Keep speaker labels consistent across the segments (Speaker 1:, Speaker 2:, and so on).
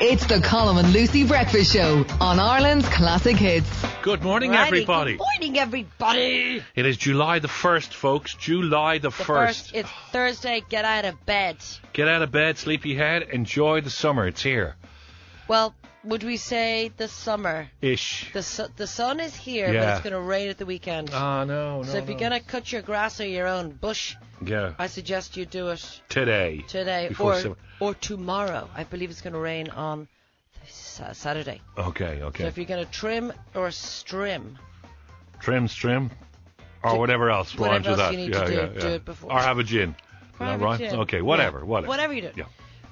Speaker 1: It's the Colin and Lucy Breakfast Show on Ireland's Classic Hits.
Speaker 2: Good morning,
Speaker 3: Righty,
Speaker 2: everybody.
Speaker 3: Good morning, everybody.
Speaker 2: It is July the 1st, folks. July the,
Speaker 3: The
Speaker 2: 1st.
Speaker 3: It's Thursday. Get out of bed.
Speaker 2: Get out of bed, sleepy head. Enjoy the summer. It's here.
Speaker 3: Well, would we say the summer?
Speaker 2: Ish.
Speaker 3: The su- the sun is here, but
Speaker 2: Yeah.
Speaker 3: it's going to rain at the weekend.
Speaker 2: Ah, no, no.
Speaker 3: so if you're
Speaker 2: no.
Speaker 3: going to cut your grass or your own bush,
Speaker 2: Yeah.
Speaker 3: I suggest you do it
Speaker 2: Today.
Speaker 3: today
Speaker 2: Before
Speaker 3: or
Speaker 2: sum-
Speaker 3: or tomorrow. I believe it's going to rain on Sa- Saturday.
Speaker 2: Okay, okay.
Speaker 3: So if you're going to trim or strim,
Speaker 2: trim, strim. Or Oh, whatever else rhymes
Speaker 3: whatever
Speaker 2: with
Speaker 3: else
Speaker 2: that.
Speaker 3: you need
Speaker 2: yeah,
Speaker 3: to do,
Speaker 2: yeah, yeah.
Speaker 3: do it before.
Speaker 2: Or have a gin. Is that
Speaker 3: Private
Speaker 2: right?
Speaker 3: jet.
Speaker 2: Okay,
Speaker 3: Yeah.
Speaker 2: whatever, whatever.
Speaker 3: Whatever you do.
Speaker 2: Yeah.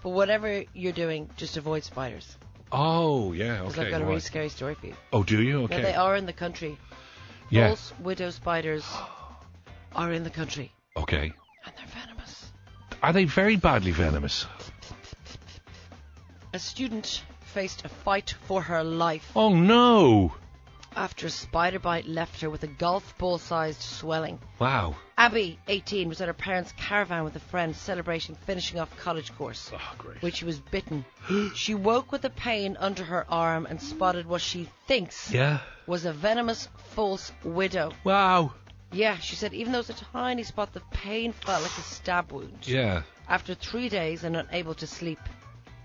Speaker 3: But whatever you're doing, just avoid spiders.
Speaker 2: Oh, yeah,
Speaker 3: Because
Speaker 2: okay.
Speaker 3: I've got a
Speaker 2: right.
Speaker 3: really scary story for you.
Speaker 2: oh, do you?
Speaker 3: No,
Speaker 2: Okay.
Speaker 3: they are in the country.
Speaker 2: yeah.
Speaker 3: False widow spiders are in the country,
Speaker 2: Okay.
Speaker 3: and they're venomous.
Speaker 2: Are they very badly venomous?
Speaker 3: A student faced a fight for her life
Speaker 2: Oh, no.
Speaker 3: after a spider bite left her with a golf ball sized swelling.
Speaker 2: Wow.
Speaker 3: Abby, 18, was at her parents' caravan with a friend celebrating finishing off college course
Speaker 2: Oh, great.
Speaker 3: when she was bitten. she woke with a pain under her arm and spotted what she thinks
Speaker 2: Yeah.
Speaker 3: was a venomous false widow.
Speaker 2: Wow.
Speaker 3: Yeah, she said even though it was a tiny spot, the pain felt like a stab wound.
Speaker 2: Yeah.
Speaker 3: After three days and unable to sleep,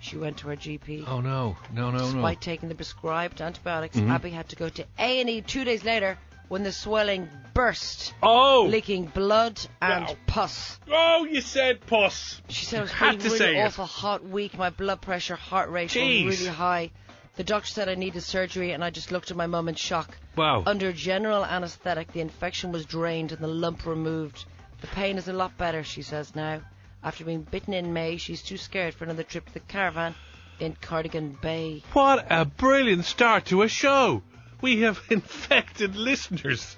Speaker 3: she went to her GP.
Speaker 2: Oh no, no, no,
Speaker 3: Despite taking the prescribed antibiotics,
Speaker 2: Mm-hmm.
Speaker 3: Abby had to go to A&E two days later when the swelling burst,
Speaker 2: no. Oh,
Speaker 3: leaking blood and
Speaker 2: Wow.
Speaker 3: pus.
Speaker 2: oh, you said puss.
Speaker 3: She said, I was
Speaker 2: had
Speaker 3: feeling
Speaker 2: to
Speaker 3: really
Speaker 2: say it.
Speaker 3: awful, hot, weak. My blood pressure, heart rate
Speaker 2: Jeez.
Speaker 3: were really high. The doctor said I needed surgery, and I just looked at my mum in shock.
Speaker 2: Wow.
Speaker 3: Under general anaesthetic, the infection was drained and the lump removed. The pain is a lot better, she says now. After being bitten in May, she's too scared for another trip to the caravan in Cardigan Bay.
Speaker 2: What a brilliant start to a show. We have infected listeners.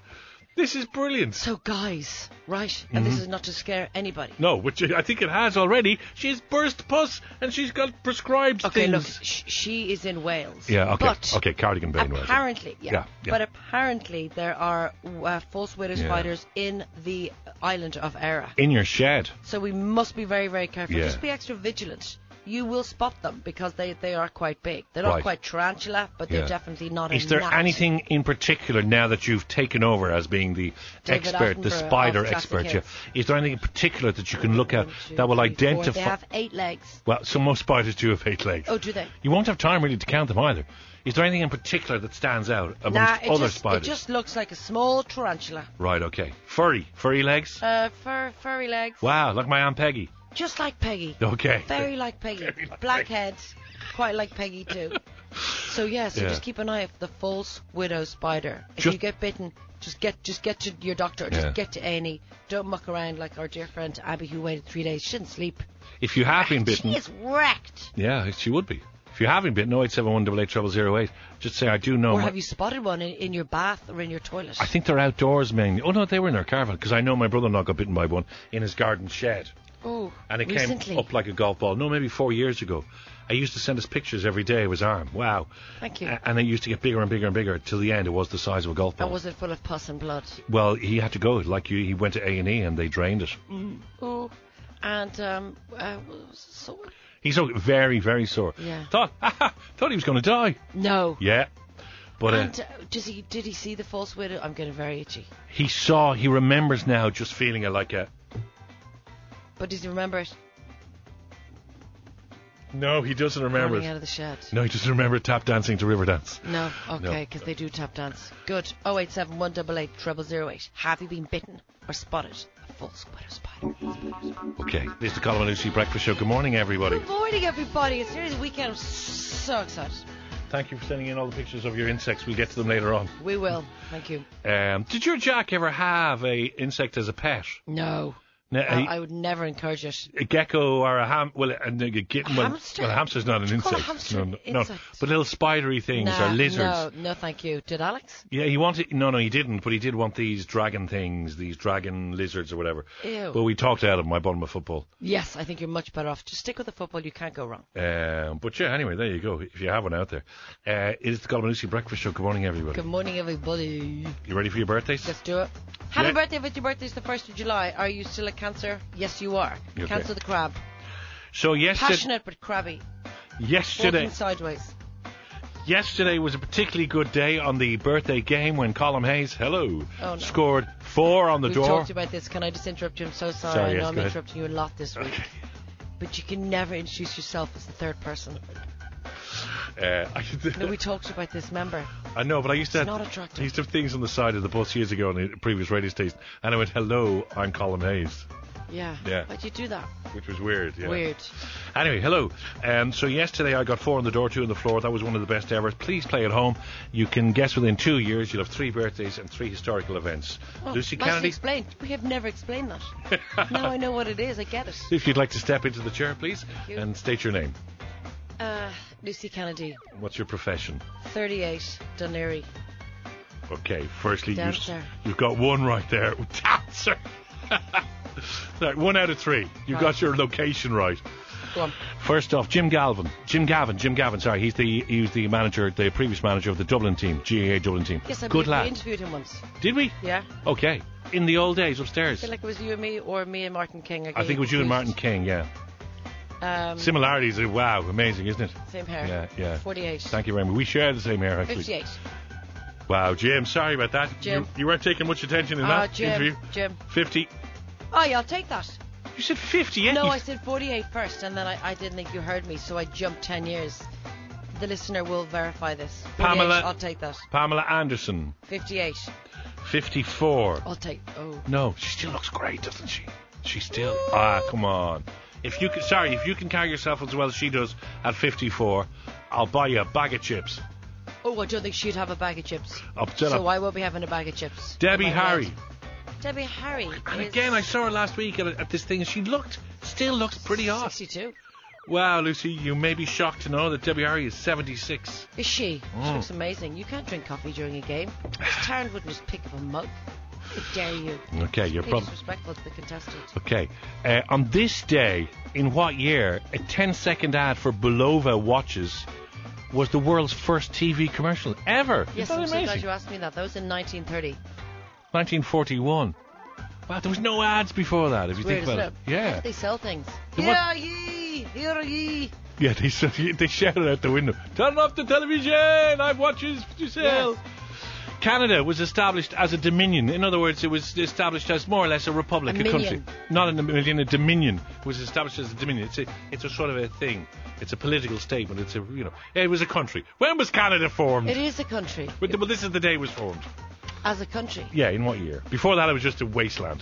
Speaker 2: This is brilliant.
Speaker 3: So, guys, right, and
Speaker 2: Mm-hmm.
Speaker 3: this is not to scare anybody.
Speaker 2: No, which I think it has already. She's burst puss and she's got prescribed
Speaker 3: Okay, look,
Speaker 2: things.
Speaker 3: sh- she is in Wales.
Speaker 2: yeah, okay.
Speaker 3: But
Speaker 2: okay, cardigan bane was it?
Speaker 3: Apparently, yeah.
Speaker 2: Yeah, yeah.
Speaker 3: But apparently, there are uh, false widow
Speaker 2: Yeah.
Speaker 3: spiders in the island of Era.
Speaker 2: In your shed.
Speaker 3: So we must be very, very careful.
Speaker 2: Yeah.
Speaker 3: Just be extra vigilant. You will spot them because they, they are quite big. They're not
Speaker 2: Right.
Speaker 3: quite tarantula, but they're
Speaker 2: Yeah.
Speaker 3: definitely not a
Speaker 2: Is there
Speaker 3: gnat.
Speaker 2: anything in particular now that you've taken over as being the
Speaker 3: David
Speaker 2: expert, the
Speaker 3: Attenborough
Speaker 2: spider
Speaker 3: of Classic
Speaker 2: expert? Yeah.
Speaker 3: Hits.
Speaker 2: Is there anything in particular that you can look at
Speaker 3: One, two,
Speaker 2: that will
Speaker 3: three, four.
Speaker 2: identify?
Speaker 3: They have eight legs.
Speaker 2: Well, so most spiders do have eight legs.
Speaker 3: Oh, do they?
Speaker 2: You won't have time really to count them either. Is there anything in particular that stands out amongst
Speaker 3: Nah, it
Speaker 2: other
Speaker 3: just,
Speaker 2: spiders?
Speaker 3: It just looks like a small tarantula.
Speaker 2: Right, okay. Furry, furry legs.
Speaker 3: Uh, fur, furry legs.
Speaker 2: wow, like my aunt Peggy.
Speaker 3: Just like Peggy.
Speaker 2: Okay.
Speaker 3: Very like Peggy.
Speaker 2: Very like
Speaker 3: Blackhead. Quite like Peggy too. So yeah, so
Speaker 2: Yeah.
Speaker 3: just keep an eye out for the false widow spider. If
Speaker 2: Just-
Speaker 3: you get bitten, just get just get to your doctor. Just
Speaker 2: Yeah.
Speaker 3: get to any. Don't muck around like our dear friend Abby, who waited three days. She didn't sleep.
Speaker 2: If you have been bitten,
Speaker 3: She is wrecked.
Speaker 2: yeah, she would be. If you have been bitten, 0871 Just say I do know.
Speaker 3: Or
Speaker 2: Oh, my-
Speaker 3: have you spotted one in, in your bath or in your toilet?
Speaker 2: I think they're outdoors mainly. Oh no, they were in their caravan because I know my brother-in-law got bitten by one in his garden shed,
Speaker 3: oh,
Speaker 2: and it
Speaker 3: recently.
Speaker 2: came up like a golf ball. No, maybe four years ago. I used to send us pictures every day of his arm. Wow.
Speaker 3: Thank you.
Speaker 2: A- And it used to get bigger and bigger and bigger till the end. It was the size of a golf ball.
Speaker 3: and was it full of pus and blood?
Speaker 2: Well, he had to go. Like you, he went to A and E, and they drained it.
Speaker 3: Oh, and um, uh, was it sore?
Speaker 2: He's so very, very sore.
Speaker 3: Yeah.
Speaker 2: Thought, thought he was going to die.
Speaker 3: No.
Speaker 2: Yeah. But uh,
Speaker 3: And uh, does he did he see the false widow? I'm getting very itchy.
Speaker 2: he saw. He remembers now, just feeling it like a.
Speaker 3: But does he remember it?
Speaker 2: No, he doesn't remember.
Speaker 3: Running out
Speaker 2: It.
Speaker 3: of the shed.
Speaker 2: No, he doesn't remember tap dancing to river dance.
Speaker 3: No, okay, because they do tap dance. Good. Oh eight seven one double eight treble zero eight. Have you been bitten or spotted? A false widow spider.
Speaker 2: Okay, this is the Colin and Lucy Breakfast Show. Good morning, everybody.
Speaker 3: Good morning, everybody. It's nearly the weekend. I'm so excited.
Speaker 2: Thank you for sending in all the pictures of your insects. We'll get to them later on.
Speaker 3: We will. Thank you.
Speaker 2: Um, did your Jack ever have a insect as a pet?
Speaker 3: No,
Speaker 2: No,
Speaker 3: I,
Speaker 2: a-
Speaker 3: I would never encourage it.
Speaker 2: a gecko or a ham well a, a, kitten, well,
Speaker 3: hamster?
Speaker 2: well a hamster's not an
Speaker 3: you call
Speaker 2: insect
Speaker 3: a hamster
Speaker 2: no,
Speaker 3: an
Speaker 2: no, no
Speaker 3: insect?
Speaker 2: but little spidery things
Speaker 3: Nah,
Speaker 2: or lizards
Speaker 3: No, no, thank you. Did Alex?
Speaker 2: yeah he wanted no no he didn't but he did want these dragon things these dragon lizards or whatever
Speaker 3: Ew.
Speaker 2: but we talked out of him I bought him a football
Speaker 3: Yes, I think you're much better off. Just stick with the football. You can't go wrong.
Speaker 2: um, but yeah anyway there you go if you have one out there uh, it's the Colin and Lucy Breakfast Show good morning everybody
Speaker 3: Good morning, everybody.
Speaker 2: you ready for your birthdays
Speaker 3: Let's do it. Happy
Speaker 2: Yeah.
Speaker 3: birthday, but your birthday is the 1st of July. Are you still a cancer? Yes, you are.
Speaker 2: Okay.
Speaker 3: Cancer the crab.
Speaker 2: so yesterday
Speaker 3: Passionate but crabby.
Speaker 2: Yesterday,
Speaker 3: Walking sideways.
Speaker 2: yesterday was a particularly good day on the birthday game when Colin Hayes, hello,
Speaker 3: Oh, no.
Speaker 2: scored four on the
Speaker 3: We've
Speaker 2: door.
Speaker 3: talked about this. Can I just interrupt you? I'm so sorry.
Speaker 2: Sorry,
Speaker 3: I know
Speaker 2: yes,
Speaker 3: I'm
Speaker 2: go ahead.
Speaker 3: interrupting you a lot this week. But you can never introduce yourself as the third person.
Speaker 2: Uh, I,
Speaker 3: No, we talked about this, remember?
Speaker 2: I know, but I used to
Speaker 3: It's
Speaker 2: have,
Speaker 3: not attractive.
Speaker 2: I used to have things on the side of the bus years ago on the previous radio station, and I went, hello, I'm Colin Hayes,
Speaker 3: Yeah.
Speaker 2: Yeah.
Speaker 3: Why'd you do that?
Speaker 2: which was weird. Yeah.
Speaker 3: Weird.
Speaker 2: Anyway, hello. Um, so yesterday I got four on the door, two on the floor. That was one of the best ever. Please play at home. You can guess within two years you'll have three birthdays and three historical events.
Speaker 3: Oh,
Speaker 2: Lucy
Speaker 3: nicely
Speaker 2: Kennedy,
Speaker 3: explained. We have never explained that. now I know what it is. I get it.
Speaker 2: if you'd like to step into the chair, please,
Speaker 3: you.
Speaker 2: and state your name.
Speaker 3: Uh, Lucy Kennedy,
Speaker 2: What's your profession?
Speaker 3: 38, Dunleary.
Speaker 2: Okay, firstly, you,
Speaker 3: Dancer.
Speaker 2: you've got one right there. Dancer! right, one out of three. You've
Speaker 3: Right.
Speaker 2: got your location right.
Speaker 3: Go on.
Speaker 2: First off, Jim Galvin. Jim Gavin. Jim Gavin, sorry. He's the, he was the manager, the previous manager of the Dublin team, GAA Dublin team.
Speaker 3: Yes, I
Speaker 2: Good
Speaker 3: believe we
Speaker 2: lad.
Speaker 3: interviewed him once.
Speaker 2: Did we?
Speaker 3: Yeah.
Speaker 2: Okay. In the old days
Speaker 3: I
Speaker 2: upstairs.
Speaker 3: feel like it was you and me or me and Martin King.
Speaker 2: I think it was you and Martin King, yeah.
Speaker 3: Um,
Speaker 2: Similarities are wow, amazing, isn't it?
Speaker 3: same hair.
Speaker 2: Yeah, yeah.
Speaker 3: 48.
Speaker 2: Thank you, Raymond. We share the same hair, actually.
Speaker 3: 58.
Speaker 2: Wow, Jim, sorry about that.
Speaker 3: Jim.
Speaker 2: You, you weren't taking much attention in
Speaker 3: Ah,
Speaker 2: that
Speaker 3: Jim.
Speaker 2: interview.
Speaker 3: Jim.
Speaker 2: 50.
Speaker 3: Oh, yeah, I'll take that.
Speaker 2: You said 58?
Speaker 3: No,
Speaker 2: You-
Speaker 3: I said 48 first, and then I, I didn't think you heard me, so I jumped 10 years. The listener will verify this. 48,
Speaker 2: Pamela-
Speaker 3: I'll take that.
Speaker 2: Pamela Anderson,
Speaker 3: 58.
Speaker 2: 54.
Speaker 3: I'll take. Oh.
Speaker 2: No, she still looks great, doesn't she? She still. Ah, come on. If you can, sorry, if you can carry yourself as well as she does at 54, I'll buy you a bag of chips.
Speaker 3: Oh, I don't think she'd have a bag of chips.
Speaker 2: I'll tell
Speaker 3: so
Speaker 2: her.
Speaker 3: why won't we having a bag of chips?
Speaker 2: Debbie
Speaker 3: Am I right?
Speaker 2: Harry.
Speaker 3: Debbie Harry.
Speaker 2: And
Speaker 3: is
Speaker 2: again, I saw her last week at, at this thing, and she looked, still looks pretty hot.
Speaker 3: 62.
Speaker 2: Wow, Lucy, you may be shocked to know that Debbie Harry is 76.
Speaker 3: Is she? She looks amazing. You can't drink coffee during a game. Taryn wouldn't just pick up a mug. How dare you?
Speaker 2: Okay, you're
Speaker 3: Be
Speaker 2: probably.
Speaker 3: disrespectful to the contestant.
Speaker 2: Okay. Uh, on this day, in what year, a 10 second ad for Bulova watches was the world's first TV commercial ever?
Speaker 3: Yes,
Speaker 2: Isn't
Speaker 3: I'm
Speaker 2: that
Speaker 3: so
Speaker 2: amazing?
Speaker 3: glad you asked me that. That was in 1930.
Speaker 2: 1941. Wow, there was no ads before that, if you
Speaker 3: Weird,
Speaker 2: think
Speaker 3: isn't
Speaker 2: about it.
Speaker 3: it?
Speaker 2: Yeah.
Speaker 3: They sell things.
Speaker 2: They
Speaker 3: Here
Speaker 2: want-
Speaker 3: are ye! Here are ye!
Speaker 2: Yeah, they, s- they shouted out the window, Turn off the television! I've watches to sell!
Speaker 3: Yes.
Speaker 2: Canada was established as a dominion. In other words, it was established as more or less a republic,
Speaker 3: A
Speaker 2: a, country.
Speaker 3: minion.
Speaker 2: Not a million, a dominion. It was established as a dominion. It's a, it's a sort of a thing. It's a political statement. It's a, you know, it was a country. When was Canada formed?
Speaker 3: It is a country.
Speaker 2: Well, th- well, this is the day it was formed.
Speaker 3: As a country.
Speaker 2: Yeah, in what year? Before that, it was just a wasteland.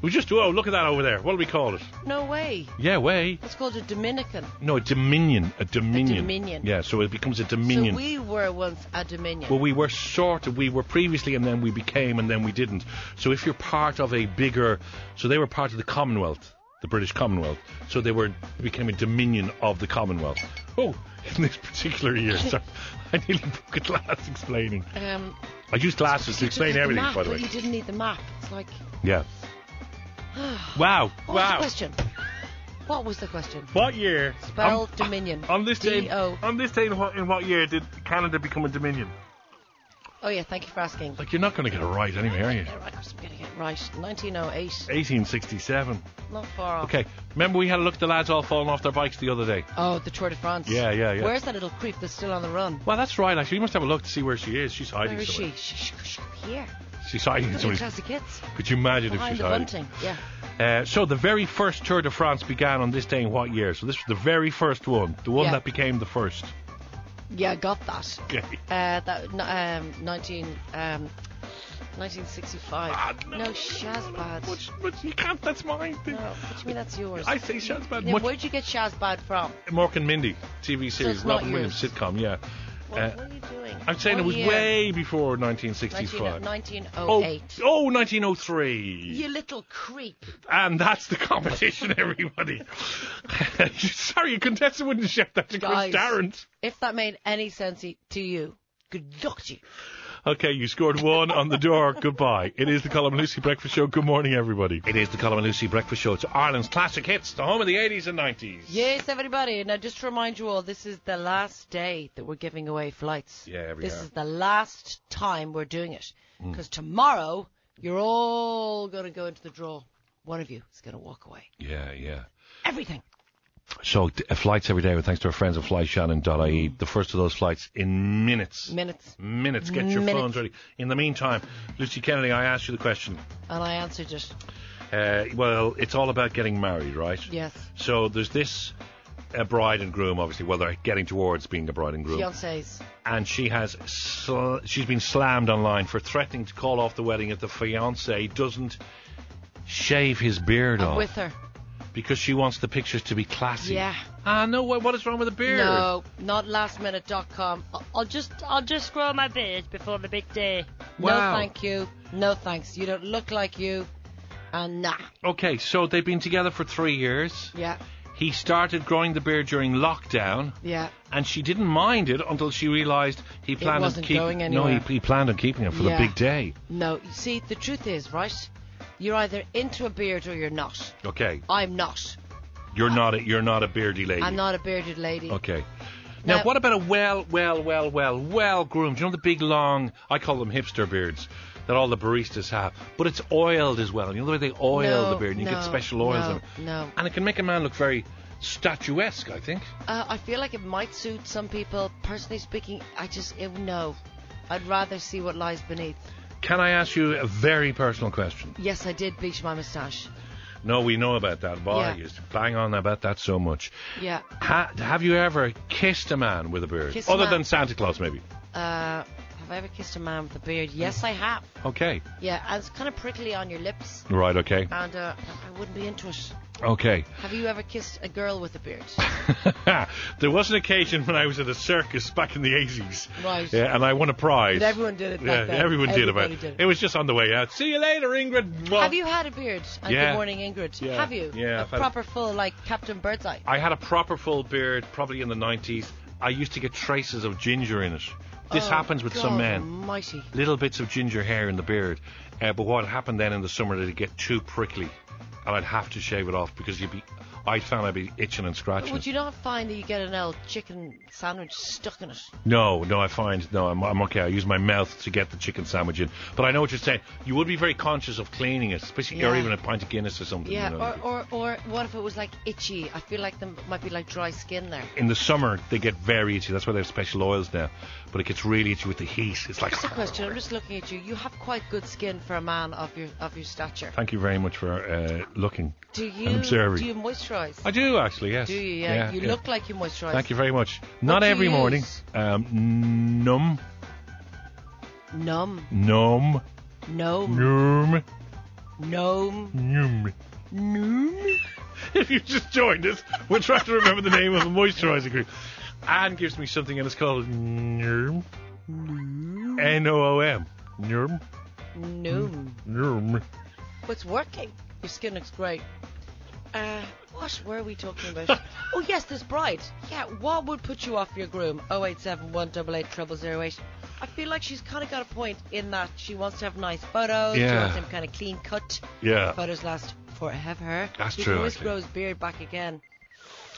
Speaker 2: It was just, oh, look at that over there. What do we call it?
Speaker 3: No way.
Speaker 2: Yeah, way.
Speaker 3: It's called a Dominican.
Speaker 2: No, a dominion. A dominion.
Speaker 3: dominion.
Speaker 2: Yeah, so it becomes a
Speaker 3: So
Speaker 2: dominion.
Speaker 3: we were once a Dominion.
Speaker 2: Well, we were sort of, we were previously and then we became and then we didn't. So if you're part of a bigger, so they were part of the Commonwealth, the British Commonwealth. So they were, became a dominion of the Commonwealth. Oh, in this particular year, sorry, I nearly broke a glass explaining.
Speaker 3: um,
Speaker 2: I use glasses to
Speaker 3: you took
Speaker 2: explain
Speaker 3: the
Speaker 2: everything,
Speaker 3: map,
Speaker 2: by the
Speaker 3: but
Speaker 2: way.
Speaker 3: You didn't need the map. It's like.
Speaker 2: Yeah. Wow,
Speaker 3: What was the
Speaker 2: wow.
Speaker 3: question? What was the question?
Speaker 2: What year?
Speaker 3: Spell
Speaker 2: on,
Speaker 3: Dominion.
Speaker 2: on this day,
Speaker 3: D-O.
Speaker 2: on this day, in what, in what year did Canada become a dominion?
Speaker 3: Oh, yeah, thank you for asking.
Speaker 2: Like you're not going to get it right anyway, are you?
Speaker 3: Yeah, right, I'm getting it right. 1908.
Speaker 2: 1867.
Speaker 3: Not far off.
Speaker 2: Okay, remember we had a look at the lads all falling off their bikes the other day?
Speaker 3: Oh, the Tour de France.
Speaker 2: Yeah, yeah, yeah.
Speaker 3: Where's that little creep that's still on the run?
Speaker 2: Well, that's right, actually. You must have a look to see where she is. She's hiding
Speaker 3: Where is she?
Speaker 2: somewhere.
Speaker 3: Shh, shh, shh, shh, Here.
Speaker 2: She's hiding
Speaker 3: Look at the
Speaker 2: somewhere.
Speaker 3: classic hits.
Speaker 2: Could you imagine if
Speaker 3: Behind
Speaker 2: she's
Speaker 3: the
Speaker 2: hiding?
Speaker 3: bunting. Yeah.
Speaker 2: Uh, so, the very first Tour de France began on this day in what year? So, this was the very first one, the one
Speaker 3: Yeah.
Speaker 2: that became the first.
Speaker 3: Yeah, I got that.
Speaker 2: Okay.
Speaker 3: Uh, that n- um, 19, um, 1965.
Speaker 2: Ah,
Speaker 3: no, Shazbad. No,
Speaker 2: Much, much, you can't, that's mine.
Speaker 3: what do you mean that's yours?
Speaker 2: I say Shazbad.
Speaker 3: yeah,
Speaker 2: much,
Speaker 3: where'd you get Shazbad from?
Speaker 2: Mork and Mindy TV series,
Speaker 3: it's not
Speaker 2: Robin Williams
Speaker 3: yours.
Speaker 2: sitcom, yeah.
Speaker 3: What,
Speaker 2: Uh,
Speaker 3: what are you doing?
Speaker 2: I'm saying
Speaker 3: What
Speaker 2: it was
Speaker 3: year?
Speaker 2: way before
Speaker 3: 19,
Speaker 2: 1965.
Speaker 3: 1908.
Speaker 2: oh, 1903.
Speaker 3: You little creep.
Speaker 2: And that's the competition, everybody. Sorry, a contestant wouldn't shout that to
Speaker 3: Guys.
Speaker 2: Chris Darrant.
Speaker 3: If that made any sense y- to you, good luck to you.
Speaker 2: Okay, you scored one on the door. Goodbye. It is the Colin and Lucy Breakfast Show. Good morning, everybody. It is the Colin and Lucy Breakfast Show. It's Ireland's classic hits, the home of the 80s and 90s.
Speaker 3: Yes, everybody. Now, just to remind you all, this is the last day that we're giving away flights.
Speaker 2: Yeah, we
Speaker 3: This
Speaker 2: are. Mm.
Speaker 3: is the last time we're doing it. Because tomorrow, you're all going to go into the draw. One of you is going to walk away.
Speaker 2: Yeah, yeah.
Speaker 3: Everything.
Speaker 2: So t- uh, flights every day, with thanks to our friends at FlyShannon.ie. E. The first of those flights in minutes.
Speaker 3: Minutes.
Speaker 2: Minutes. Get your
Speaker 3: Minutes.
Speaker 2: phones ready. In the meantime, Lucy Kennedy, I asked you the question.
Speaker 3: And I answered it.
Speaker 2: Uh, well, it's all about getting married, right?
Speaker 3: Yes.
Speaker 2: So there's this uh, bride and groom, obviously. Well, they're getting towards being a bride and groom,
Speaker 3: Fiancés.
Speaker 2: and she has sl- she's been slammed online for threatening to call off the wedding if the fiance doesn't shave his beard
Speaker 3: I'm
Speaker 2: off
Speaker 3: with her.
Speaker 2: because she wants the pictures to be classy.
Speaker 3: Yeah.
Speaker 2: Ah, no. What, what is wrong with a beard?
Speaker 3: No, not lastminute.com.
Speaker 4: I- I'll just I'll just grow my beard before the big day.
Speaker 2: Wow.
Speaker 3: No, thank you. No, thanks. You don't look like you. And nah.
Speaker 2: Okay, so they've been together for three years.
Speaker 3: Yeah.
Speaker 2: He started growing the beard during lockdown.
Speaker 3: Yeah.
Speaker 2: and she didn't mind it until she realised he planned
Speaker 3: wasn't
Speaker 2: on keep-
Speaker 3: going
Speaker 2: No,
Speaker 3: anywhere.
Speaker 2: he, he planned on keeping it for
Speaker 3: Yeah.
Speaker 2: the big day.
Speaker 3: No. You See, the truth is, right? You're either into a beard or you're not.
Speaker 2: Okay,
Speaker 3: I'm not.
Speaker 2: you're not a, you're not a beardy lady.
Speaker 3: I'm not a bearded lady.
Speaker 2: Okay. Now,
Speaker 3: Now-
Speaker 2: what about a well, well, well, well, well groomed? You know the big long, I call them hipster beards that all the baristas have, but it's oiled as well. You know the way they oil
Speaker 3: No,
Speaker 2: the beard, and you
Speaker 3: no,
Speaker 2: get special oils.
Speaker 3: no,
Speaker 2: and,
Speaker 3: no.
Speaker 2: and it can make a man look very statuesque. I think.
Speaker 3: Uh, I feel like it might suit some people. Personally speaking, I just, eh, no. I'd rather see what lies beneath.
Speaker 2: Can I ask you a very personal question?
Speaker 3: Yes, I did bleach my moustache.
Speaker 2: No, we know about that. Boy,
Speaker 3: Yeah.
Speaker 2: you used to bang on about that so much.
Speaker 3: Yeah.
Speaker 2: Ha- have you ever kissed a man with a beard?
Speaker 3: Kissed a
Speaker 2: Other
Speaker 3: man-
Speaker 2: than Santa Claus, maybe.
Speaker 3: Uh, have I ever kissed a man with a beard? Yes, I have.
Speaker 2: Okay.
Speaker 3: Yeah, and it's kind of prickly on your lips,
Speaker 2: Right, okay.
Speaker 3: and uh, I wouldn't be into it.
Speaker 2: Okay.
Speaker 3: Have you ever kissed a girl with a beard?
Speaker 2: there was an occasion when I was at a circus back in the 80s.
Speaker 3: Right.
Speaker 2: Yeah, uh, and I won a prize.
Speaker 3: But everyone did it back
Speaker 2: yeah,
Speaker 3: then.
Speaker 2: everyone did about
Speaker 3: Everybody did it.
Speaker 2: it. was just on the way out. See you later, Ingrid. Mwah.
Speaker 3: Have you had a beard? And
Speaker 2: Yeah.
Speaker 3: Good morning, Ingrid.
Speaker 2: Yeah.
Speaker 3: Have you? A
Speaker 2: Yeah, I've had a-
Speaker 3: proper full, like Captain Birdseye.
Speaker 2: I had a proper full beard probably in the 90s. I used to get traces of ginger in it. This
Speaker 3: Oh,
Speaker 2: happens with some
Speaker 3: God
Speaker 2: men.
Speaker 3: Almighty.
Speaker 2: little bits of ginger hair in the beard. Uh, but what happened then in the summer, it'd get too prickly, and I'd have to shave it off because you'd be. I found I'd be itching and scratching.
Speaker 3: Would you not find that you get an old chicken sandwich stuck in it?
Speaker 2: No, no, I find no, I'm, I'm okay. I use my mouth to get the chicken sandwich in. But I know what you're saying. You would be very conscious of cleaning it, especially or
Speaker 3: Yeah.
Speaker 2: even a pint of Guinness or something.
Speaker 3: Yeah,
Speaker 2: you know.
Speaker 3: or, or or what if it was like itchy? I feel like there might be like dry skin there.
Speaker 2: in the summer they get very itchy. That's why they have special oils now. But it gets really itchy with the heat. It's like.
Speaker 3: Just a question. I'm just looking at you. You have quite good skin for a man of your of your stature.
Speaker 2: Thank you very much for uh, looking.
Speaker 3: Do you
Speaker 2: I'm sorry.
Speaker 3: do you moisturise?
Speaker 2: I do actually, yes.
Speaker 3: Do you? Yeah. you
Speaker 2: yeah.
Speaker 3: look like you moisturise.
Speaker 2: Thank you very much. Not
Speaker 3: do you
Speaker 2: every morning.
Speaker 3: use?
Speaker 2: Um, num,
Speaker 3: Numb.
Speaker 2: num,
Speaker 3: Gnome.
Speaker 2: num,
Speaker 3: Gnome.
Speaker 2: num. If you just joined us, we're trying to remember the name of the moisturising cream. Anne gives me something and it's called Noom. N O O M. Noom.
Speaker 3: Gnome.
Speaker 2: Noom.
Speaker 3: But it's working. Your skin looks great. Uh, what were we talking about? oh yes, this bride. Yeah, what would put you off your groom? Oh eight seven one double eight triple zero eight. I feel like she's kind of got a point in that she wants to have nice photos. She
Speaker 2: Yeah.
Speaker 3: wants him kind of clean cut.
Speaker 2: Yeah.
Speaker 3: Photos last forever.
Speaker 2: That's
Speaker 3: he
Speaker 2: true,
Speaker 3: He always
Speaker 2: actually.
Speaker 3: grows beard back again.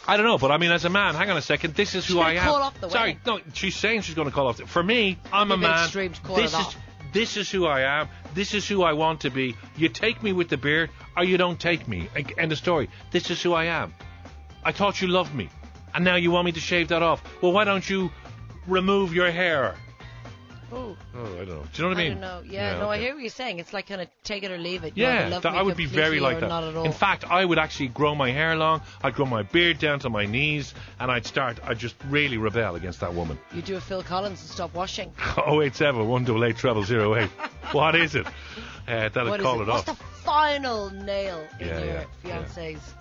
Speaker 2: I don't know, but I mean, as a man, hang on a second. This is who
Speaker 3: gonna
Speaker 2: I am.
Speaker 3: call off the
Speaker 2: Sorry, no, she's saying she's going to call off. The, for me, I'm a
Speaker 3: You've been
Speaker 2: man.
Speaker 3: extreme to call
Speaker 2: this
Speaker 3: it
Speaker 2: is
Speaker 3: off.
Speaker 2: this is who I am. This is who I want to be. You take me with the beard, or you don't take me. Like, End of story. This is who I am. I thought you loved me, and now you want me to shave that off. Well, why don't you remove your hair?
Speaker 3: Oh,
Speaker 2: Oh, I don't know. Do you know what I
Speaker 3: I
Speaker 2: mean?
Speaker 3: don't know. Yeah, no, I
Speaker 2: okay.
Speaker 3: hear what you're saying. It's like kind of take it or leave it. You
Speaker 2: Yeah,
Speaker 3: either love
Speaker 2: that-
Speaker 3: me
Speaker 2: I would be very
Speaker 3: completely
Speaker 2: like
Speaker 3: or
Speaker 2: that.
Speaker 3: Not at all.
Speaker 2: In fact, I would actually grow my hair long. I'd grow my beard down to my knees, and I'd start. I'd just really rebel against that woman.
Speaker 3: you do a Phil Collins and stop washing.
Speaker 2: 087 188 0008. What is it? Uh, that'll
Speaker 3: What is
Speaker 2: call
Speaker 3: it?
Speaker 2: it,
Speaker 3: What's
Speaker 2: off.
Speaker 3: the final nail in
Speaker 2: Yeah,
Speaker 3: your
Speaker 2: yeah, yeah.
Speaker 3: fiance's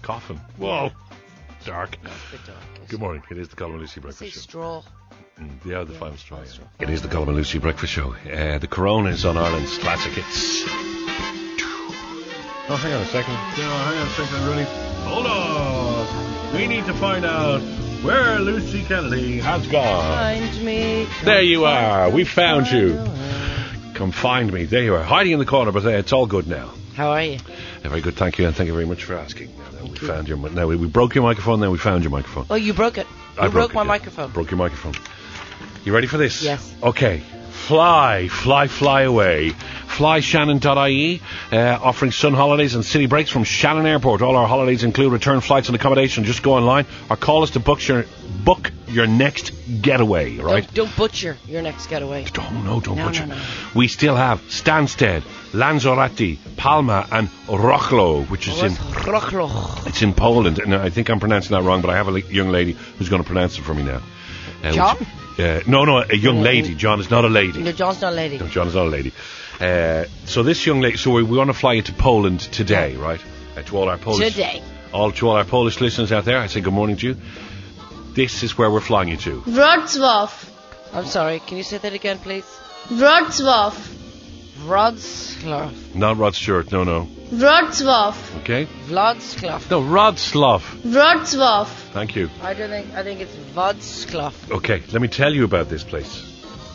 Speaker 2: Coffin. Whoa. Dark.
Speaker 3: darkest?
Speaker 2: Good morning. It is the Colin
Speaker 3: Say
Speaker 2: Lucy Breakfast Show.
Speaker 3: straw.
Speaker 2: Mm, yeah, the final straw.
Speaker 3: final straw.
Speaker 2: It is the Colin Lucy Breakfast Show. Uh, the Corona is on Ireland's classic hits. Oh, hang on a second. No, hang on a second, really. Hold on. We need to find out where Lucy Kennedy has gone.
Speaker 3: Find me.
Speaker 2: There you are. We found you. Come find me. There you are. Hiding in the corner, but uh, it's all good now.
Speaker 3: How are you?
Speaker 2: Yeah, very good, thank you, and thank you very much for asking. Now that we found your, mi- now we, we broke your microphone, then we found your microphone.
Speaker 3: Oh, you broke it. You
Speaker 2: I
Speaker 3: broke,
Speaker 2: it,
Speaker 3: my
Speaker 2: yeah.
Speaker 3: microphone.
Speaker 2: Broke your microphone. You ready for this?
Speaker 3: Yes.
Speaker 2: Okay. Fly, fly, fly away. FlyShannon.ie, uh, offering sun holidays and city breaks from Shannon Airport. All our holidays include return flights and accommodation. Just go online or call us to book your book your next getaway. Right?
Speaker 3: Don't, don't butcher your next getaway.
Speaker 2: Don't no, don't
Speaker 3: No,
Speaker 2: butcher.
Speaker 3: no, no.
Speaker 2: We still have Stansted, Lanzarote, Palma, and Rochlo, which is in
Speaker 3: Where's Rochloch?
Speaker 2: it's in Poland, and I think I'm pronouncing that wrong. But I have a li- young lady who's going to pronounce it for me now. Uh,
Speaker 3: John?
Speaker 2: which- uh, no, no, a young lady. John is not a lady.
Speaker 3: No, John's not a lady.
Speaker 2: No, John is not a lady. Uh, so this young lady. So we, we want to fly you to Poland today, right? Uh, to all our Polish.
Speaker 3: Today.
Speaker 2: All to all our Polish listeners out there, I say good morning to you. This is where we're flying you to.
Speaker 5: Wrocław.
Speaker 3: I'm sorry. Can you say that again, please?
Speaker 5: Wrocław.
Speaker 3: Wroclaw.
Speaker 2: Not Rod Stewart. No, no.
Speaker 5: Wrocław.
Speaker 2: Okay.
Speaker 3: Wroclaw.
Speaker 2: No, Rodslav.
Speaker 5: Wrocław.
Speaker 2: Thank you.
Speaker 3: I don't think. I think it's Wroclaw.
Speaker 2: Okay, let me tell you about this place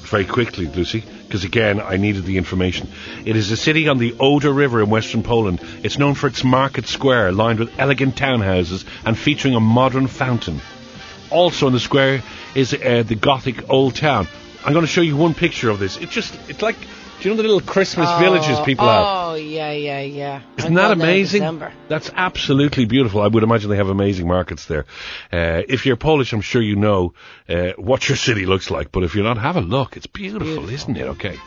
Speaker 2: very quickly, Lucy, because again, I needed the information. It is a city on the Oder River in western Poland. It's known for its market square, lined with elegant townhouses and featuring a modern fountain. Also in the square is uh, the Gothic Old Town. I'm going to show you one picture of this. It just, it's like, do you know the little Christmas villages people have?
Speaker 3: Oh yeah, yeah, yeah.
Speaker 2: Isn't
Speaker 3: I'm
Speaker 2: that
Speaker 3: going there in
Speaker 2: amazing?
Speaker 3: December.
Speaker 2: That's absolutely beautiful. I would imagine they have amazing markets there. Uh, if you're Polish, I'm sure you know uh, what your city looks like. But if you're not, have a look. It's beautiful, isn't it? Okay.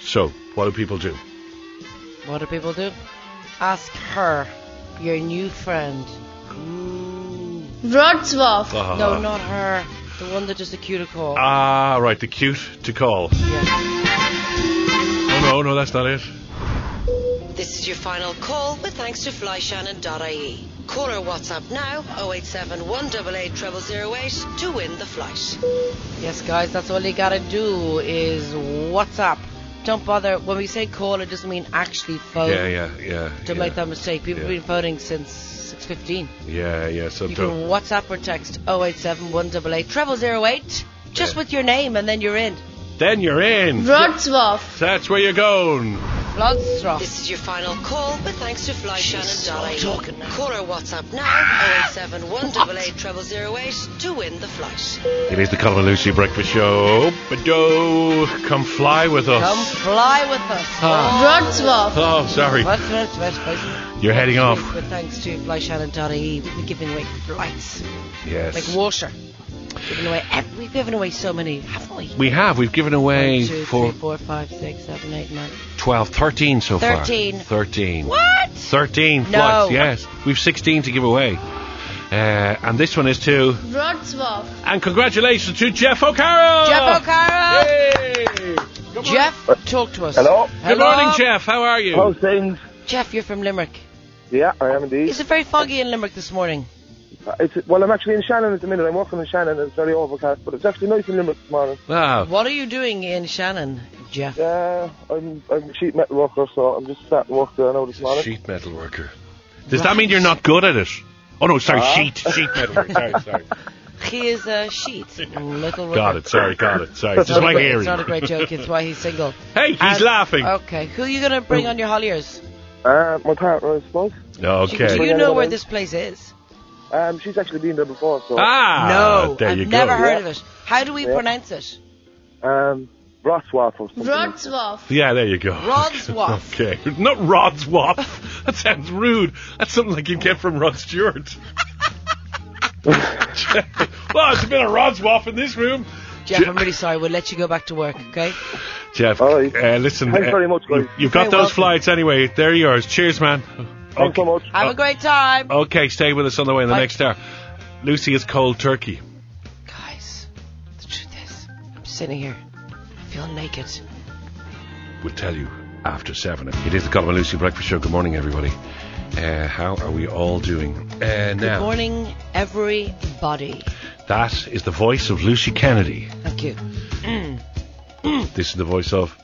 Speaker 2: So, what do people do?
Speaker 3: What do people do? Ask her, your new friend.
Speaker 5: Wrocław.
Speaker 2: Ah,
Speaker 3: No, not her. The one that does the cuticle.
Speaker 2: Ah, right. The cute to call.
Speaker 3: Yeah.
Speaker 2: Oh no, no, that's not it.
Speaker 6: This is your final call with thanks to flyshannon.ie. E. Call or WhatsApp now 087 188 0008 to win the flight.
Speaker 3: Yes, guys, that's all you gotta do is WhatsApp. Don't bother. When we say call, it doesn't mean actually phone.
Speaker 2: Yeah, yeah, yeah.
Speaker 3: Oh. Don't
Speaker 2: yeah,
Speaker 3: make that mistake. People have
Speaker 2: yeah.
Speaker 3: been phoning since 6.15.
Speaker 2: Yeah, yeah. So
Speaker 3: You
Speaker 2: don't.
Speaker 3: can WhatsApp or text 087 188 0008 just
Speaker 2: Yeah.
Speaker 3: with your name and then you're in.
Speaker 2: Then you're in.
Speaker 5: Wrocław.
Speaker 2: That's where you're going.
Speaker 3: Bloodstrop.
Speaker 6: This is your final call with thanks to flyshannon.ie.
Speaker 3: stop talking now.
Speaker 6: Call or WhatsApp now
Speaker 2: Ah,
Speaker 6: 087 188 0008 to win the flight.
Speaker 2: It is the Colin and Lucy Breakfast Show. But come fly with us.
Speaker 3: Come fly with us.
Speaker 5: Wrocław.
Speaker 2: Ah. Oh, sorry. Oh.
Speaker 3: What, what, what, what?
Speaker 2: You're heading off.
Speaker 3: But thanks to flyshannon.ie, we've been giving away flights
Speaker 2: Yes.
Speaker 3: like water. Giving away, ev- we've given away so many, haven't we?
Speaker 2: We have. We've given away
Speaker 3: One, two,
Speaker 2: for
Speaker 3: three, four, five, six, seven, eight, nine.
Speaker 2: 12, 13 so far.
Speaker 3: 13.
Speaker 2: 13.
Speaker 3: What?
Speaker 2: 13
Speaker 3: No.
Speaker 2: flights, yes. We've 16 to give away. Uh, and this one is to.
Speaker 5: Wrocław.
Speaker 2: And congratulations to Jeff O'Carroll!
Speaker 3: Jeff O'Carroll!
Speaker 2: Yay! Good morning.
Speaker 3: Jeff, talk to us.
Speaker 7: Uh, Hello.
Speaker 2: Good morning, Jeff. How are you?
Speaker 7: Hello, things.
Speaker 3: Jeff, you're from Limerick.
Speaker 7: Yeah, I am indeed.
Speaker 3: Is it very foggy in Limerick this morning?
Speaker 7: Uh, It's, well, I'm actually in Shannon at the minute. I'm working in Shannon. and It's very overcast, but it's actually nice in Limerick this morning.
Speaker 2: Wow.
Speaker 3: What are you doing in Shannon, Jeff?
Speaker 7: Uh, I'm, I'm a sheet metal worker, so I'm just starting work there now this morning.
Speaker 2: Sheet metal worker. Does that mean you're not good at it? Oh, no, sorry,
Speaker 7: Uh-huh.
Speaker 2: sheet. Sheet metal worker. Sorry, sorry.
Speaker 3: He is a sheet. Little
Speaker 2: Got
Speaker 3: River.
Speaker 2: it, sorry, got it. Sorry, it's just my
Speaker 3: It's
Speaker 2: hearing.
Speaker 3: not a great joke. It's why he's single.
Speaker 2: Hey, he's
Speaker 3: And- uh,
Speaker 2: laughing.
Speaker 3: Okay, who are you going to bring on your holliers?
Speaker 7: Uh, my partner, I suppose.
Speaker 2: Okay.
Speaker 3: Do you know where this place is?
Speaker 7: Um, she's actually been there before, so.
Speaker 2: Ah,
Speaker 3: no,
Speaker 2: there
Speaker 3: I've
Speaker 2: you go.
Speaker 3: never heard of it. How do we
Speaker 7: Yeah.
Speaker 3: pronounce it?
Speaker 7: Um, Rothwap or something.
Speaker 5: Wrocław.
Speaker 2: Yeah, there you go.
Speaker 3: Rodswath.
Speaker 2: okay, not Rodswath. That sounds rude. That's something like you get from Rod Stewart. well, it's a bit of Rodswath in this room.
Speaker 3: Jeff, I'm really sorry. We'll let you go back to work, okay?
Speaker 2: Jeff,
Speaker 7: All right.
Speaker 2: uh, listen.
Speaker 7: Thanks
Speaker 2: uh,
Speaker 7: very much, guys.
Speaker 2: you- You've got
Speaker 3: You're
Speaker 2: those
Speaker 3: welcome.
Speaker 2: flights anyway. They're yours. Cheers, man. Uh,
Speaker 7: Thanks so much.
Speaker 2: Oh.
Speaker 3: Have a great time.
Speaker 2: Okay, stay with us on the way in the
Speaker 3: Bye.
Speaker 2: next hour. Lucy is cold turkey.
Speaker 3: Guys, the truth is, I'm sitting here. I feel naked.
Speaker 2: We'll tell you after seven. It is the Colin and Lucy Breakfast Show. Good morning, everybody. Uh, how are we all doing? Uh,
Speaker 3: Good
Speaker 2: now,
Speaker 3: morning, everybody.
Speaker 2: that is the voice of Lucy Kennedy.
Speaker 3: Thank you.
Speaker 2: This is the voice of.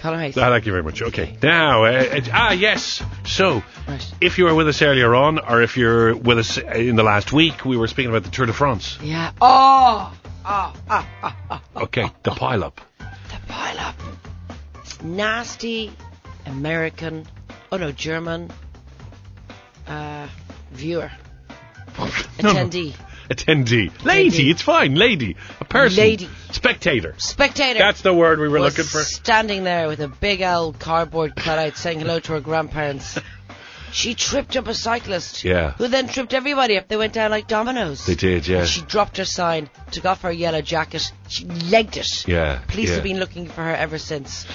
Speaker 3: Colin Hayes.
Speaker 2: Ah, thank you very much. Okay. Now, uh, it- ah, yes. So,
Speaker 3: Right.
Speaker 2: if you were with us earlier on, or if you're with us in the last week, we were speaking about the Tour de France.
Speaker 3: Yeah. Oh, oh, oh, oh, oh.
Speaker 2: Okay, the pile up.
Speaker 3: The pile up. Nasty American, oh no, German uh, viewer,
Speaker 2: No, no.
Speaker 3: attendee.
Speaker 2: attendee. Lady, it's fine. Lady, a person.
Speaker 3: Lady.
Speaker 2: Spectator.
Speaker 3: Spectator.
Speaker 2: That's the word we were
Speaker 3: was
Speaker 2: looking for.
Speaker 3: standing there with a big old cardboard cutout saying hello to her grandparents. She tripped up a cyclist.
Speaker 2: Yeah.
Speaker 3: Who then tripped everybody up. They went down like dominoes.
Speaker 2: They did, yeah.
Speaker 3: She dropped her sign, took off her yellow jacket, she legged it.
Speaker 2: Yeah,
Speaker 3: Police
Speaker 2: yeah.
Speaker 3: have been looking for her ever since.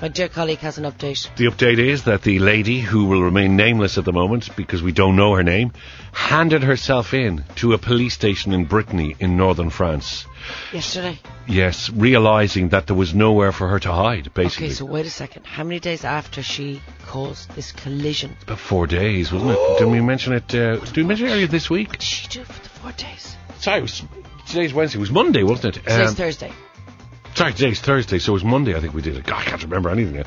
Speaker 3: My dear colleague has an update.
Speaker 2: The update is that the lady, who will remain nameless at the moment because we don't know her name, handed herself in to a police station in Brittany in northern France.
Speaker 3: Yesterday.
Speaker 2: Yes, realizing that there was nowhere for her to hide, basically.
Speaker 3: Okay, so wait a second. How many days after she caused this collision? What
Speaker 2: About four days, wasn't it? Didn't we mention it? Uh, did we mention it earlier this week?
Speaker 3: did she do for the four days?
Speaker 2: Sorry, it was, today's Wednesday. It was Monday, wasn't it?
Speaker 3: Today's
Speaker 2: Um,
Speaker 3: Thursday.
Speaker 2: Sorry, today's Thursday, so it was Monday. I think we did it. God, I can't remember anything.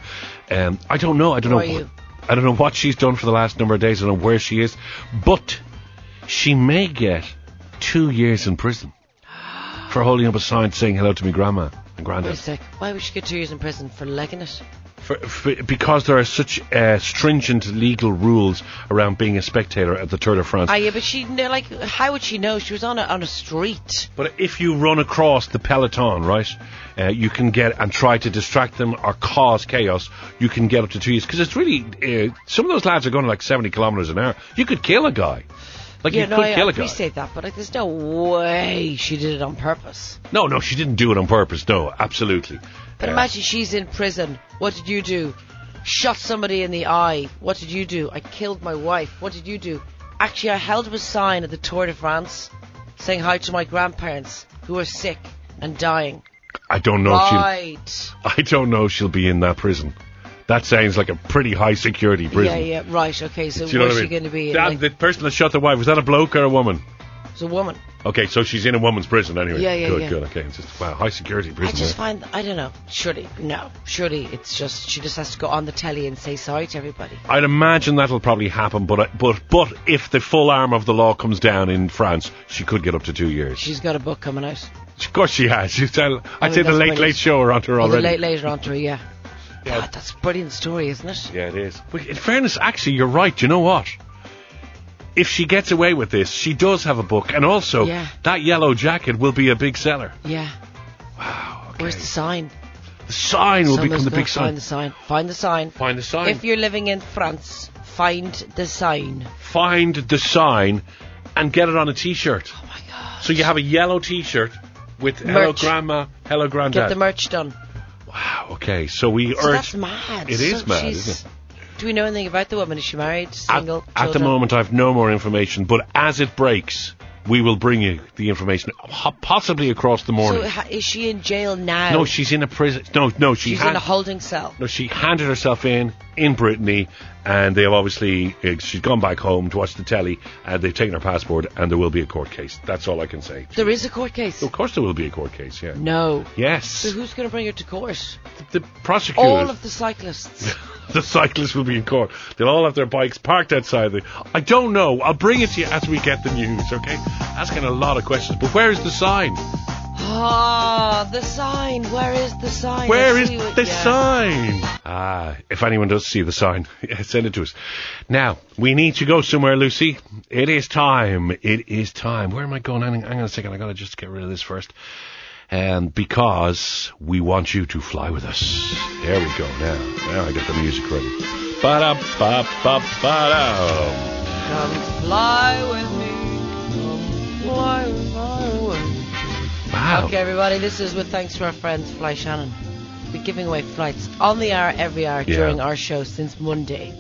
Speaker 2: Now. Um, I don't know. I don't
Speaker 3: Who
Speaker 2: know.
Speaker 3: are you?
Speaker 2: I don't know what she's done for the last number of days. I don't know where she is, but she may get two years in prison for holding up a sign saying "Hello to me, Grandma and
Speaker 3: Wait a
Speaker 2: Granddad."
Speaker 3: sec. Why would she get two years in prison for legging it?
Speaker 2: For, for, because there are such uh, stringent legal rules around being a spectator at the Tour de France.
Speaker 3: Ah, yeah, but she kn- like how would she know she was on a on a street?
Speaker 2: But if you run across the peloton, right, uh, you can get and try to distract them or cause chaos. You can get up to two years because it's really uh, some of those lads are going like seventy kilometres an hour. You could kill a guy. Like
Speaker 3: yeah,
Speaker 2: you
Speaker 3: no,
Speaker 2: could
Speaker 3: I,
Speaker 2: kill
Speaker 3: I
Speaker 2: a guy.
Speaker 3: appreciate that, but like, there's no way she did it on purpose.
Speaker 2: No, no, she didn't do it on purpose. No, absolutely.
Speaker 3: But
Speaker 2: Uh,
Speaker 3: imagine she's in prison. What did you do? Shot somebody in the eye. What did you do? I killed my wife. What did you do? Actually, I held up a sign at the Tour de France, saying hi to my grandparents who are sick and dying.
Speaker 2: I don't know. If
Speaker 3: right.
Speaker 2: she'll, I don't know. If she'll be in that prison. That sounds like a pretty high security prison.
Speaker 3: Yeah, yeah, right. Okay, so
Speaker 2: Do you know
Speaker 3: where's
Speaker 2: what I
Speaker 3: she
Speaker 2: mean?
Speaker 3: going to be? in,
Speaker 2: That-
Speaker 3: like,
Speaker 2: the person that shot the wife was that a bloke or a woman?
Speaker 3: it's a woman.
Speaker 2: Okay, so she's in a woman's prison anyway.
Speaker 3: Yeah, yeah,
Speaker 2: good,
Speaker 3: yeah.
Speaker 2: good. Okay, it's just wow, high security
Speaker 3: I
Speaker 2: prison.
Speaker 3: just
Speaker 2: eh?
Speaker 3: find I don't know. Surely no. Surely it's just she just has to go on the telly and say sorry to everybody.
Speaker 2: I'd imagine that'll probably happen, but I- but but if the full arm of the law comes down in France, she could get up to two years.
Speaker 3: She's got a book coming out.
Speaker 2: Of course, she has. She's tell, I'd
Speaker 3: mean,
Speaker 2: say the
Speaker 3: that's
Speaker 2: late
Speaker 3: brilliant.
Speaker 2: late show are on her
Speaker 3: Or Oh, the
Speaker 2: already.
Speaker 3: late later on to her, yeah.
Speaker 2: Yeah.
Speaker 3: God, that's a brilliant story, isn't it?
Speaker 2: Yeah, it is. But in fairness, actually, you're right. You know what? If she gets away with this, she does have a book, and also
Speaker 3: Yeah.
Speaker 2: that yellow jacket will be a big seller.
Speaker 3: Yeah.
Speaker 2: Wow. Okay.
Speaker 3: Where's the sign?
Speaker 2: The sign will
Speaker 3: Someone's
Speaker 2: become the
Speaker 3: gonna
Speaker 2: big
Speaker 3: Find
Speaker 2: sign.
Speaker 3: the sign. Find the sign.
Speaker 2: Find the sign.
Speaker 3: If you're living in France, find the sign.
Speaker 2: Find the sign and get it on a T-shirt.
Speaker 3: Oh my God.
Speaker 2: So you have a yellow T-shirt with "Hello
Speaker 3: Merch.
Speaker 2: Grandma, Hello
Speaker 3: Get
Speaker 2: Granddad."
Speaker 3: the merch done.
Speaker 2: Wow. Okay. So we
Speaker 3: So
Speaker 2: urge.
Speaker 3: that's mad.
Speaker 2: It is
Speaker 3: So
Speaker 2: mad,
Speaker 3: she's-
Speaker 2: isn't
Speaker 3: Do we know anything about the woman? Is she married?
Speaker 2: At,
Speaker 3: Single?
Speaker 2: at the
Speaker 3: children?
Speaker 2: moment, I've no more information, but as it breaks, we will bring you the information, ho- possibly across the morning.
Speaker 3: So ha- is she in jail now?
Speaker 2: no, she's in a prison. No, no, she
Speaker 3: She's
Speaker 2: had-
Speaker 3: in a holding cell.
Speaker 2: No, she handed herself in in Brittany, and they have obviously uh, she's gone back home to watch the telly, and they've taken her passport, and there will be a court case. That's all I can say.
Speaker 3: There is a court case.
Speaker 2: Of course, there will be a court case. Yeah.
Speaker 3: No.
Speaker 2: Yes.
Speaker 3: So who's going to bring her to court?
Speaker 2: the prosecutor.
Speaker 3: All of the cyclists.
Speaker 2: the cyclists will be in court. They'll all have their bikes parked outside. The, I don't know. I'll bring it to you as we get the news, okay? Asking a lot of questions. But where is the sign?
Speaker 3: Ah, the sign. Where is the sign?
Speaker 2: Where
Speaker 3: I
Speaker 2: is
Speaker 3: see what-
Speaker 2: the
Speaker 3: yeah.
Speaker 2: sign? Ah, if anyone does see the sign, send it to us. Now, we need to go somewhere, Lucy. It is time. It is time. Where am I going? Hang hang on a second. I got to just get rid of this first. Um, because we want you to fly with us. There we go. Now, now I got the music ready. Ba da ba ba ba
Speaker 3: Come fly with me. Come fly, fly away.
Speaker 2: da. Wow.
Speaker 3: Okay, everybody, this is with thanks to our friends Fly Shannon. We're giving away flights on the hour every hour
Speaker 2: Yeah.
Speaker 3: during our show since Monday.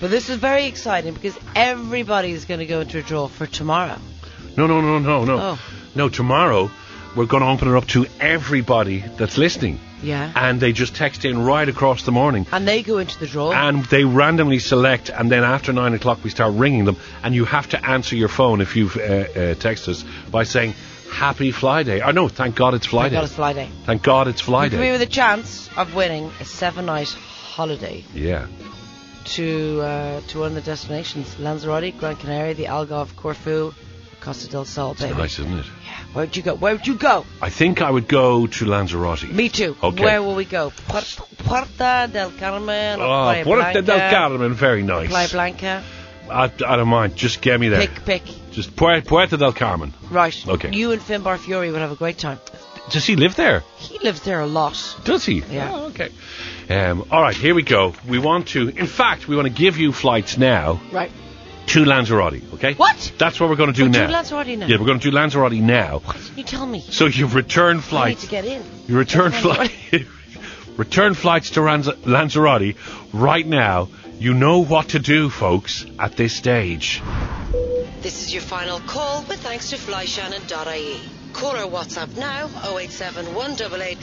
Speaker 3: But this is very exciting because everybody is going to go into a draw for tomorrow.
Speaker 2: No, no, no, no, no.
Speaker 3: Oh.
Speaker 2: No, tomorrow we're going to open it up to everybody that's listening.
Speaker 3: Yeah.
Speaker 2: And they just text in right across the morning.
Speaker 3: And they go into the draw.
Speaker 2: And they randomly select, and then after nine o'clock we start ringing them, and you have to answer your phone if you've uh, uh, texted us by saying "Happy Fly Day." Oh no, thank God it's
Speaker 3: Thank
Speaker 2: Fly Day.
Speaker 3: God it's Fly Day.
Speaker 2: Thank God it's Fly
Speaker 3: You could be
Speaker 2: Day.
Speaker 3: with a chance of winning a seven-night holiday
Speaker 2: Yeah,
Speaker 3: to uh, to one of the destinations: Lanzarote, Gran Canaria, the Algarve, Corfu, Costa del Sol. Baby,
Speaker 2: nice, isn't it?
Speaker 3: where'd you go? Where'd you go?
Speaker 2: I think I would go to Lanzarote.
Speaker 3: Me too.
Speaker 2: Okay.
Speaker 3: Where will we go? Puerto, Puerto del Carmen. or
Speaker 2: Oh,
Speaker 3: Playa
Speaker 2: Puerto del
Speaker 3: Blanca,
Speaker 2: Carmen, very nice.
Speaker 3: Playa Blanca.
Speaker 2: I, I don't mind. Just get me there.
Speaker 3: Pick, pick.
Speaker 2: Just Puer- Puerto del Carmen.
Speaker 3: Right.
Speaker 2: Okay.
Speaker 3: You and Finbar Fury will have a great time.
Speaker 2: Does he live there?
Speaker 3: He lives there a lot.
Speaker 2: Does he?
Speaker 3: Yeah.
Speaker 2: Oh, okay. Um, all right, here we go. We want to, in fact, we want to give you flights now
Speaker 3: Right.
Speaker 2: to Lanzarote, okay?
Speaker 3: What?
Speaker 2: That's what we're going to do
Speaker 3: We're
Speaker 2: now.
Speaker 3: doing Lanzarote now?
Speaker 2: Yeah, we're going to do Lanzarote now.
Speaker 3: You tell me.
Speaker 2: So your return
Speaker 3: I need
Speaker 2: flights,
Speaker 3: to get in.
Speaker 2: your return flight, return flights to Ranz- Lanzarote right now. You know what to do, folks, at this stage.
Speaker 6: This is your final call with thanks to flyshannon.ie. Call or WhatsApp now 087 188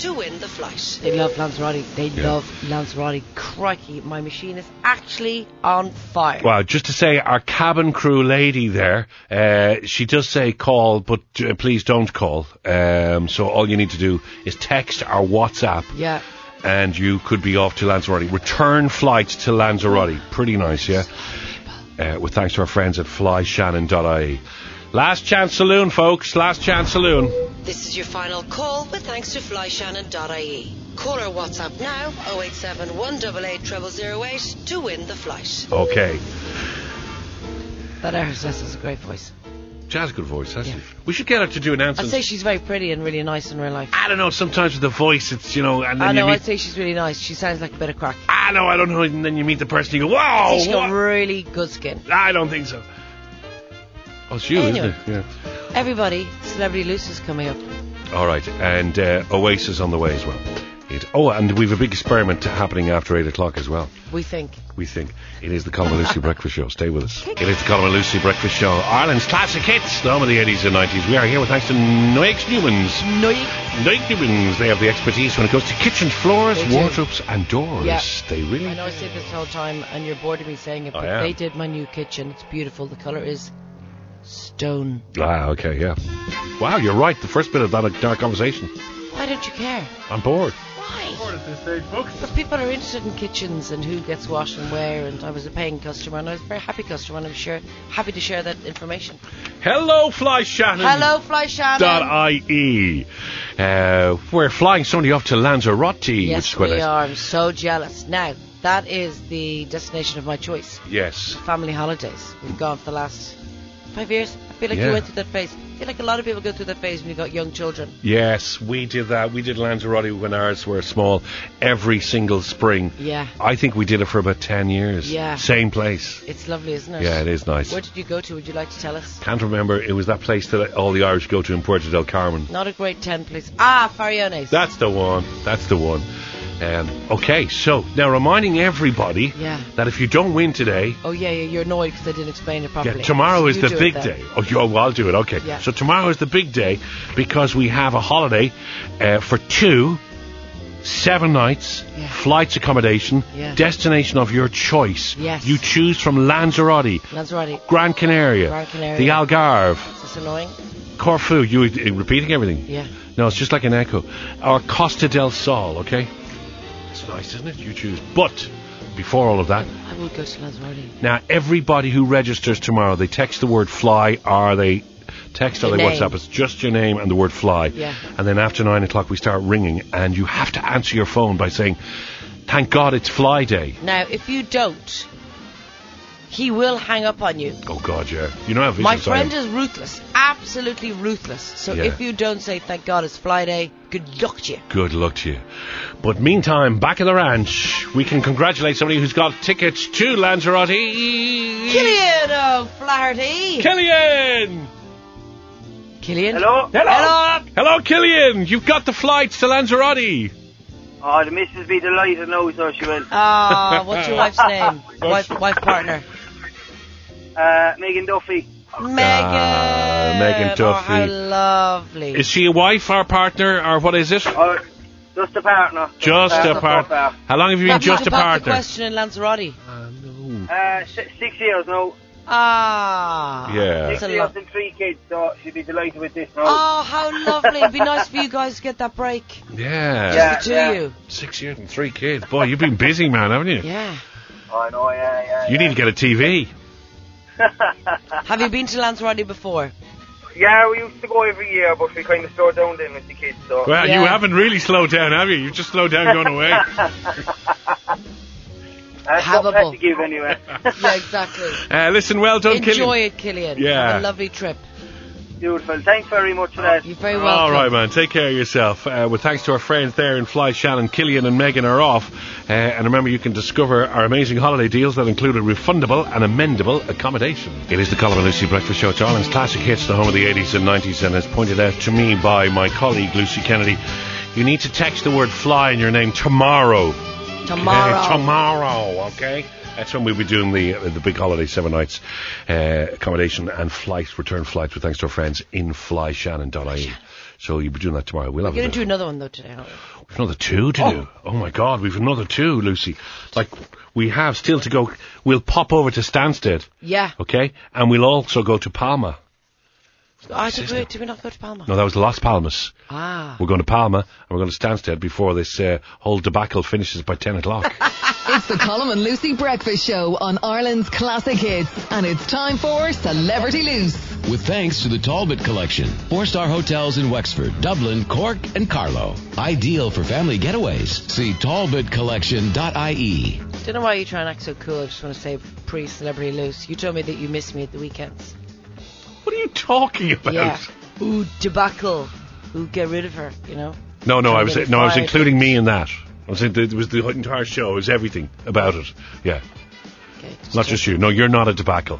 Speaker 6: to win the flight.
Speaker 3: They love Lanzarote. They
Speaker 2: Yeah.
Speaker 3: love Lanzarote. Crikey, my machine is actually on fire.
Speaker 2: Well, just to say, our cabin crew lady there, uh, she does say call, but uh, please don't call. Um, so all you need to do is text our WhatsApp.
Speaker 3: Yeah.
Speaker 2: And you could be off to Lanzarote. Return flights to Lanzarote. Pretty nice, yeah? Uh, with thanks to our friends at flyshannon.ie. Last chance saloon, folks. Last chance saloon.
Speaker 6: This is your final call with thanks to flyshannon.ie. Call or WhatsApp now 087 188 to win the flight.
Speaker 2: Okay.
Speaker 3: That Irish Lass has a great voice.
Speaker 2: She has a good voice, hasn't
Speaker 3: Yeah.
Speaker 2: she? We should get her to do
Speaker 3: I'd
Speaker 2: announcements.
Speaker 3: say she's very pretty and really nice in real life.
Speaker 2: I don't know, sometimes with the voice, it's, you know, and then
Speaker 3: I know,
Speaker 2: you
Speaker 3: I'd
Speaker 2: meet,
Speaker 3: say she's really nice. She sounds like a bit of crack.
Speaker 2: I know, I don't know, and then you meet the person, you go, wow!
Speaker 3: She's got
Speaker 2: what?"
Speaker 3: really good skin.
Speaker 2: I don't think so. Oh, it's you,
Speaker 3: Anyway.
Speaker 2: isn't it? Yeah.
Speaker 3: Everybody, Celebrity Lucy's coming up.
Speaker 2: All right, and uh, Oasis on the way as well. It, oh, and we've a big experiment happening after eight o'clock as well.
Speaker 3: We think.
Speaker 2: We think it is the Colin and Lucy Breakfast Show. Stay with us. It is the Colin and Lucy Breakfast Show. Ireland's classic hits, the home of the eighties and nineties. We are here with thanks to Noix Newmans.
Speaker 3: Noik.
Speaker 2: Noix Newmans. They have the expertise when it comes to kitchen floors,
Speaker 3: They do.
Speaker 2: wardrobes, and doors.
Speaker 3: Yeah.
Speaker 2: They really. Oh,
Speaker 3: I know I say this the whole time, and you're bored of me saying it,
Speaker 2: I
Speaker 3: but
Speaker 2: am.
Speaker 3: they did my new kitchen. It's beautiful. The colour is stone.
Speaker 2: Ah, okay, yeah. Wow, you're right. The first bit of that entire conversation.
Speaker 3: Why don't you care?
Speaker 2: I'm bored.
Speaker 3: Why?
Speaker 2: Bored at this stage, folks.
Speaker 3: But people are interested in kitchens and who gets what and where, and I was a paying customer, and I was a very happy customer, and I'm sure happy to share that information.
Speaker 2: Hello, Fly Shannon.
Speaker 3: Hello, Fly Shannon.
Speaker 2: Dot IE. Uh, we're flying somebody off to Lanzarote, which is
Speaker 3: Yes,
Speaker 2: quite
Speaker 3: we
Speaker 2: nice.
Speaker 3: are. I'm so jealous. Now, that is the destination of my choice.
Speaker 2: Yes.
Speaker 3: Family holidays. We've gone for the last five years. I feel like
Speaker 2: Yeah.
Speaker 3: you went through that phase. I feel like a lot of people go through that phase when you've got young children.
Speaker 2: Yes, we did that. We did Lanzarote when ours were small every single spring.
Speaker 3: Yeah.
Speaker 2: I think we did it for about 10 years.
Speaker 3: Yeah.
Speaker 2: Same place.
Speaker 3: It's lovely, isn't it?
Speaker 2: Yeah, it is nice.
Speaker 3: Where did you go to? Would you like to tell us?
Speaker 2: Can't remember. It was that place that all the Irish go to in Puerto del Carmen.
Speaker 3: Not a great 10, please. Ah, Fariones.
Speaker 2: That's the one. That's the one. Um, okay, so now reminding everybody
Speaker 3: Yeah.
Speaker 2: that if you don't win today,
Speaker 3: oh, yeah, yeah, you're annoyed because I didn't explain it
Speaker 2: Yeah,
Speaker 3: properly.
Speaker 2: tomorrow
Speaker 3: So
Speaker 2: is
Speaker 3: you
Speaker 2: the
Speaker 3: do it
Speaker 2: big
Speaker 3: then.
Speaker 2: day. Oh, you, oh, well, I'll do it. Okay.
Speaker 3: Yeah.
Speaker 2: So tomorrow is the big day because we have a holiday uh, for two, seven nights,
Speaker 3: Yeah.
Speaker 2: flights accommodation,
Speaker 3: Yeah.
Speaker 2: destination of your choice.
Speaker 3: Yes.
Speaker 2: You choose from Lanzarote,
Speaker 3: Lanzarote.
Speaker 2: Gran Canaria,
Speaker 3: Gran Canaria.
Speaker 2: the Algarve,
Speaker 3: Is this annoying?
Speaker 2: Corfu. You uh, repeating everything?
Speaker 3: Yeah.
Speaker 2: No, it's just like an echo. Or Costa del Sol. Okay. It's nice, isn't it? You choose. But before all of that.
Speaker 3: I would go to Lanzarote.
Speaker 2: Now, everybody who registers tomorrow, they text the word fly or they text or
Speaker 3: Your
Speaker 2: they
Speaker 3: name.
Speaker 2: WhatsApp. It's just your name and the word fly.
Speaker 3: Yeah.
Speaker 2: And then after nine o'clock, we start ringing, and you have to answer your phone by saying, Thank God it's fly day.
Speaker 3: Now, if you don't, he will hang up on you.
Speaker 2: Oh, God, yeah. You know how vicious
Speaker 3: My
Speaker 2: I
Speaker 3: friend
Speaker 2: am.
Speaker 3: is ruthless, absolutely ruthless. So
Speaker 2: Yeah.
Speaker 3: if you don't say thank God it's Friday, good luck to you.
Speaker 2: Good luck to you. But meantime, back at the ranch, we can congratulate somebody who's got tickets to Lanzarote. Killian!
Speaker 3: Killian O'Flaherty.
Speaker 2: Killian!
Speaker 3: Killian.
Speaker 8: Hello?
Speaker 2: Hello! Hello, Killian! You've got the flights to Lanzarote.
Speaker 8: Oh, the missus be delighted now, so she will.
Speaker 3: Ah, what's your wife's name? wife, wife partner.
Speaker 8: Uh, Megan Duffy.
Speaker 3: Megan.
Speaker 2: Ah, Megan
Speaker 3: Oh,
Speaker 2: Duffy.
Speaker 3: how lovely.
Speaker 2: Is she a wife or partner or what is it?
Speaker 8: Oh, just a partner.
Speaker 2: Just a partner.
Speaker 8: partner.
Speaker 2: How long have you been
Speaker 3: That
Speaker 2: just a
Speaker 3: about The
Speaker 2: partner?
Speaker 3: question in Lanzarote.
Speaker 8: Uh, si- six years now.
Speaker 3: Ah.
Speaker 2: Yeah.
Speaker 3: It's
Speaker 8: Six
Speaker 3: a
Speaker 8: years
Speaker 3: lot.
Speaker 8: and three kids, so she'd be delighted with this now.
Speaker 3: Oh, how lovely. It'd be nice for you guys to get that break.
Speaker 2: Yeah.
Speaker 8: Yeah.
Speaker 3: to you.
Speaker 2: Six years and three kids. Boy, you've been busy, man, haven't you?
Speaker 3: Yeah.
Speaker 8: I know, yeah, yeah.
Speaker 2: You need to get a TV.
Speaker 3: Have you been to Lanzarote before?
Speaker 8: Yeah, we used to go every year, but we kind of slowed down then with the kids, so.
Speaker 2: Well, you
Speaker 3: Yeah.
Speaker 2: haven't really slowed down, have you? You've just slowed down going away.
Speaker 8: That's
Speaker 3: Have
Speaker 8: not
Speaker 3: a
Speaker 8: bad
Speaker 3: ball.
Speaker 8: to give anyway.
Speaker 3: Yeah, exactly.
Speaker 2: Uh, listen, well done,
Speaker 3: Enjoy
Speaker 2: Killian.
Speaker 3: it, Killian.
Speaker 2: Yeah.
Speaker 3: Have a lovely trip.
Speaker 8: Beautiful. Thanks very much for that.
Speaker 3: You're very welcome.
Speaker 2: All right, man. Take care of yourself. Uh, well, thanks to our friends there in Fly, Shannon, Killian, and Megan are off. Uh, and remember, you can discover our amazing holiday deals that include a refundable and amendable accommodation. It is the Colin and Lucy Breakfast Show. It's Ireland's classic hits, the home of the 80s and 90s. And as pointed out to me by my colleague Lucy Kennedy, you need to text the word fly in your name tomorrow.
Speaker 3: Tomorrow.
Speaker 2: Okay, tomorrow, okay? That's when we'll be doing the uh, the big holiday seven nights uh, accommodation and flights, return flights with thanks to our friends in flyshannon.ie. E. So you'll be doing that tomorrow. We'll have
Speaker 3: We're going
Speaker 2: a
Speaker 3: to do
Speaker 2: bit-
Speaker 3: another one, though, today. aren't we?
Speaker 2: we've another two to do. Oh my God, we've another two, Lucy. Like we have still to go. We'll pop over to Stansted,
Speaker 3: Yeah.
Speaker 2: okay, and we'll also go to Palma.
Speaker 3: Oh, did, we, did we not go to Palma?
Speaker 2: No, that was Las Palmas.
Speaker 3: Ah.
Speaker 2: We're going to Palma and we're going to Stansted before this uh, whole debacle finishes by ten o'clock.
Speaker 1: It's the Colin and Lucy Breakfast Show on Ireland's classic hits, and it's time for Celebrity Loose.
Speaker 9: With thanks to the Talbot Collection, four-star hotels in Wexford, Dublin, Cork, and Carlow. Ideal for family getaways. See talbotcollection.ie.
Speaker 3: Don't know why you try and act so cool. I just want to say pre celebrity loose. You told me that you miss me at the weekends.
Speaker 2: what are you talking about?
Speaker 3: Yeah. Ooh, debacle. Ooh, get rid of her, you know?
Speaker 2: No, no, I was
Speaker 3: Committed
Speaker 2: no, I was
Speaker 3: fire.
Speaker 2: including me in that. I was, it was the entire show. It was everything about it. Yeah,
Speaker 3: Okay,
Speaker 2: not just you. No, you're not a debacle.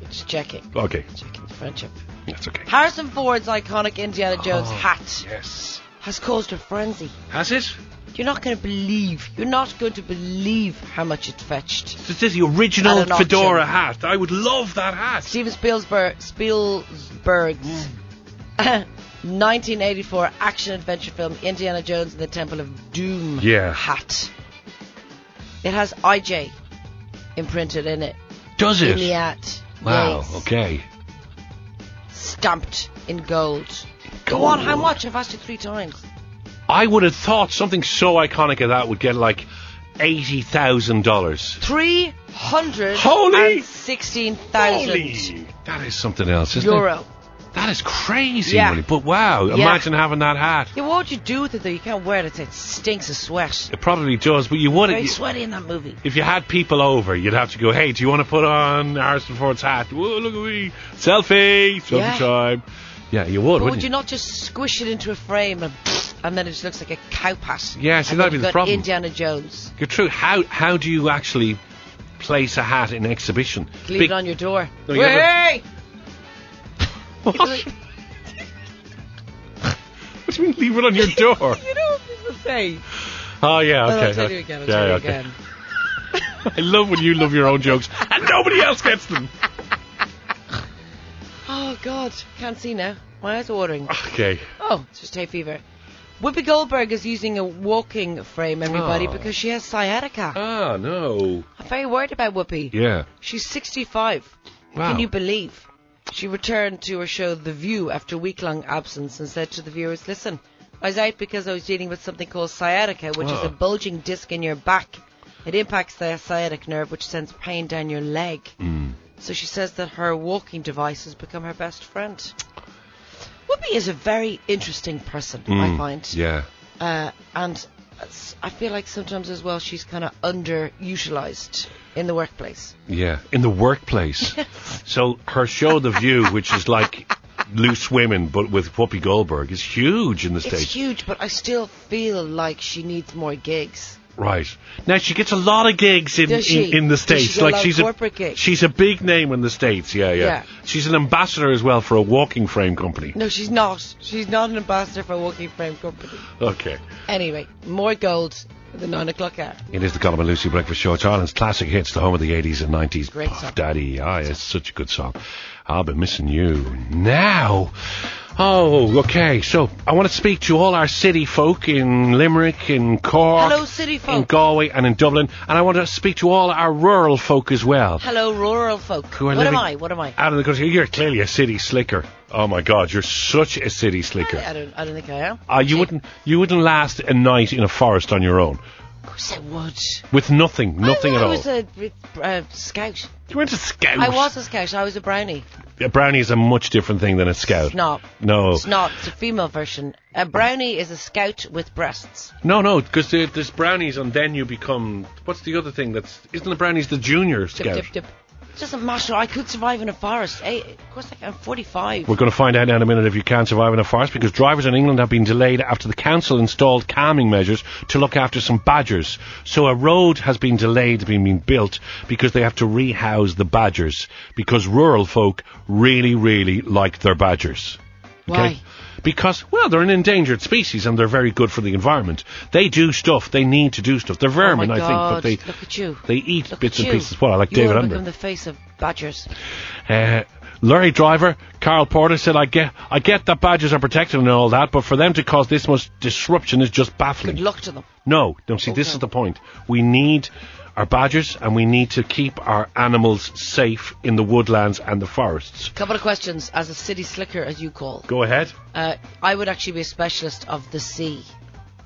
Speaker 3: check- Just checking.
Speaker 2: Okay,
Speaker 3: Checking the friendship.
Speaker 2: that's okay.
Speaker 3: Harrison Ford's iconic Indiana Jones hat
Speaker 2: Oh, Yes.
Speaker 3: has caused a frenzy.
Speaker 2: Has it?
Speaker 3: You're not going to believe. You're not going to believe how much it fetched.
Speaker 2: This is the original
Speaker 3: At an auction.
Speaker 2: fedora hat. I would love that hat.
Speaker 3: Steven Spielberg, Spielberg's 1984 action adventure film Indiana Jones and the Temple of Doom
Speaker 2: Yeah.
Speaker 3: Mm. hat. It has IJ imprinted in it.
Speaker 2: Does
Speaker 3: In the
Speaker 2: it?
Speaker 3: hat.
Speaker 2: Wow.
Speaker 3: Yes.
Speaker 2: Okay.
Speaker 3: Stamped in gold. Go on, how
Speaker 2: Gold.
Speaker 3: much? I've asked you three times.
Speaker 2: I would have thought something so iconic as that would get like eighty thousand dollars.
Speaker 3: Three hundred
Speaker 2: Holy-
Speaker 3: and sixteen thousand
Speaker 2: Holy! That is something else, isn't
Speaker 3: euro.
Speaker 2: it? That is crazy,
Speaker 3: Yeah.
Speaker 2: really. But wow, imagine having that hat.
Speaker 3: Yeah, what would you do with it though? You can't wear it. It stinks of sweat.
Speaker 2: It probably does, but you would.
Speaker 3: Very
Speaker 2: you-
Speaker 3: sweaty in that movie.
Speaker 2: if you had people over, you'd have to go, hey, do you want to put on Harrison Ford's hat? Whoa, look at me. Selfie. Selfie
Speaker 3: Yeah.
Speaker 2: time. Yeah, you would,
Speaker 3: But
Speaker 2: wouldn't
Speaker 3: would you not just squish it into a frame and, and then it just looks like a cow pass?
Speaker 2: Yeah, see,
Speaker 3: And then
Speaker 2: that'd be
Speaker 3: you've
Speaker 2: the
Speaker 3: got
Speaker 2: problem.
Speaker 3: Indiana Jones.
Speaker 2: You're true. How how do you actually place a hat in exhibition?
Speaker 3: Leave
Speaker 2: Big-
Speaker 3: it on your door.
Speaker 2: No, you
Speaker 3: Hey!
Speaker 2: What? what do you mean leave it on your door?
Speaker 3: You know what people say.
Speaker 2: oh, yeah, okay.
Speaker 3: I'll tell you again. I'll
Speaker 2: yeah,
Speaker 3: tell you
Speaker 2: okay.
Speaker 3: again.
Speaker 2: I love when you love your own jokes and nobody else gets them.
Speaker 3: Oh, God. Can't see now. My eyes are watering.
Speaker 2: Okay.
Speaker 3: Oh, it's just hay fever. Whoopi Goldberg is using a walking frame, everybody,
Speaker 2: Oh.
Speaker 3: because she has sciatica.
Speaker 2: Ah, no.
Speaker 3: I'm very worried about Whoopi.
Speaker 2: Yeah.
Speaker 3: She's 65.
Speaker 2: Wow.
Speaker 3: Can you believe? She returned to her show The View after week long absence and said to the viewers, Listen, I was out because I was dealing with something called sciatica, which is
Speaker 2: Oh.
Speaker 3: a bulging disc in your back. It impacts the sciatic nerve, which sends pain down your leg.
Speaker 2: Mm.
Speaker 3: So she says that her walking device has become her best friend. Whoopi is a very interesting person, I find.
Speaker 2: Mm, Yeah.
Speaker 3: Uh, and s- I feel like sometimes as well she's kind of underutilized in the workplace.
Speaker 2: Yeah, in the workplace. So her show, The View, which is like Loose Women but with Whoopi Goldberg, is huge in the
Speaker 3: It's
Speaker 2: states.
Speaker 3: huge, but I still feel like she needs more gigs.
Speaker 2: Right now, she gets a lot of gigs in
Speaker 3: Does she?
Speaker 2: in, in the
Speaker 3: Does she
Speaker 2: states.
Speaker 3: get a
Speaker 2: like
Speaker 3: lot of
Speaker 2: she's
Speaker 3: corporate gigs?
Speaker 2: she's a big name in the states. Yeah, yeah,
Speaker 3: Yeah.
Speaker 2: She's an ambassador as well for a walking frame company.
Speaker 3: No, she's not. She's not an ambassador for a walking frame company.
Speaker 2: Okay.
Speaker 3: Anyway, more gold at the nine o'clock hour.
Speaker 2: It is the Colin and Lucy Breakfast Show. It's Ireland's classic hits, the home of the 80s and 90s.
Speaker 3: Great
Speaker 2: Puff
Speaker 3: song.
Speaker 2: Daddy. Ah, it's such a good song. I'll be missing you now. Oh, okay. So I want to speak to all our city folk in Limerick, in Cork,
Speaker 3: Hello, city folk.
Speaker 2: in Galway, and in Dublin. And I want to speak to all our rural folk as well.
Speaker 3: Hello, rural folk.
Speaker 2: who are
Speaker 3: What am
Speaker 2: living
Speaker 3: I? What am I?
Speaker 2: Out in the country. You're clearly a city slicker. Oh my God, you're such a
Speaker 3: uh,
Speaker 2: city slicker. Ah,
Speaker 3: I don't. I don't think I am.
Speaker 2: Uh, you wouldn't you wouldn't last a night in a forest on your own.
Speaker 3: Of course I would.
Speaker 2: with nothing, nothing
Speaker 3: I,
Speaker 2: at
Speaker 3: I
Speaker 2: all.
Speaker 3: was a uh, scout.
Speaker 2: you went to scout.
Speaker 3: I was a scout. I was a brownie.
Speaker 2: A brownie is a much different thing than a scout.
Speaker 3: Snob.
Speaker 2: No,
Speaker 3: Snot. It's a female version. A brownie is a scout with breasts.
Speaker 2: no, no, because there, there's brownies, and then you become. What's the other thing? That's isn't the brownies the junior
Speaker 3: Dip,
Speaker 2: scout?
Speaker 3: dip, dip. It doesn't matter. I could survive in a forest. Hey, of course I can. I'm 45.
Speaker 2: We're going to find out now in a minute if you can survive in a forest because drivers in England have been delayed after the council installed calming measures to look after some badgers. So a road has been delayed being being built because they have to rehouse the badgers because rural folk really, really like their badgers.
Speaker 3: Why?
Speaker 2: Because, well, they're an endangered species and they're very good for the environment. They do stuff. They need to do stuff. They're
Speaker 3: oh my
Speaker 2: vermin, I think,
Speaker 3: God.
Speaker 2: but they
Speaker 3: Look at you.
Speaker 2: they eat
Speaker 3: Look
Speaker 2: bits
Speaker 3: at
Speaker 2: and
Speaker 3: you.
Speaker 2: pieces. Well, I like
Speaker 3: you
Speaker 2: David
Speaker 3: wanna
Speaker 2: Attenborough.
Speaker 3: become the face of badgers.
Speaker 2: Uh, lorry driver Carl Porter said, "I get, I get that badges are protected and all that, but for them to cause this much disruption is just
Speaker 3: Good
Speaker 2: baffling."
Speaker 3: luck to them.
Speaker 2: No, no. See, this is the point. We need our badgers, and we need to keep our animals safe in the woodlands and the forests.
Speaker 3: Couple of questions as a city slicker, as you call.
Speaker 2: Go ahead.
Speaker 3: Uh, I would actually be a specialist of the sea.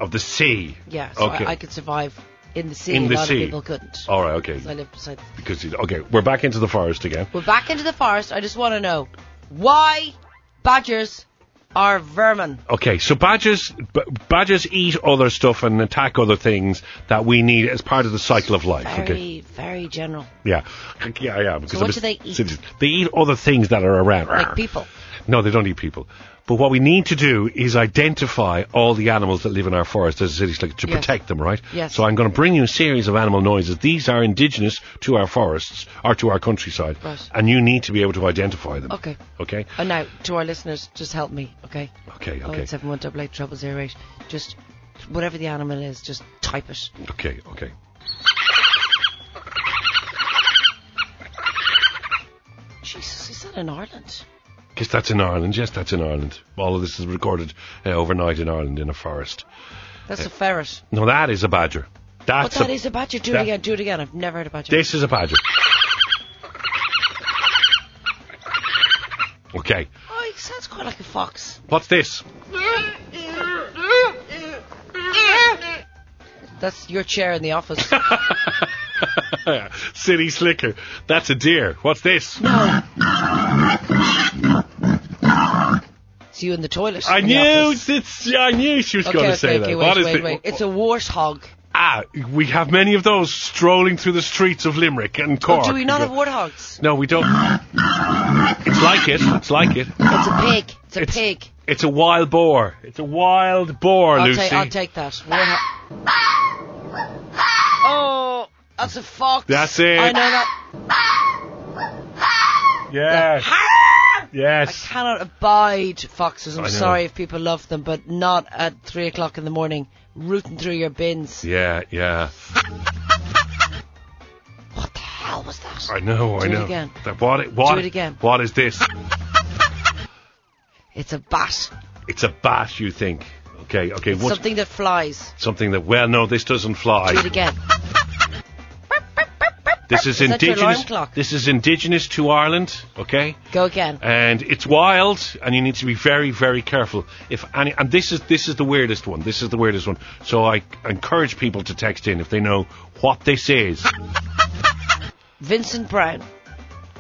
Speaker 2: Of the sea.
Speaker 3: Yeah, so
Speaker 2: okay.
Speaker 3: I, I could survive in the sea.
Speaker 2: In
Speaker 3: a
Speaker 2: the
Speaker 3: lot
Speaker 2: sea.
Speaker 3: of people couldn't.
Speaker 2: all right. Okay.
Speaker 3: 'Cause I live beside.
Speaker 2: Because you- okay, we're back into the forest again.
Speaker 3: We're back into the forest. I just want to know why badgers are vermin.
Speaker 2: Okay, so badgers b- badgers eat other stuff and attack other things that we need as part of the cycle of life.
Speaker 3: Very,
Speaker 2: okay.
Speaker 3: very general.
Speaker 2: Yeah, yeah, yeah. Because
Speaker 3: what
Speaker 2: I'm a
Speaker 3: do they eat?
Speaker 2: citizen. They eat other things that are around. Ah.
Speaker 3: Like people.
Speaker 2: No, they don't eat people. But what we need to do is identify all the animals that live in our forest as a city slicker to
Speaker 3: Yes.
Speaker 2: protect them, right?
Speaker 3: Yes.
Speaker 2: So I'm going to bring you a series of animal noises. These are indigenous to our forests or to our countryside,
Speaker 3: Right.
Speaker 2: and you need to be able to identify them.
Speaker 3: Okay.
Speaker 2: Okay.
Speaker 3: And now, to our listeners, just help me, okay?
Speaker 2: Okay.
Speaker 3: Oh
Speaker 2: Okay.
Speaker 3: eight seven one double eight trouble zero eight. Just whatever the animal is, just type it.
Speaker 2: Okay. Okay.
Speaker 3: Jesus, is that in Ireland?
Speaker 2: Yes, that's in Ireland. Yes, that's in Ireland. All of this is recorded uh, overnight in Ireland in a forest.
Speaker 3: That's a ferret.
Speaker 2: No, that is a badger.
Speaker 3: But
Speaker 2: That's
Speaker 3: Oh, that
Speaker 2: a,
Speaker 3: is a badger. Do
Speaker 2: that-
Speaker 3: it again. Do it again. I've never heard a badger.
Speaker 2: This is a badger. Okay,
Speaker 3: Oh, it sounds quite like a fox.
Speaker 2: what's this?
Speaker 3: That's your chair in the office.
Speaker 2: City slicker. That's a deer. What's this?
Speaker 3: it's you in the toilet.
Speaker 2: I
Speaker 3: in the
Speaker 2: knew.
Speaker 3: office.
Speaker 2: It's, I knew she was
Speaker 3: Okay,
Speaker 2: going to
Speaker 3: okay,
Speaker 2: say
Speaker 3: okay.
Speaker 2: that.
Speaker 3: Wait,
Speaker 2: what is
Speaker 3: wait,
Speaker 2: thi-
Speaker 3: wait. It's a warthog.
Speaker 2: ah, we have many of those strolling through the streets of Limerick and Cork.
Speaker 3: Oh, do we not
Speaker 2: You
Speaker 3: have
Speaker 2: go-
Speaker 3: warthogs?
Speaker 2: No, we don't. It's like it. It's like it.
Speaker 3: It's a pig. It's a
Speaker 2: It's-
Speaker 3: pig.
Speaker 2: It's a wild boar. It's a wild boar,
Speaker 3: I'll,
Speaker 2: Lucy.
Speaker 3: take. I'll take that. Warthog. Oh, that's a fox.
Speaker 2: That's it.
Speaker 3: I know that.
Speaker 2: yes.
Speaker 3: I
Speaker 2: Yes.
Speaker 3: cannot abide foxes.
Speaker 2: I
Speaker 3: I'm
Speaker 2: know.
Speaker 3: sorry if people love them, but not at three o'clock in the morning, rooting through your bins.
Speaker 2: Yeah, yeah.
Speaker 3: What the hell was that?
Speaker 2: I know, I
Speaker 3: Do it
Speaker 2: know.
Speaker 3: again.
Speaker 2: That what, it- what,
Speaker 3: Do it again.
Speaker 2: What is this?
Speaker 3: It's a bat.
Speaker 2: It's a bat, you think. Okay, okay. What's
Speaker 3: Something
Speaker 2: something,
Speaker 3: that flies.
Speaker 2: that, well, no, this doesn't fly.
Speaker 3: Do it again.
Speaker 2: This is,
Speaker 3: Is that your
Speaker 2: indigenous.
Speaker 3: alarm clock?
Speaker 2: This is indigenous to Ireland, okay?
Speaker 3: Go again.
Speaker 2: And it's wild, and you need to be very, very careful. If any, and this is this is the weirdest one. This is the weirdest one. So I encourage people to text in if they know what this is.
Speaker 3: Vincent Brown.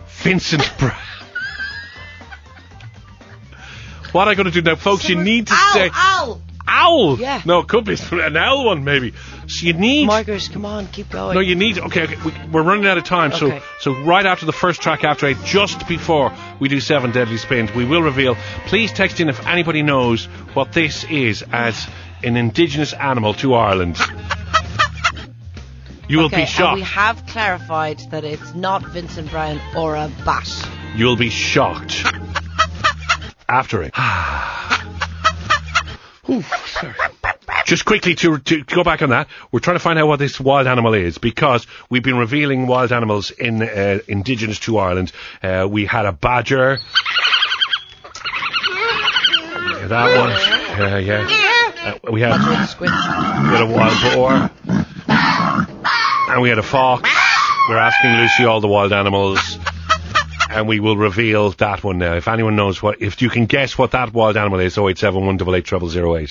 Speaker 2: Vincent Brown. what am I going to do now, folks?
Speaker 3: Someone-
Speaker 2: you need to
Speaker 3: ow,
Speaker 2: say
Speaker 3: Ow!
Speaker 2: owl.
Speaker 3: Yeah.
Speaker 2: No, it could be an owl one maybe. So you need.
Speaker 3: Margaret, come on, keep going.
Speaker 2: no, you need. Okay, okay we, we're running out of time.
Speaker 3: Okay.
Speaker 2: So, so right after the first track after eight, just before we do seven deadly spins, we will reveal. Please text in if anybody knows what this is as an indigenous animal to Ireland. You will
Speaker 3: okay,
Speaker 2: be
Speaker 3: and
Speaker 2: shocked.
Speaker 3: we have clarified that it's not Vincent Brown or a bat.
Speaker 2: You'll be shocked. After it. Ooh, sorry. Just quickly to, to go back on that, we're trying to find out what this wild animal is because we've been revealing wild animals in uh, indigenous to Ireland. Uh, we had a badger. Yeah, that one. Yeah, yeah. Uh, we, had,
Speaker 3: With squints.
Speaker 2: we had a wild boar. And we had a fox. We're asking Lucy all the wild animals and we will reveal that one now. If anyone knows what, if you can guess what that oh wild animal is, 0871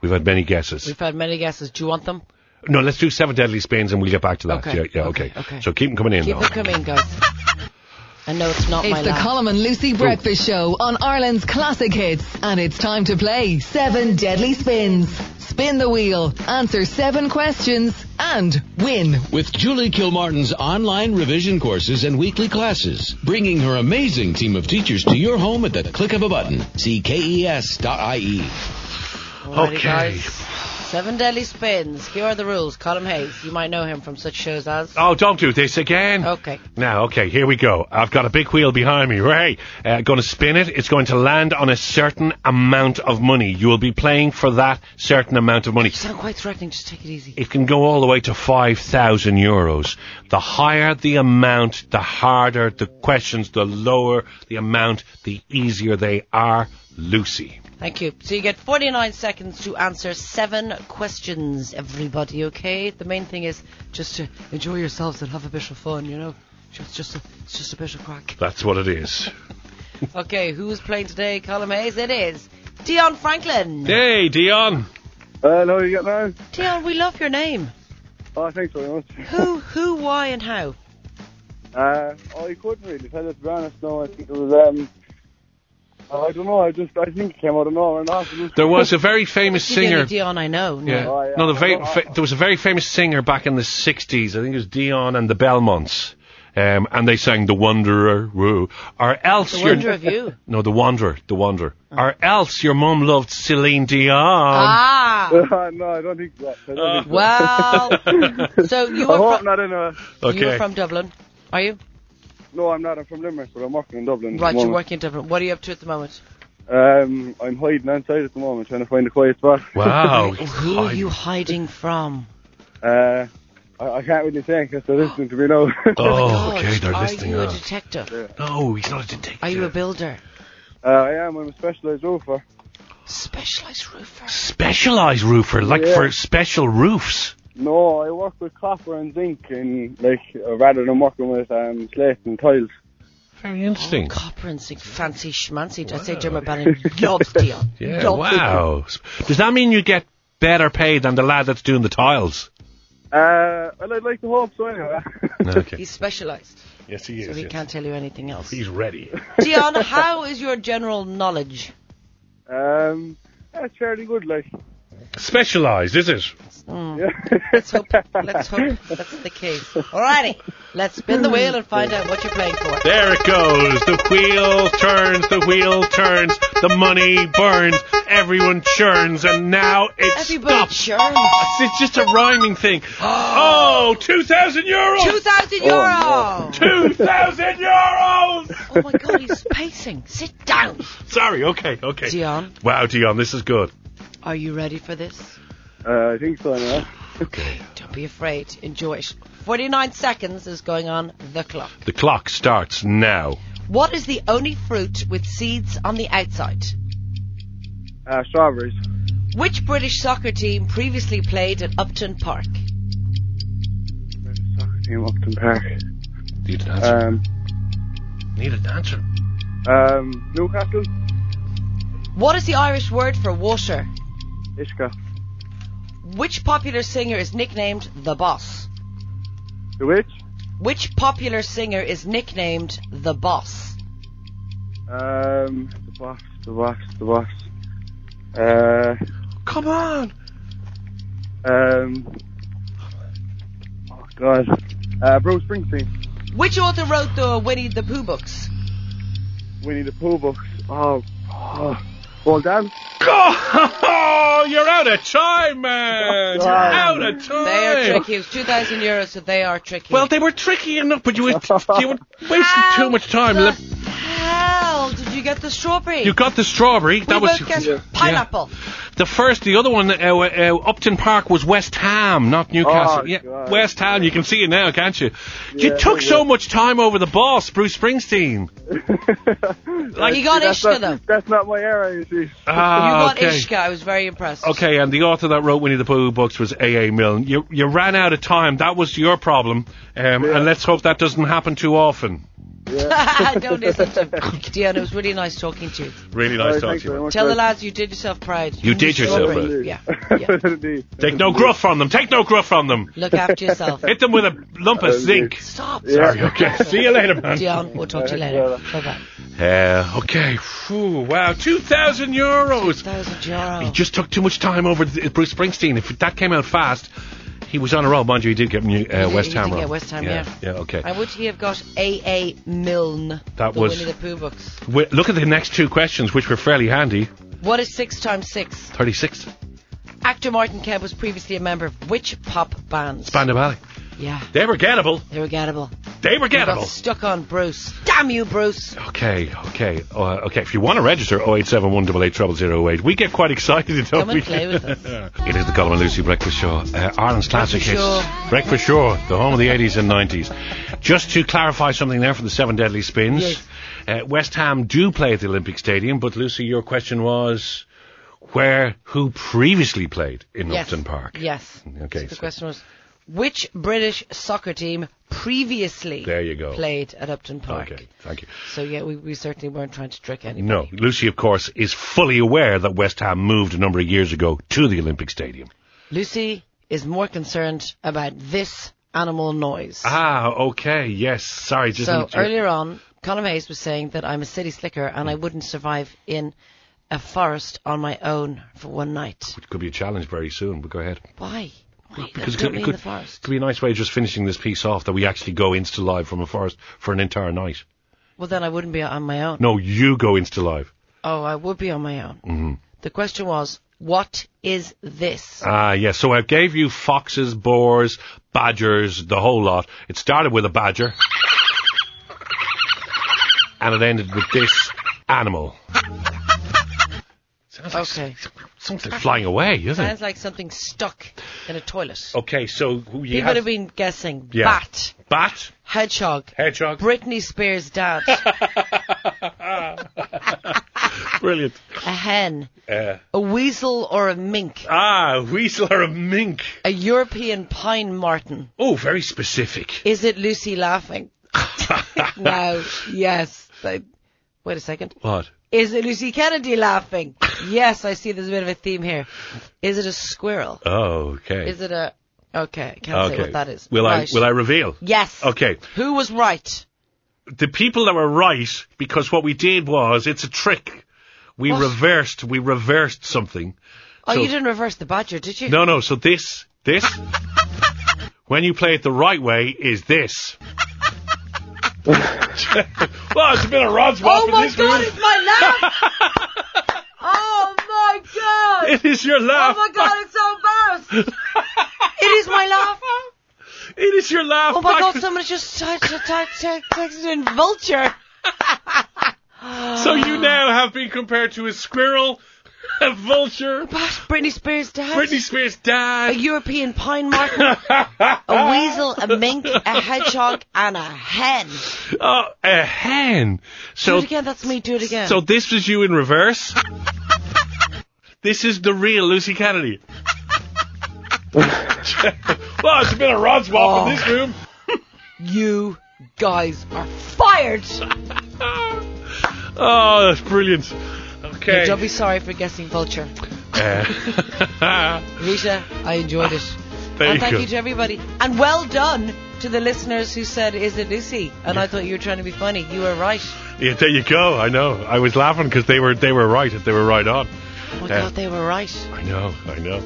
Speaker 2: We've had many guesses.
Speaker 3: We've had many guesses. Do you want them?
Speaker 2: No, let's do seven deadly Spains and we'll get back to that.
Speaker 3: Okay.
Speaker 2: Yeah, yeah, okay.
Speaker 3: Okay, okay.
Speaker 2: So keep them coming in.
Speaker 3: Keep
Speaker 2: though.
Speaker 3: them coming, guys. I know it's not my
Speaker 1: It's the
Speaker 3: last.
Speaker 1: Colin and Lucy Breakfast Show on Ireland's classic hits, and it's time to play Seven Deadly Spins. Spin the wheel, answer seven questions, and win.
Speaker 9: With Julie Kilmartin's online revision courses and weekly classes, bringing her amazing team of teachers to your home at the click of a button. See E KES.ie.
Speaker 3: Alrighty,
Speaker 2: Okay.
Speaker 3: guys. Seven Deadly Spins. Here are the rules. Colin Hayes. You might know him from such shows as.
Speaker 2: Oh, don't do this again.
Speaker 3: Okay.
Speaker 2: Now, okay, here we go. I've got a big wheel behind me, right? Uh, going to spin it. It's going to land on a certain amount of money. You will be playing for that certain amount of money.
Speaker 3: You sound quite threatening. Just take it easy.
Speaker 2: It can go all the way to 5,000 euros. The higher the amount, the harder the questions, the lower the amount, the easier they are. Lucy.
Speaker 3: Thank you. So you get 49 seconds to answer seven questions, everybody, okay? The main thing is just to enjoy yourselves and have a bit of fun, you know? It's just a, it's just a bit of crack.
Speaker 2: That's what it is.
Speaker 3: Okay, who is playing today, Colin Hayes? It is Dion Franklin.
Speaker 2: hey, Dion.
Speaker 7: Hello, you get now?
Speaker 3: Dion, we love your name.
Speaker 7: Oh, thanks very much.
Speaker 3: Who, who, why, and how?
Speaker 7: Uh, I couldn't really tell you, to be honest, no. I think it was, um, I don't know, I just, I think it came out of nowhere. And after this,
Speaker 2: There was a very famous
Speaker 3: She's the only
Speaker 2: singer.
Speaker 3: Dion I know. No.
Speaker 2: Yeah.
Speaker 7: Oh, yeah.
Speaker 2: No, the very,
Speaker 7: Oh,
Speaker 2: fa- there was a very famous singer back in the 60s. I think it was Dion and the Belmonts. Um, and they sang The Wanderer, woo. Or else
Speaker 3: The
Speaker 2: your-
Speaker 3: wonder of you.
Speaker 2: No, The Wanderer, The Wanderer. Or else your mum loved Celine Dion.
Speaker 3: ah!
Speaker 7: Uh, no, I don't think that. I don't think
Speaker 3: Well, so you
Speaker 7: I
Speaker 3: were,
Speaker 7: hope
Speaker 3: from,
Speaker 7: not in a,
Speaker 3: you
Speaker 2: okay.
Speaker 3: were from Dublin, are you?
Speaker 7: no, I'm not, I'm from Limerick, but I'm working in Dublin. at
Speaker 3: Right,
Speaker 7: the
Speaker 3: you're
Speaker 7: moment.
Speaker 3: working in Dublin. What are you up to at the moment?
Speaker 7: Um, I'm hiding outside at the moment, trying to find a quiet spot.
Speaker 2: wow.
Speaker 3: Who are you hiding from?
Speaker 7: Uh, I, I can't really say because they're listening to me now.
Speaker 2: Oh, okay,
Speaker 3: God,
Speaker 2: they're
Speaker 3: are
Speaker 2: listening.
Speaker 3: you a
Speaker 2: now.
Speaker 3: detective?
Speaker 2: No, Oh, he's not a detective.
Speaker 3: Are you a builder?
Speaker 7: uh, I am. I'm a specialised roofer.
Speaker 3: Specialized roofer.
Speaker 2: Specialised roofer, like
Speaker 7: Yeah.
Speaker 2: for special roofs.
Speaker 7: No, I work with copper and zinc, and like uh, rather than working with um, slate and tiles.
Speaker 2: Very interesting.
Speaker 3: Copper and zinc, fancy schmancy. Did I say German banner? Loves deal.
Speaker 2: yeah, wow. Does that mean you get better paid than the lad that's doing the tiles?
Speaker 7: Uh, well, I'd like to hope so. Anyway.
Speaker 2: Okay.
Speaker 3: He's specialized,
Speaker 2: yes, he
Speaker 3: so
Speaker 2: is.
Speaker 3: he
Speaker 2: yes.
Speaker 3: can't tell you anything else.
Speaker 2: He's ready.
Speaker 3: Dion, how is your general knowledge?
Speaker 7: um, that's fairly good, like.
Speaker 2: Specialised, is it?
Speaker 3: Hmm. Let's hope. Let's hope that's the case. Alrighty, let's spin the wheel and find out what you're playing for.
Speaker 2: There it goes. The wheel turns, the wheel turns, the money burns, everyone churns, and now it
Speaker 3: Everybody
Speaker 2: stops.
Speaker 3: churns.
Speaker 2: It's just a rhyming thing. Oh, 2,000
Speaker 3: Two
Speaker 2: euros!
Speaker 3: thousand euro.
Speaker 2: 2,000 euros!
Speaker 3: Oh my God, he's pacing. Sit down,
Speaker 2: Sorry, okay, okay.
Speaker 3: Dion.
Speaker 2: Wow, Dion, this is good.
Speaker 3: Are you ready for this?
Speaker 7: Uh, I think so. Anyway.
Speaker 3: Don't be afraid. Enjoy it. 49 seconds is going on the clock.
Speaker 2: The clock starts now.
Speaker 3: What is the only fruit with seeds on the outside?
Speaker 7: Uh, strawberries.
Speaker 3: Which British soccer team previously played at Upton Park?
Speaker 7: Soccer team Upton Park.
Speaker 2: Need an answer.
Speaker 7: Um,
Speaker 2: Need an answer.
Speaker 7: um, Newcastle.
Speaker 3: What is the Irish word for water?
Speaker 7: Ishka.
Speaker 3: Which popular singer is nicknamed The Boss?
Speaker 7: The Witch.
Speaker 3: Which popular singer is nicknamed The Boss?
Speaker 7: Um, the boss. The boss. The boss. Uh,
Speaker 2: Come on!
Speaker 7: um. Oh God. Uh, Bruce Springsteen.
Speaker 3: Which author wrote the Winnie the Pooh books?
Speaker 7: Winnie the Pooh books. Oh, oh. well done.
Speaker 2: Oh, you're out of time, man! You're out of time!
Speaker 3: They are tricky. It was 2,000 euros, so they are tricky.
Speaker 2: Well, they were tricky enough, but you were, you were wasting
Speaker 3: How
Speaker 2: too much time.
Speaker 3: the
Speaker 2: Let-
Speaker 3: hell did you get the strawberry?
Speaker 2: You got the strawberry.
Speaker 3: we
Speaker 2: that was
Speaker 3: both guessed pineapple.
Speaker 2: the first. The other one, uh, uh, uh, Upton Park, was West Ham, not Newcastle.
Speaker 7: Oh,
Speaker 2: yeah,
Speaker 7: God.
Speaker 2: West Ham. You can see it now, can't you?
Speaker 7: Yeah,
Speaker 2: you took
Speaker 7: yeah.
Speaker 2: so much time over the boss, Bruce Springsteen.
Speaker 3: Well, you got
Speaker 7: that's,
Speaker 3: Ishka
Speaker 7: not,
Speaker 3: though.
Speaker 7: that's not my area, you see.
Speaker 3: you
Speaker 2: Ah,
Speaker 3: got
Speaker 2: okay.
Speaker 3: Ishka. I was very impressed.
Speaker 2: Okay, and the author that wrote Winnie the Pooh books was A.A. Milne. You you ran out of time. That was your problem. Um, And let's hope that doesn't happen too often.
Speaker 3: Don't listen to him. Dion, it was really nice talking to you.
Speaker 2: Really
Speaker 7: All
Speaker 2: nice
Speaker 7: right,
Speaker 2: talking
Speaker 7: thanks
Speaker 2: to you.
Speaker 7: very
Speaker 2: man.
Speaker 7: much,
Speaker 3: Tell the
Speaker 7: guys.
Speaker 3: lads you did yourself proud.
Speaker 2: You did yourself proud.
Speaker 3: Yeah.
Speaker 7: Indeed.
Speaker 2: Take no gruff from them. Take no gruff from them.
Speaker 3: Look after yourself.
Speaker 2: Hit them with a lump of
Speaker 7: Oh,
Speaker 2: zinc.
Speaker 3: Stop.
Speaker 2: Sorry, okay. See you later, man.
Speaker 3: Dion, we'll talk to you later. Bye bye.
Speaker 2: Yeah, Uh, okay. Phew, wow, 2,000 euros.
Speaker 3: Thousand
Speaker 2: He
Speaker 3: euro.
Speaker 2: just took too much time over th- Bruce Springsteen. If that came out fast, he was on a roll. Mind you, he did get New- uh,
Speaker 3: did-
Speaker 2: West
Speaker 3: he
Speaker 2: Ham
Speaker 3: did
Speaker 2: wrong.
Speaker 3: get West Ham, yeah.
Speaker 2: Yeah, okay.
Speaker 3: And would he have got A.A. Milne?
Speaker 2: That
Speaker 3: the
Speaker 2: was-
Speaker 3: Winnie the Pooh books.
Speaker 2: We- look at the next two questions, which were fairly handy.
Speaker 3: What is six times six?
Speaker 2: 36.
Speaker 3: Actor Martin Kemp was previously a member of which pop band?
Speaker 2: Band of Alley.
Speaker 3: Yeah,
Speaker 2: They were gettable.
Speaker 3: they were gettable.
Speaker 2: They were Oh,
Speaker 3: They got
Speaker 2: gettable.
Speaker 3: stuck on Bruce. Damn you, Bruce.
Speaker 2: Okay, okay, uh, okay. If you want to register, 0871880008. We get quite excited, don't
Speaker 3: Come and
Speaker 2: we?
Speaker 3: play with us.
Speaker 2: it is the Colin and Lucy Breakfast Show, uh, Ireland's classic
Speaker 3: Breakfast
Speaker 2: hits. Breakfast Show, the home of the 80s and 90s. Just to clarify something there for the Seven Deadly Spins.
Speaker 3: Yes.
Speaker 2: Uh, West Ham do play at the Olympic Stadium, but Lucy, your question was where, who previously played in
Speaker 3: Yes.
Speaker 2: Upton Park?
Speaker 3: Yes.
Speaker 2: Okay,
Speaker 3: So the
Speaker 2: so-
Speaker 3: question was, which British soccer team previously
Speaker 2: There you go.
Speaker 3: played at Upton Park?
Speaker 2: Okay, thank you.
Speaker 3: So yeah, we, we certainly weren't trying to trick anybody.
Speaker 2: No, Lucy, of course, is fully aware that West Ham moved a number of years ago to the Olympic Stadium.
Speaker 3: Lucy is more concerned about this animal noise.
Speaker 2: Ah, okay, yes. Sorry, just
Speaker 3: so earlier on, Colin Hayes was saying that I'm a city slicker and I wouldn't survive in a forest on my own for one night.
Speaker 2: It could be a challenge very soon, but go ahead.
Speaker 3: Why? Why?
Speaker 2: Because it
Speaker 3: Don't
Speaker 2: could,
Speaker 3: be
Speaker 2: it
Speaker 3: in
Speaker 2: could-
Speaker 3: the forest.
Speaker 2: could be a nice way of just finishing this piece off that we actually go insta live from a forest for an entire night.
Speaker 3: Well, then I wouldn't be on my own.
Speaker 2: No, you go insta live. Mm-hmm.
Speaker 3: Oh, I would be on my own. The question was, what is this?
Speaker 2: Ah, yes. So I gave you foxes, boars, badgers, the whole lot. It started with a badger, and it ended with this animal. Sounds like
Speaker 3: Okay.
Speaker 2: something flying away, isn't it?
Speaker 3: Sounds like something stuck in a toilet.
Speaker 2: Okay, so who you
Speaker 3: People
Speaker 2: have
Speaker 3: have been guessing
Speaker 2: Yeah.
Speaker 3: bat,
Speaker 2: bat,
Speaker 3: hedgehog,
Speaker 2: hedgehog.
Speaker 3: Britney Spears' dad,
Speaker 2: Brilliant.
Speaker 3: a hen,
Speaker 2: Uh,
Speaker 3: a weasel or a mink,
Speaker 2: ah, a weasel or a mink.
Speaker 3: a European pine marten.
Speaker 2: Oh, very specific.
Speaker 3: Is it Lucy laughing? no, yes. They- Wait a second.
Speaker 2: What?
Speaker 3: Is it Lucy Kennedy laughing? Yes, I see there's a bit of a theme here. Is it a squirrel?
Speaker 2: Oh, okay.
Speaker 3: Is it a. Okay, I can't
Speaker 2: okay.
Speaker 3: say what that is.
Speaker 2: Will
Speaker 3: right.
Speaker 2: I will I reveal?
Speaker 3: Yes.
Speaker 2: Okay.
Speaker 3: Who was right?
Speaker 2: The people that were right, because what we did was it's a trick. We
Speaker 3: What?
Speaker 2: reversed we reversed something.
Speaker 3: Oh,
Speaker 2: So-
Speaker 3: you didn't reverse the badger, did you?
Speaker 2: No no, so this this when you play it the right way is this. well, it's a bit of Rod's
Speaker 3: Oh
Speaker 2: in
Speaker 3: my
Speaker 2: this
Speaker 3: god,
Speaker 2: room.
Speaker 3: it's my laugh! oh my god!
Speaker 2: It is your
Speaker 3: Oh
Speaker 2: laugh.
Speaker 3: my god, it's so embarrassed! it is my laugh!
Speaker 2: It is your laugh.
Speaker 3: Oh my god,
Speaker 2: Marcus.
Speaker 3: someone just typed typed- typed- texted in vulture!
Speaker 2: So you now have been compared to a squirrel, a vulture,
Speaker 3: Britney Spears' dad.
Speaker 2: Britney Spears'
Speaker 3: a
Speaker 2: dad.
Speaker 3: European pine marten, a weasel, a mink, a hedgehog, and a hen.
Speaker 2: Oh, a hen.
Speaker 3: Do
Speaker 2: So,
Speaker 3: it again, that's me, do it again.
Speaker 2: so this was you in reverse. this is the real Lucy Kennedy. well, it's been a Rod's walk in this room.
Speaker 3: you guys are fired!
Speaker 2: Oh, that's brilliant. Okay.
Speaker 3: Don't be sorry for guessing vulture.
Speaker 2: Uh,
Speaker 3: Rita, I enjoyed it.
Speaker 2: There
Speaker 3: and
Speaker 2: you
Speaker 3: thank
Speaker 2: go.
Speaker 3: you to everybody. And well done to the listeners who said, Is it Lucy? And I thought you were trying to be funny. You were right.
Speaker 2: yeah, there you go. I know. I was laughing because they were they were right. They were right on.
Speaker 3: Oh my
Speaker 2: Yeah.
Speaker 3: God, they were right.
Speaker 2: I know, I know.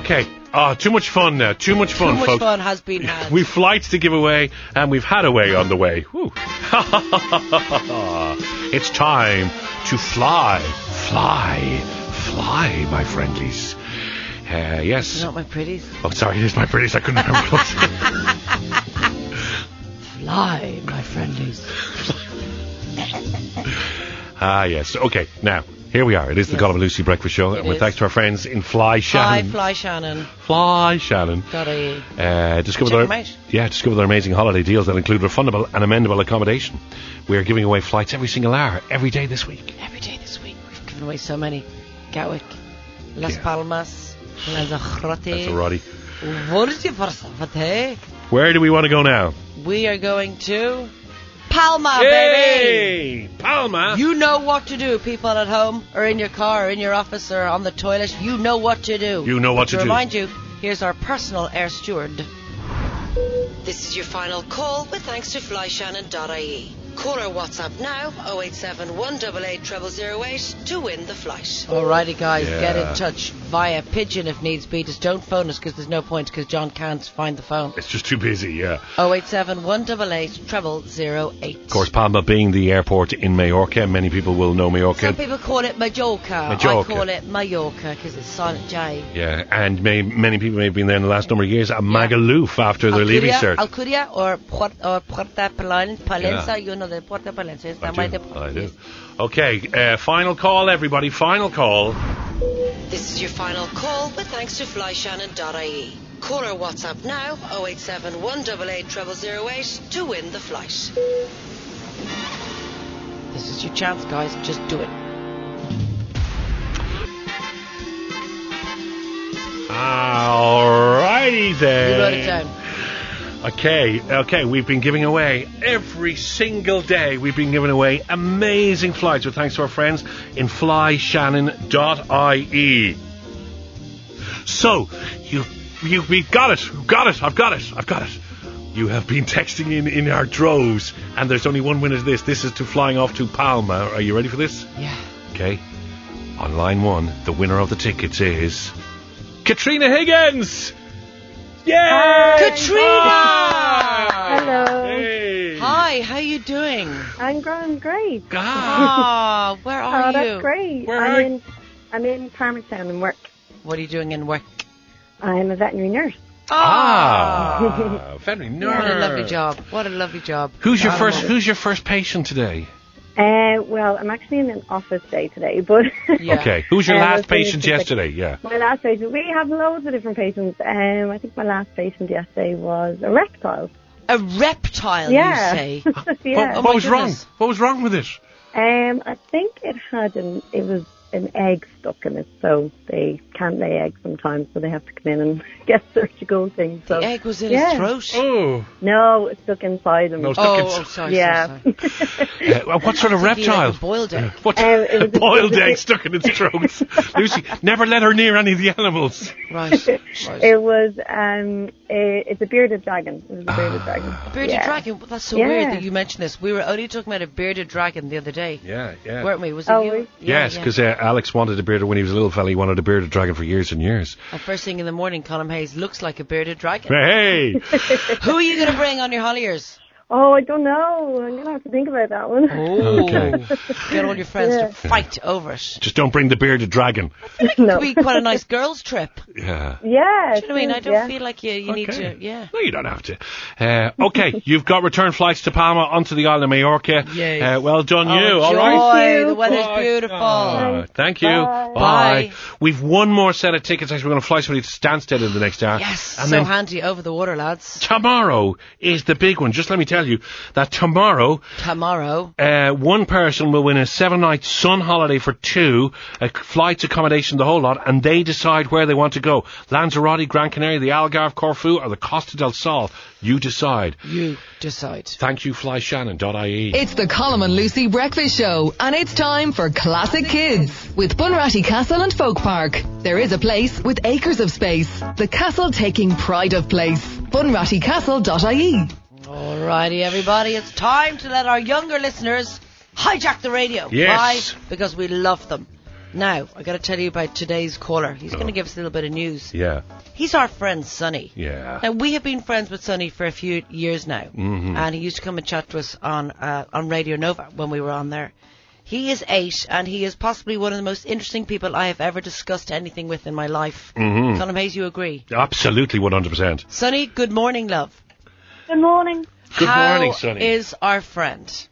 Speaker 2: Okay. Ah, too much fun now. Too much fun,
Speaker 3: Too much
Speaker 2: folks.
Speaker 3: fun has been had.
Speaker 2: We've flights to give away, and we've had away on the way. Woo. it's time to fly, fly, fly, my friendlies. Uh, yes.
Speaker 3: Not my pretties.
Speaker 2: Oh, sorry, it's my British. I couldn't remember. what it was.
Speaker 3: Fly, my friendlies.
Speaker 2: Ah, yes. Okay, now. Here we are. It is the Colin and Lucy Breakfast Show, and with
Speaker 3: is.
Speaker 2: thanks to our friends in
Speaker 3: Fly,
Speaker 2: Fly Shannon.
Speaker 3: fly, Shannon.
Speaker 2: Fly Shannon.
Speaker 3: Got a.
Speaker 2: Uh, discover
Speaker 3: Check
Speaker 2: their,
Speaker 3: them out.
Speaker 2: Yeah, discover their amazing holiday deals that include refundable and amendable accommodation. We are giving away flights every single hour, every day this week.
Speaker 3: Every day this week, we've given away so many. Gatwick, Las
Speaker 2: Yeah.
Speaker 3: Palmas, Las
Speaker 2: That's a
Speaker 3: Ajotes.
Speaker 2: Roddy.
Speaker 3: What is your first of the day?
Speaker 2: Where do we want to go now?
Speaker 3: We are going to. Palma, baby.
Speaker 2: Yay! Palma.
Speaker 3: You know what to do, people at home, or in your car, or in your office, or on the toilet. You know what to do.
Speaker 2: You know what
Speaker 3: But
Speaker 2: to
Speaker 3: to
Speaker 2: do.
Speaker 3: remind you, here's our personal air steward.
Speaker 6: This is your final call with thanks to flyshannon.ie. E. Call or WhatsApp now 087 to win the flight.
Speaker 3: Alrighty, guys, get
Speaker 2: Yeah.
Speaker 3: in touch via pigeon if needs be. Just don't phone us because there's no point because John can't find the phone.
Speaker 2: It's just too busy, yeah.
Speaker 3: 087 188 0008.
Speaker 2: Of course, Palma being the airport in Majorca, many people will know Majorca.
Speaker 3: Some people call it Majorca. I
Speaker 2: Majorca.
Speaker 3: call it Mallorca because it's silent J.
Speaker 2: yeah, and may, many people may have been there in the last number of years at Magaluf after their leaving
Speaker 3: Alcudia-
Speaker 2: cert.
Speaker 3: Alcudia or, Puer- or Puerta Palen- Palenza. You know the Puerta Palenza. Is
Speaker 2: I
Speaker 3: that why
Speaker 2: do.
Speaker 3: they
Speaker 2: I do. Okay, uh, final call, everybody. Final call.
Speaker 6: This is your final call with thanks to flyshannon.ie. Call or WhatsApp now 087 to win the flight.
Speaker 3: This is your chance, guys. Just do it.
Speaker 2: Alrighty
Speaker 3: You
Speaker 2: then.
Speaker 3: wrote it down.
Speaker 2: Okay, okay, we've been giving away every single day. We've been giving away amazing flights with thanks to our friends in flyshannon.ie. E. So, you, you, we've got it, we've got it, I've got it, I've got it. You have been texting in in our droves, and there's only one winner to this. This is to flying off to Palma. Are you ready for this?
Speaker 3: Yeah.
Speaker 2: Okay. On line one, the winner of the tickets is Katrina Higgins. Yeah,
Speaker 3: Katrina!
Speaker 10: Hello.
Speaker 2: Hey.
Speaker 3: Hi, how you doing?
Speaker 10: I'm going great.
Speaker 2: God.
Speaker 3: Ah, where
Speaker 10: oh,
Speaker 3: are
Speaker 10: that's
Speaker 3: you?
Speaker 10: great.
Speaker 2: Where
Speaker 10: I'm
Speaker 2: are you?
Speaker 10: in I'm in Palmerstown and work.
Speaker 3: What are you doing in work?
Speaker 10: I'm a veterinary nurse.
Speaker 2: Ah, very nerve.
Speaker 3: What a lovely job. Ah. What a lovely job.
Speaker 2: Who's your
Speaker 3: Wow.
Speaker 2: first? Who's your first patient today?
Speaker 10: Uh, well, I'm actually in an office day today, but
Speaker 3: Yeah.
Speaker 2: Okay. Who's your
Speaker 10: Uh,
Speaker 2: last
Speaker 10: let's finish
Speaker 2: patient
Speaker 10: this
Speaker 2: yesterday? Yeah.
Speaker 10: my last patient, we have loads of different patients. Um, I think my last patient yesterday was a reptile.
Speaker 3: A reptile,
Speaker 10: yeah.
Speaker 3: you say? Oh
Speaker 10: yeah.
Speaker 2: What,
Speaker 3: my
Speaker 2: what was wrong?
Speaker 3: goodness.
Speaker 2: What was wrong with it?
Speaker 10: Um, I think it had an, it was an egg stuck in it, so they can't lay eggs sometimes, so they have to come in and get surgical things. So
Speaker 3: The egg was in
Speaker 10: Yeah.
Speaker 3: his throat.
Speaker 2: Oh,
Speaker 10: no, it's stuck inside them.
Speaker 2: No, it's-
Speaker 3: oh,
Speaker 2: Look,
Speaker 3: oh, sorry,
Speaker 10: yeah.
Speaker 3: sorry, sorry.
Speaker 2: Uh, what sort of
Speaker 3: Did you like
Speaker 2: reptile? Uh,
Speaker 3: a boiled egg.
Speaker 2: What
Speaker 10: Um, it was a-
Speaker 2: boiled
Speaker 10: it was a-
Speaker 2: egg stuck in its throat? Lucy, never let her near any of the animals.
Speaker 3: Right. right.
Speaker 10: It was um, a, it's a bearded dragon. It was a
Speaker 2: Ah.
Speaker 10: bearded dragon.
Speaker 3: Bearded
Speaker 10: yeah.
Speaker 3: dragon. That's so
Speaker 10: Yeah.
Speaker 3: weird that you mentioned this. We were only talking about a bearded dragon the other day,
Speaker 2: Yeah, yeah.
Speaker 3: weren't we? Was it
Speaker 10: Oh,
Speaker 3: you?
Speaker 10: we-
Speaker 3: Yeah,
Speaker 2: yes,
Speaker 3: yeah.
Speaker 2: because uh, Alex wanted a bearded when he was a little fella. He wanted a bearded dragon for years and years.
Speaker 3: And first thing in the morning, Colin Hayes looks like a bearded dragon.
Speaker 2: Hey,
Speaker 3: Who are you going to bring on your holliers?
Speaker 10: Oh, I don't know. I'm gonna have to think about that one.
Speaker 3: Oh,
Speaker 2: Okay.
Speaker 3: get all your friends
Speaker 10: Yeah.
Speaker 3: to fight over it.
Speaker 2: just don't bring the bearded dragon.
Speaker 10: no.
Speaker 3: It'd be quite a nice girls' trip.
Speaker 2: Yeah.
Speaker 10: Yeah.
Speaker 3: Do you know what I mean? I don't
Speaker 10: yeah.
Speaker 3: feel like you, you need
Speaker 2: Okay.
Speaker 3: to. Yeah.
Speaker 2: No, you don't have to. Uh, okay, you've got return flights to Palma onto the island of Majorca.
Speaker 3: Yay.
Speaker 2: Uh, well done, you.
Speaker 3: Oh,
Speaker 2: All
Speaker 3: joy,
Speaker 10: Thank
Speaker 2: right.
Speaker 3: The
Speaker 10: you.
Speaker 3: weather's beautiful.
Speaker 2: Ah, thank you.
Speaker 10: Bye.
Speaker 3: Bye.
Speaker 2: We've one more set of tickets. Actually, we're going to fly somebody to Stansted in the next hour.
Speaker 3: Yes,
Speaker 2: And
Speaker 3: so
Speaker 2: then
Speaker 3: handy over the water, lads.
Speaker 2: tomorrow is the big one. Just let me tell you that tomorrow
Speaker 3: Tomorrow.
Speaker 2: uh, one person will win a seven night sun holiday for two, a c- flights, accommodation, the whole lot, and they decide where they want to go. Lanzarote, Gran Canaria, the Algarve, Corfu, or the Costa del Sol. You decide.
Speaker 3: You decide.
Speaker 2: Thank you, flyshannon.ie.
Speaker 1: It's the Colin and Lucy Breakfast Show, and it's time for Classic Kids with Bunratty Castle and Folk Park. There is a place with acres of space. The castle taking pride of place. BunrattyCastle.ie.
Speaker 3: Alrighty, everybody, it's time to let our younger listeners hijack the radio.
Speaker 2: Yes.
Speaker 3: Why? Because we love them. Now, i got to tell you about today's caller. He's going to give us a little bit of news.
Speaker 2: Oh. yeah,
Speaker 3: He's our friend, Sonny.
Speaker 2: yeah. Mm-hmm.
Speaker 3: Now, we have been friends with Sonny for a few years now, and he used to come and chat to us on, uh, on Radio Nova when we were on there. He is eight, and he is possibly one of the most interesting people I have ever discussed anything with in my life.
Speaker 2: Hmm.
Speaker 3: Mm-hmm. Colin Hayes, you agree?
Speaker 2: Absolutely 100%.
Speaker 3: Sonny, good morning, love.
Speaker 10: Good morning.
Speaker 2: Good
Speaker 3: How
Speaker 2: morning, Sonny.
Speaker 3: is our friend?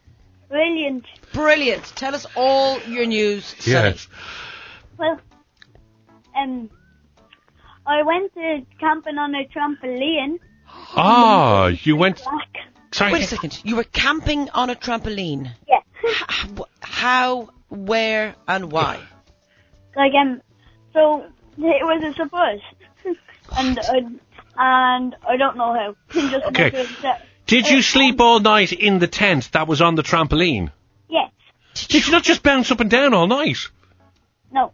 Speaker 10: Brilliant.
Speaker 3: Brilliant. Tell us all your news, Sonny.
Speaker 2: Yes.
Speaker 10: Well, um, I went to camping on a trampoline.
Speaker 2: Ah, you went. Sorry.
Speaker 3: Wait a second. You were camping on a trampoline.
Speaker 10: Yeah.
Speaker 3: H- wh- How, where, and why?
Speaker 10: like um, so it was a surprise, and I, and I don't know how. Just
Speaker 2: Okay. Did you sleep
Speaker 11: um,
Speaker 2: all night in the tent that was on the trampoline?
Speaker 11: Yes.
Speaker 2: Did you not just bounce up and down all night?
Speaker 11: No.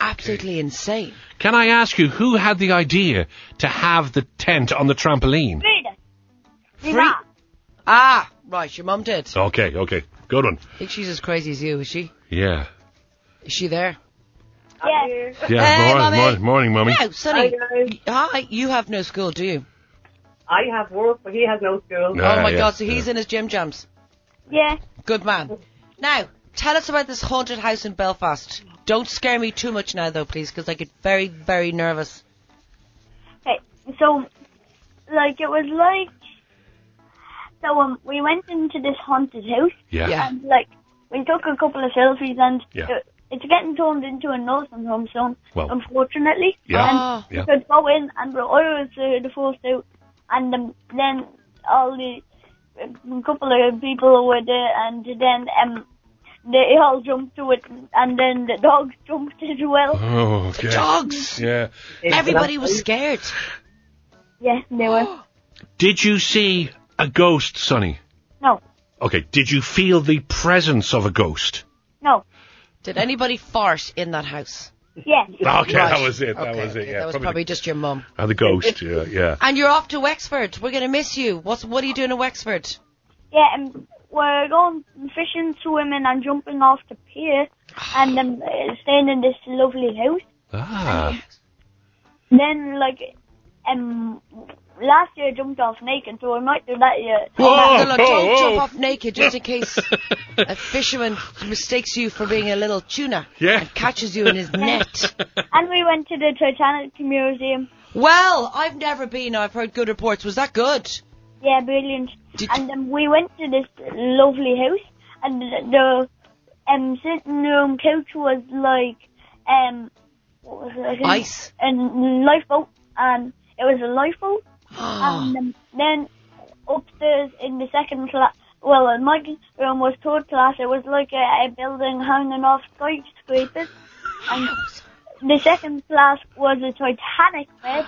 Speaker 3: Absolutely insane.
Speaker 2: Can I ask you who had the idea to have the tent on the trampoline?
Speaker 11: Frida.
Speaker 3: Free. Ah, right. Your mum did.
Speaker 2: Okay, okay, good one.
Speaker 3: I think she's as crazy as you, is she?
Speaker 2: Yeah,
Speaker 3: Is she there?
Speaker 11: Yes.
Speaker 2: yeah.
Speaker 3: Hey,
Speaker 2: morning,
Speaker 3: mummy.
Speaker 2: morning, morning, mummy.
Speaker 3: Wow, Sonny. Hi. You have no school, do you?
Speaker 12: I have work, but he has no school.
Speaker 3: oh my
Speaker 2: yeah,
Speaker 3: God! So he's in his gym jams.
Speaker 11: Yeah.
Speaker 3: Good man. Now, tell us about this haunted house in Belfast. Don't scare me too much now, though, please, because I get very, very nervous.
Speaker 11: Okay, so, like, it was like, so um, we went into this haunted house.
Speaker 2: Yeah. Yeah.
Speaker 11: And, like, we took a couple of selfies and
Speaker 2: Yeah.
Speaker 11: it- it's getting turned into a nursing home soon,
Speaker 2: Well.
Speaker 11: unfortunately.
Speaker 2: Yeah.
Speaker 11: And
Speaker 2: Ah. Yeah.
Speaker 11: we could go in and we're always uh, the first out. And um, then all the, a couple of people were there and then, um, they all jumped to it and then the dogs jumped as well.
Speaker 2: Oh, okay.
Speaker 3: Dogs.
Speaker 2: Yeah.
Speaker 3: Everybody was scared.
Speaker 11: Yes, they were.
Speaker 2: Did you see a ghost, Sonny?
Speaker 11: No.
Speaker 2: Okay. Did you feel the presence of a ghost?
Speaker 11: No.
Speaker 3: Did anybody fart in that house?
Speaker 11: Yeah.
Speaker 2: Okay, that was it. That was it. Yeah.
Speaker 3: That was probably just your mum.
Speaker 2: Uh, the, and the ghost. Yeah, yeah.
Speaker 3: And you're off to Wexford. We're going to miss you. What's what are you doing in Wexford?
Speaker 11: Yeah, and Um, we're going fishing, swimming, and jumping off the pier, and um, uh, staying in this lovely house.
Speaker 2: Ah.
Speaker 11: Then, like, um, last year I jumped off naked, so I might do that year.
Speaker 3: Oh,
Speaker 2: Whoa,
Speaker 3: Marcella, don't
Speaker 2: whoa, whoa.
Speaker 3: jump off naked just in case a fisherman mistakes you for being a little tuna
Speaker 2: Yeah.
Speaker 3: and catches you in his net.
Speaker 11: And we went to the Titanic Museum.
Speaker 3: Well, I've never been. I've heard good reports. Was that good?
Speaker 11: Yeah, brilliant. and um, we went to this lovely house, and the, the um, sitting room couch was like um, what was it? I think-
Speaker 3: Ice.
Speaker 11: And lifeboat, and it was a lifeboat. and um, then upstairs in the second class, well, in my room was third class. It was like a, a building hanging off skyscrapers, and the second class was a Titanic bed.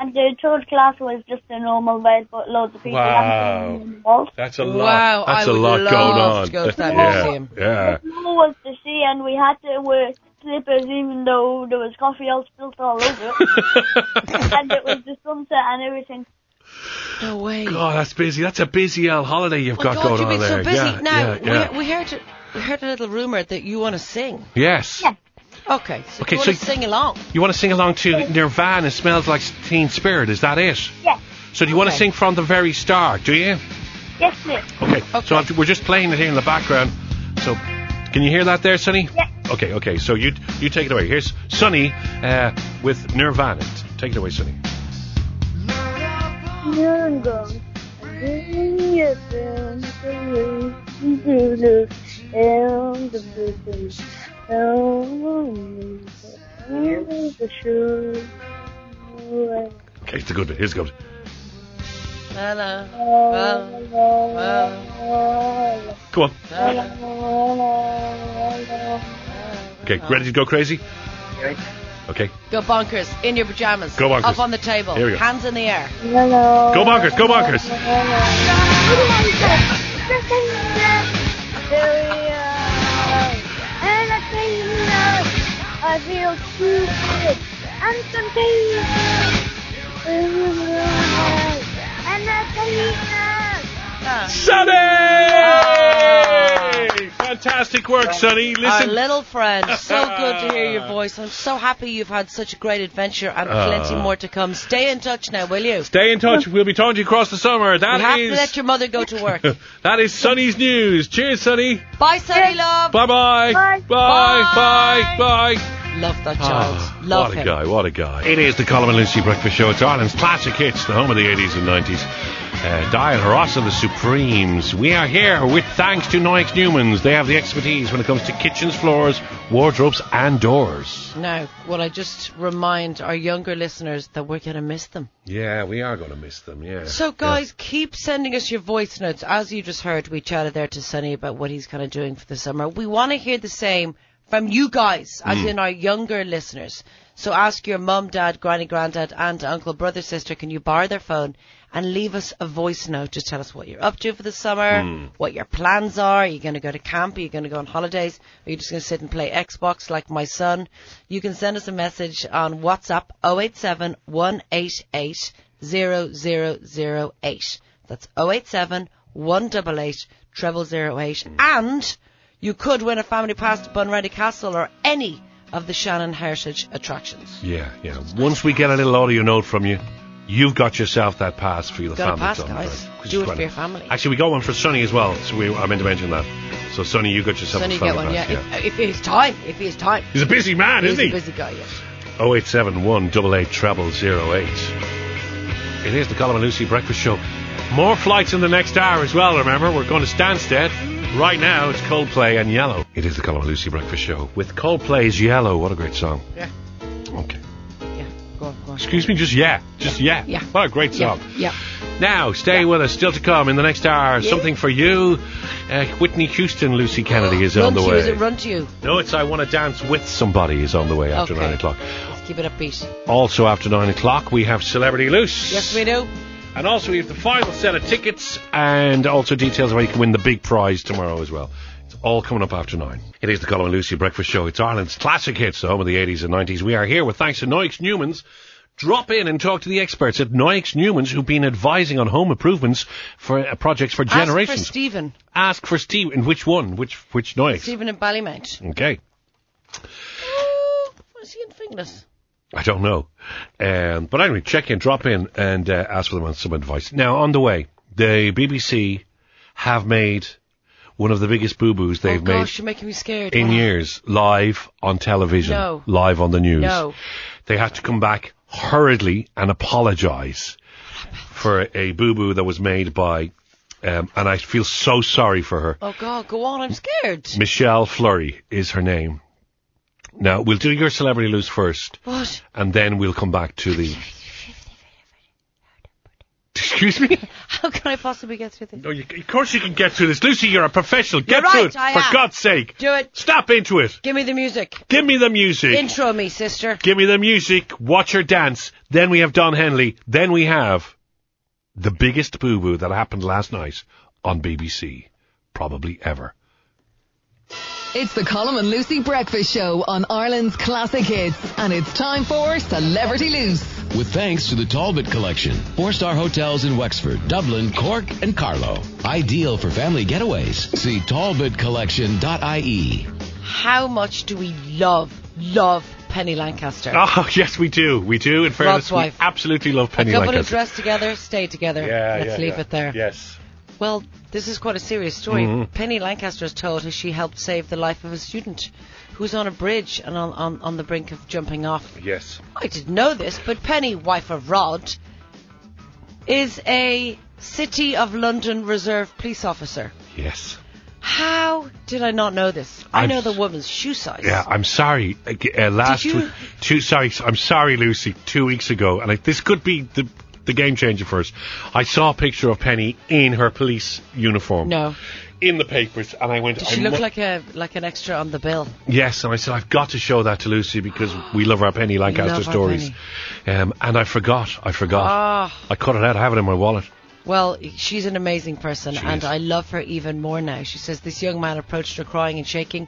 Speaker 11: And the third class was just a normal bed, but loads of people.
Speaker 2: Wow.
Speaker 11: having them involved.
Speaker 2: That's a lot.
Speaker 3: Wow, I
Speaker 2: That's a
Speaker 3: would
Speaker 2: lot
Speaker 3: love
Speaker 2: going
Speaker 3: to
Speaker 2: on.
Speaker 3: go to that
Speaker 2: yeah.
Speaker 3: museum.
Speaker 2: Yeah.
Speaker 11: The floor was the sea, and we had to wear slippers, even though there was coffee all spilled all over it. and it was the sunset and everything.
Speaker 3: No way.
Speaker 2: God, that's busy. That's a busy old holiday you've
Speaker 3: My
Speaker 2: got
Speaker 3: Oh, God,
Speaker 2: going
Speaker 3: you've
Speaker 2: on
Speaker 3: been
Speaker 2: there.
Speaker 3: so busy.
Speaker 2: Yeah,
Speaker 3: now
Speaker 2: yeah, yeah.
Speaker 3: we, we heard we heard a little rumor that you want to sing.
Speaker 2: Yes.
Speaker 3: Okay, so
Speaker 2: Okay,
Speaker 3: you
Speaker 2: so-
Speaker 3: want to sing along.
Speaker 2: You want to sing along to Nirvana Smells Like Teen Spirit, is that it?
Speaker 11: Yes,
Speaker 2: So do you want to
Speaker 3: Okay.
Speaker 2: sing from the very start, do you?
Speaker 11: yes, please.
Speaker 2: Okay. So I'm, we're just playing it here in the background. So can you hear that there, Sonny?
Speaker 11: Yeah.
Speaker 2: Okay, okay. So you you take it away. Here's Sonny uh, with Nirvana. Take it away, Sonny. Okay, it's a good one. Here's a good one.
Speaker 3: Hello.
Speaker 2: Come on. Okay,
Speaker 3: Oh.
Speaker 2: ready to go crazy? Okay.
Speaker 3: Go bonkers in your pajamas.
Speaker 2: Go bonkers.
Speaker 3: Up on the table.
Speaker 2: Here we go.
Speaker 3: Hands in the air.
Speaker 2: Go bonkers, go bonkers.
Speaker 11: I feel stupid and confused. And I feel
Speaker 2: Sonny! Fantastic work, Sonny.
Speaker 3: Our
Speaker 2: Listen.
Speaker 3: little friend, so good to hear your voice. I'm so happy you've had such a great adventure and
Speaker 2: Ah.
Speaker 3: plenty more to come. Stay in touch now, will you?
Speaker 2: Stay in touch. We'll be talking to you across the summer.
Speaker 3: you
Speaker 2: That
Speaker 3: have to let
Speaker 2: is
Speaker 3: your mother go to work.
Speaker 2: that is Sonny's news. Cheers, Sonny.
Speaker 3: Bye, Sunny love.
Speaker 2: Bye bye. Bye bye bye.
Speaker 3: Love that child.
Speaker 2: Ah,
Speaker 3: love
Speaker 2: what a
Speaker 3: him.
Speaker 2: guy, what a guy. It is the Colin and Lucy Breakfast Show. It's Ireland's classic hits, the home of the 80s and 90s. Uh, Dial Harassa, the Supremes. We are here with thanks to Noix Newmans. They have the expertise when it comes to kitchens, floors, wardrobes, and doors.
Speaker 3: Now, will I just remind our younger listeners that we're going to miss them?
Speaker 2: Yeah, we are going to miss them, yeah.
Speaker 3: So, guys, keep sending us your voice notes. As you just heard, we chatted there to Sunny about what he's kind of doing for the summer. We want to hear the same from you guys, as in our younger listeners. So ask your mum, dad, granny, granddad, aunt, uncle, brother, sister, can you borrow their phone and leave us a voice note to tell us what you're up to for the summer,
Speaker 13: Hmm.
Speaker 3: what your plans are. Are you going to go to camp? Are you going to go on holidays? Are you just going to sit and play Xbox like my son? You can send us a message on WhatsApp 087 188 0008. That's 087 188
Speaker 2: Hmm.
Speaker 3: 0008. And you could win a family pass to Bunratty Castle or any of the Shannon Heritage attractions.
Speaker 2: Yeah, yeah. Once we get a little audio note from you, you've got yourself that pass for your
Speaker 3: Got a
Speaker 2: family.
Speaker 3: pass,
Speaker 2: done,
Speaker 3: guys.
Speaker 2: right? Which
Speaker 3: Do
Speaker 2: is
Speaker 3: it for
Speaker 2: grand.
Speaker 3: your family.
Speaker 2: Actually, we got one for Sonny as well. So we, I meant to mention that. So Sonny, you got yourself
Speaker 3: Sonny,
Speaker 2: a
Speaker 3: get
Speaker 2: family
Speaker 3: one,
Speaker 2: pass.
Speaker 3: yeah. If, if he has time, if he has time.
Speaker 2: He's a busy man,
Speaker 3: He's
Speaker 2: isn't he?
Speaker 3: a busy guy, yes.
Speaker 2: Oh eight seven one double eight treble zero eight. It is the Colin and Lucy Breakfast Show. More flights in the next hour as well. Remember, we're going to Stansted right now. It's Coldplay and Yellow. It is the Colin and Lucy Breakfast Show with Coldplay's Yellow. What a great song.
Speaker 3: Yeah.
Speaker 2: Okay.
Speaker 3: Yeah. Go on, go on.
Speaker 2: Excuse me. Just yeah. Just yeah.
Speaker 3: Yeah.
Speaker 2: What a great
Speaker 3: Yeah.
Speaker 2: song.
Speaker 3: yeah.
Speaker 2: Now, stay with us. Still to come in the next hour.
Speaker 3: Yeah.
Speaker 2: Something for you. Uh, Whitney Houston, Lucy Kennedy is on
Speaker 3: Run
Speaker 2: the
Speaker 3: to you, is it
Speaker 2: way.
Speaker 3: run to you?
Speaker 2: No, it's I want to dance with somebody is on the way after
Speaker 3: Okay.
Speaker 2: nine o'clock.
Speaker 3: Let's keep it upbeat.
Speaker 2: Also after nine o'clock, we have Celebrity Loose.
Speaker 3: Yes, we do.
Speaker 2: And also, we have the final set of tickets and also details of how you can win the big prize tomorrow as well. It's all coming up after nine. It is the Colin and Lucy Breakfast Show. It's Ireland's classic hits, the home of the 80s and 90s. We are here with thanks to Noix Newmans. Drop in and talk to the experts at Noix Newmans who've been advising on home improvements for uh, projects for
Speaker 3: Ask
Speaker 2: generations.
Speaker 3: for Stephen.
Speaker 2: Ask for Steve. And which one? Which which Noix?
Speaker 3: Stephen in Ballymount.
Speaker 2: Okay.
Speaker 3: What is he in Finglas?
Speaker 2: I don't know. Um, but anyway, check in, drop in, and uh, ask for them on some advice. Now, on the way, the BBC have made one of the biggest boo boos they've
Speaker 3: Oh gosh,
Speaker 2: made
Speaker 3: you're making me scared.
Speaker 2: in
Speaker 3: Wow.
Speaker 2: years, live on television,
Speaker 3: No.
Speaker 2: live on the news.
Speaker 3: No.
Speaker 2: They had to come back hurriedly and apologise for a boo boo that was made by, um, and I feel so sorry for her.
Speaker 3: Oh God, go on, I'm scared.
Speaker 2: Michelle Flurry is her name. Now, we'll do your celebrity lose first.
Speaker 3: What?
Speaker 2: And then we'll come back to the. Excuse me?
Speaker 3: How can I possibly get through this?
Speaker 2: No, you, of course you can get through this. Lucy, you're a professional.
Speaker 3: You're
Speaker 2: Get through
Speaker 3: right,
Speaker 2: it.
Speaker 3: I
Speaker 2: for
Speaker 3: am.
Speaker 2: God's sake.
Speaker 3: Do it.
Speaker 2: Snap into it.
Speaker 3: Give me the music.
Speaker 2: Give me the music.
Speaker 3: Intro me, sister.
Speaker 2: Give me the music. Watch her dance. Then we have Don Henley. Then we have the biggest boo boo that happened last night on BBC. Probably ever.
Speaker 1: It's the Colin and Lucy Breakfast Show on Ireland's Classic Hits, and it's time for Celebrity Loose.
Speaker 9: With thanks to the Talbot Collection, four star hotels in Wexford, Dublin, Cork, and Carlow. Ideal for family getaways. See talbotcollection.ie.
Speaker 3: How much do we love, love Penny Lancaster?
Speaker 2: Oh, yes, we do. We do. In fairness, we
Speaker 3: wife.
Speaker 2: absolutely love
Speaker 3: a
Speaker 2: Penny
Speaker 3: couple who
Speaker 2: Lancaster.
Speaker 3: dress together, stay together.
Speaker 2: Yeah,
Speaker 3: Let's
Speaker 2: yeah,
Speaker 3: leave
Speaker 2: yeah.
Speaker 3: it there.
Speaker 2: Yes.
Speaker 3: Well, this is quite a serious story.
Speaker 2: Mhm.
Speaker 3: Penny Lancaster is told how she helped save the life of a student who was on a bridge and on, on, on the brink of jumping off.
Speaker 2: Yes.
Speaker 3: I didn't know this, but Penny, wife of Rod, is a City of London Reserve police officer.
Speaker 2: Yes.
Speaker 3: How did I not know this? I
Speaker 2: I'm
Speaker 3: know the woman's shoe size.
Speaker 2: Yeah, I'm sorry. Uh, g- uh, last
Speaker 3: you-
Speaker 2: week, two. Sorry, s- I'm sorry, Lucy. Two weeks ago, and like, this could be the the game changer for us. I saw a picture of Penny in her police uniform.
Speaker 3: No.
Speaker 2: In the papers, and I went.
Speaker 3: Does
Speaker 2: I
Speaker 3: she look
Speaker 2: mu-
Speaker 3: like a like an extra on the bill?
Speaker 2: Yes, and I said I've got to show that to Lucy because we love our Penny Lancaster
Speaker 3: love our
Speaker 2: stories. Um, and I forgot. I forgot.
Speaker 3: Ah,
Speaker 2: I cut it out. I have it in my wallet.
Speaker 3: well, she's an amazing person,
Speaker 2: She
Speaker 3: and
Speaker 2: is.
Speaker 3: I love her even more now. She says this young man approached her crying and shaking,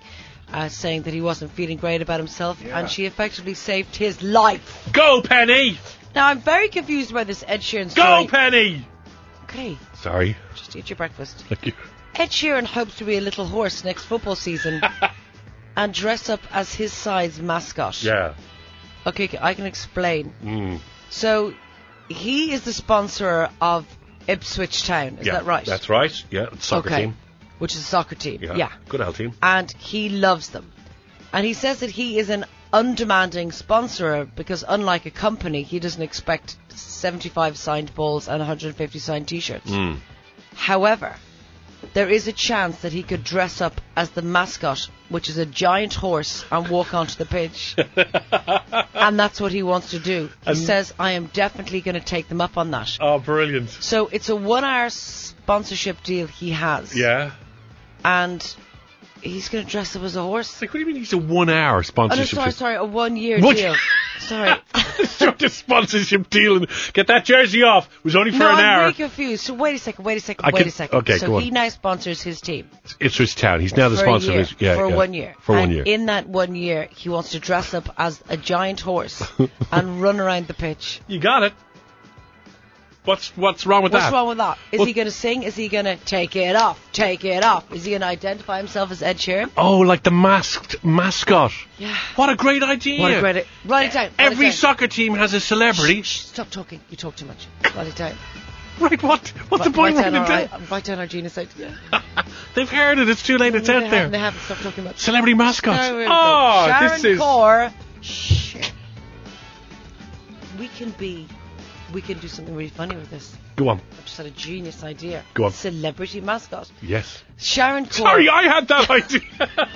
Speaker 3: uh, saying that he wasn't feeling great about himself, and she effectively saved his life.
Speaker 2: Go, Penny.
Speaker 3: Now I'm very confused by this Ed Sheeran
Speaker 2: Go,
Speaker 3: story.
Speaker 2: Penny.
Speaker 3: Okay,
Speaker 2: Sorry.
Speaker 3: just eat your breakfast.
Speaker 2: Thank you.
Speaker 3: Ed Sheeran hopes to be a little horse next football season and dress up as his side's mascot.
Speaker 2: Yeah.
Speaker 3: Okay, I can explain.
Speaker 2: Mm.
Speaker 3: So, he is the sponsor of Ipswich Town, is
Speaker 2: yeah.
Speaker 3: that right?
Speaker 2: That's right. Yeah. it's Soccer
Speaker 3: Okay.
Speaker 2: team.
Speaker 3: Which is a soccer team,
Speaker 2: Yeah.
Speaker 3: yeah.
Speaker 2: Good L team.
Speaker 3: And he loves them. And he says that he is an undemanding sponsor because, unlike a company, he doesn't expect 75 signed balls and 150 signed t shirts.
Speaker 2: Hmm.
Speaker 13: Mm.
Speaker 3: However, there is a chance that he could dress up as the mascot, which is a giant horse, and walk onto the pitch. and that's what he wants to do. He
Speaker 2: And-
Speaker 3: says, I am definitely going to take them up on that.
Speaker 2: Oh, brilliant.
Speaker 3: So it's a one hour sponsorship deal he has.
Speaker 2: Yeah.
Speaker 3: And he's going to dress up as a horse.
Speaker 2: Like, what do you mean he's a one hour
Speaker 3: Oh, no,
Speaker 2: sponsorship?
Speaker 3: sorry, sorry, a one year
Speaker 2: What?
Speaker 3: deal. Sorry.
Speaker 2: Start a sponsorship deal and get that jersey off. It was only for
Speaker 3: no,
Speaker 2: an
Speaker 3: I'm
Speaker 2: hour.
Speaker 3: really confused. So wait a second, wait a second,
Speaker 2: I
Speaker 3: wait
Speaker 2: can-
Speaker 3: a second.
Speaker 2: okay,
Speaker 3: so
Speaker 2: go on.
Speaker 3: he now sponsors his team.
Speaker 2: It's his town. He's now the
Speaker 3: for
Speaker 2: sponsor.
Speaker 3: a year,
Speaker 2: Of his, yeah,
Speaker 3: for
Speaker 2: yeah.
Speaker 3: one year.
Speaker 2: For one
Speaker 3: And
Speaker 2: year.
Speaker 3: In that one year, he wants to dress up as a giant horse and run around the pitch.
Speaker 2: You got it. What's what's wrong with
Speaker 3: What's
Speaker 2: that?
Speaker 3: wrong with that? Is
Speaker 2: Well-
Speaker 3: he going to sing? Is he going to take it off? Take it off? Is he going to identify himself as Ed Sheeran?
Speaker 2: Oh, like the masked mascot.
Speaker 3: Yeah.
Speaker 2: What a great idea.
Speaker 3: What a great Write it down. write it
Speaker 2: Every
Speaker 3: down.
Speaker 2: soccer team has a celebrity.
Speaker 3: Shh, shh, stop talking. You talk too much. Write it down.
Speaker 2: Right, what? What's the point
Speaker 3: write
Speaker 2: writing
Speaker 3: down
Speaker 2: it
Speaker 3: our-
Speaker 2: down?
Speaker 3: Write down our genus idea.
Speaker 2: They've heard it. It's too late. It's
Speaker 3: They
Speaker 2: out
Speaker 3: haven't- They
Speaker 2: there.
Speaker 3: haven't stopped talking about
Speaker 2: Celebrity mascots.
Speaker 3: No, we're
Speaker 2: oh,
Speaker 3: good. Sharon
Speaker 2: this is.
Speaker 3: Corr. Shit. We can be, we can do something really funny with this.
Speaker 2: Go on.
Speaker 3: I just had a genius idea.
Speaker 2: Go on.
Speaker 3: Celebrity mascot.
Speaker 2: Yes.
Speaker 3: Sharon Corr.
Speaker 2: Sorry, I had that idea.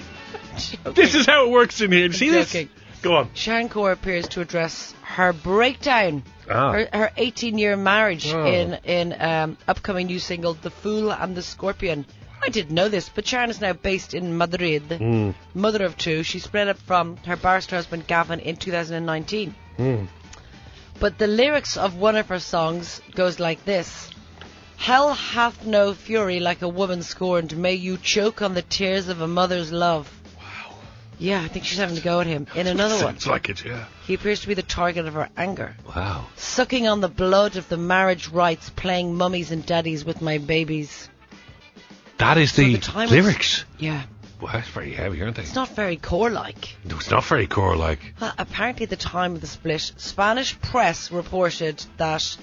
Speaker 2: This is how it works in here. See this?
Speaker 3: joking.
Speaker 2: Go on.
Speaker 3: Sharon Corr appears to address her breakdown,
Speaker 2: Ah.
Speaker 3: her, her 18-year marriage
Speaker 2: Oh.
Speaker 3: in in um, upcoming new single "The Fool and the Scorpion." I didn't know this, but Sharon is now based in Madrid.
Speaker 2: Mm.
Speaker 3: Mother of two, she split up from her barrister husband Gavin in 2019.
Speaker 2: Mm.
Speaker 3: But the lyrics of one of her songs goes like this. Hell hath no fury like a woman scorned. May you choke on the tears of a mother's love. Wow. Yeah, I think she's having to go at him. In another one,
Speaker 2: Sounds like it, yeah.
Speaker 3: he appears to be the target of her anger.
Speaker 2: Wow.
Speaker 3: Sucking on the blood of the marriage rites, playing mummies and daddies with my babies.
Speaker 2: That is the,
Speaker 3: time was-
Speaker 2: lyrics.
Speaker 3: Yeah.
Speaker 2: Well, that's very heavy, aren't they?
Speaker 3: It's not very core like.
Speaker 2: No, it's not very core like.
Speaker 3: Well, apparently, at the time of the split, Spanish press reported that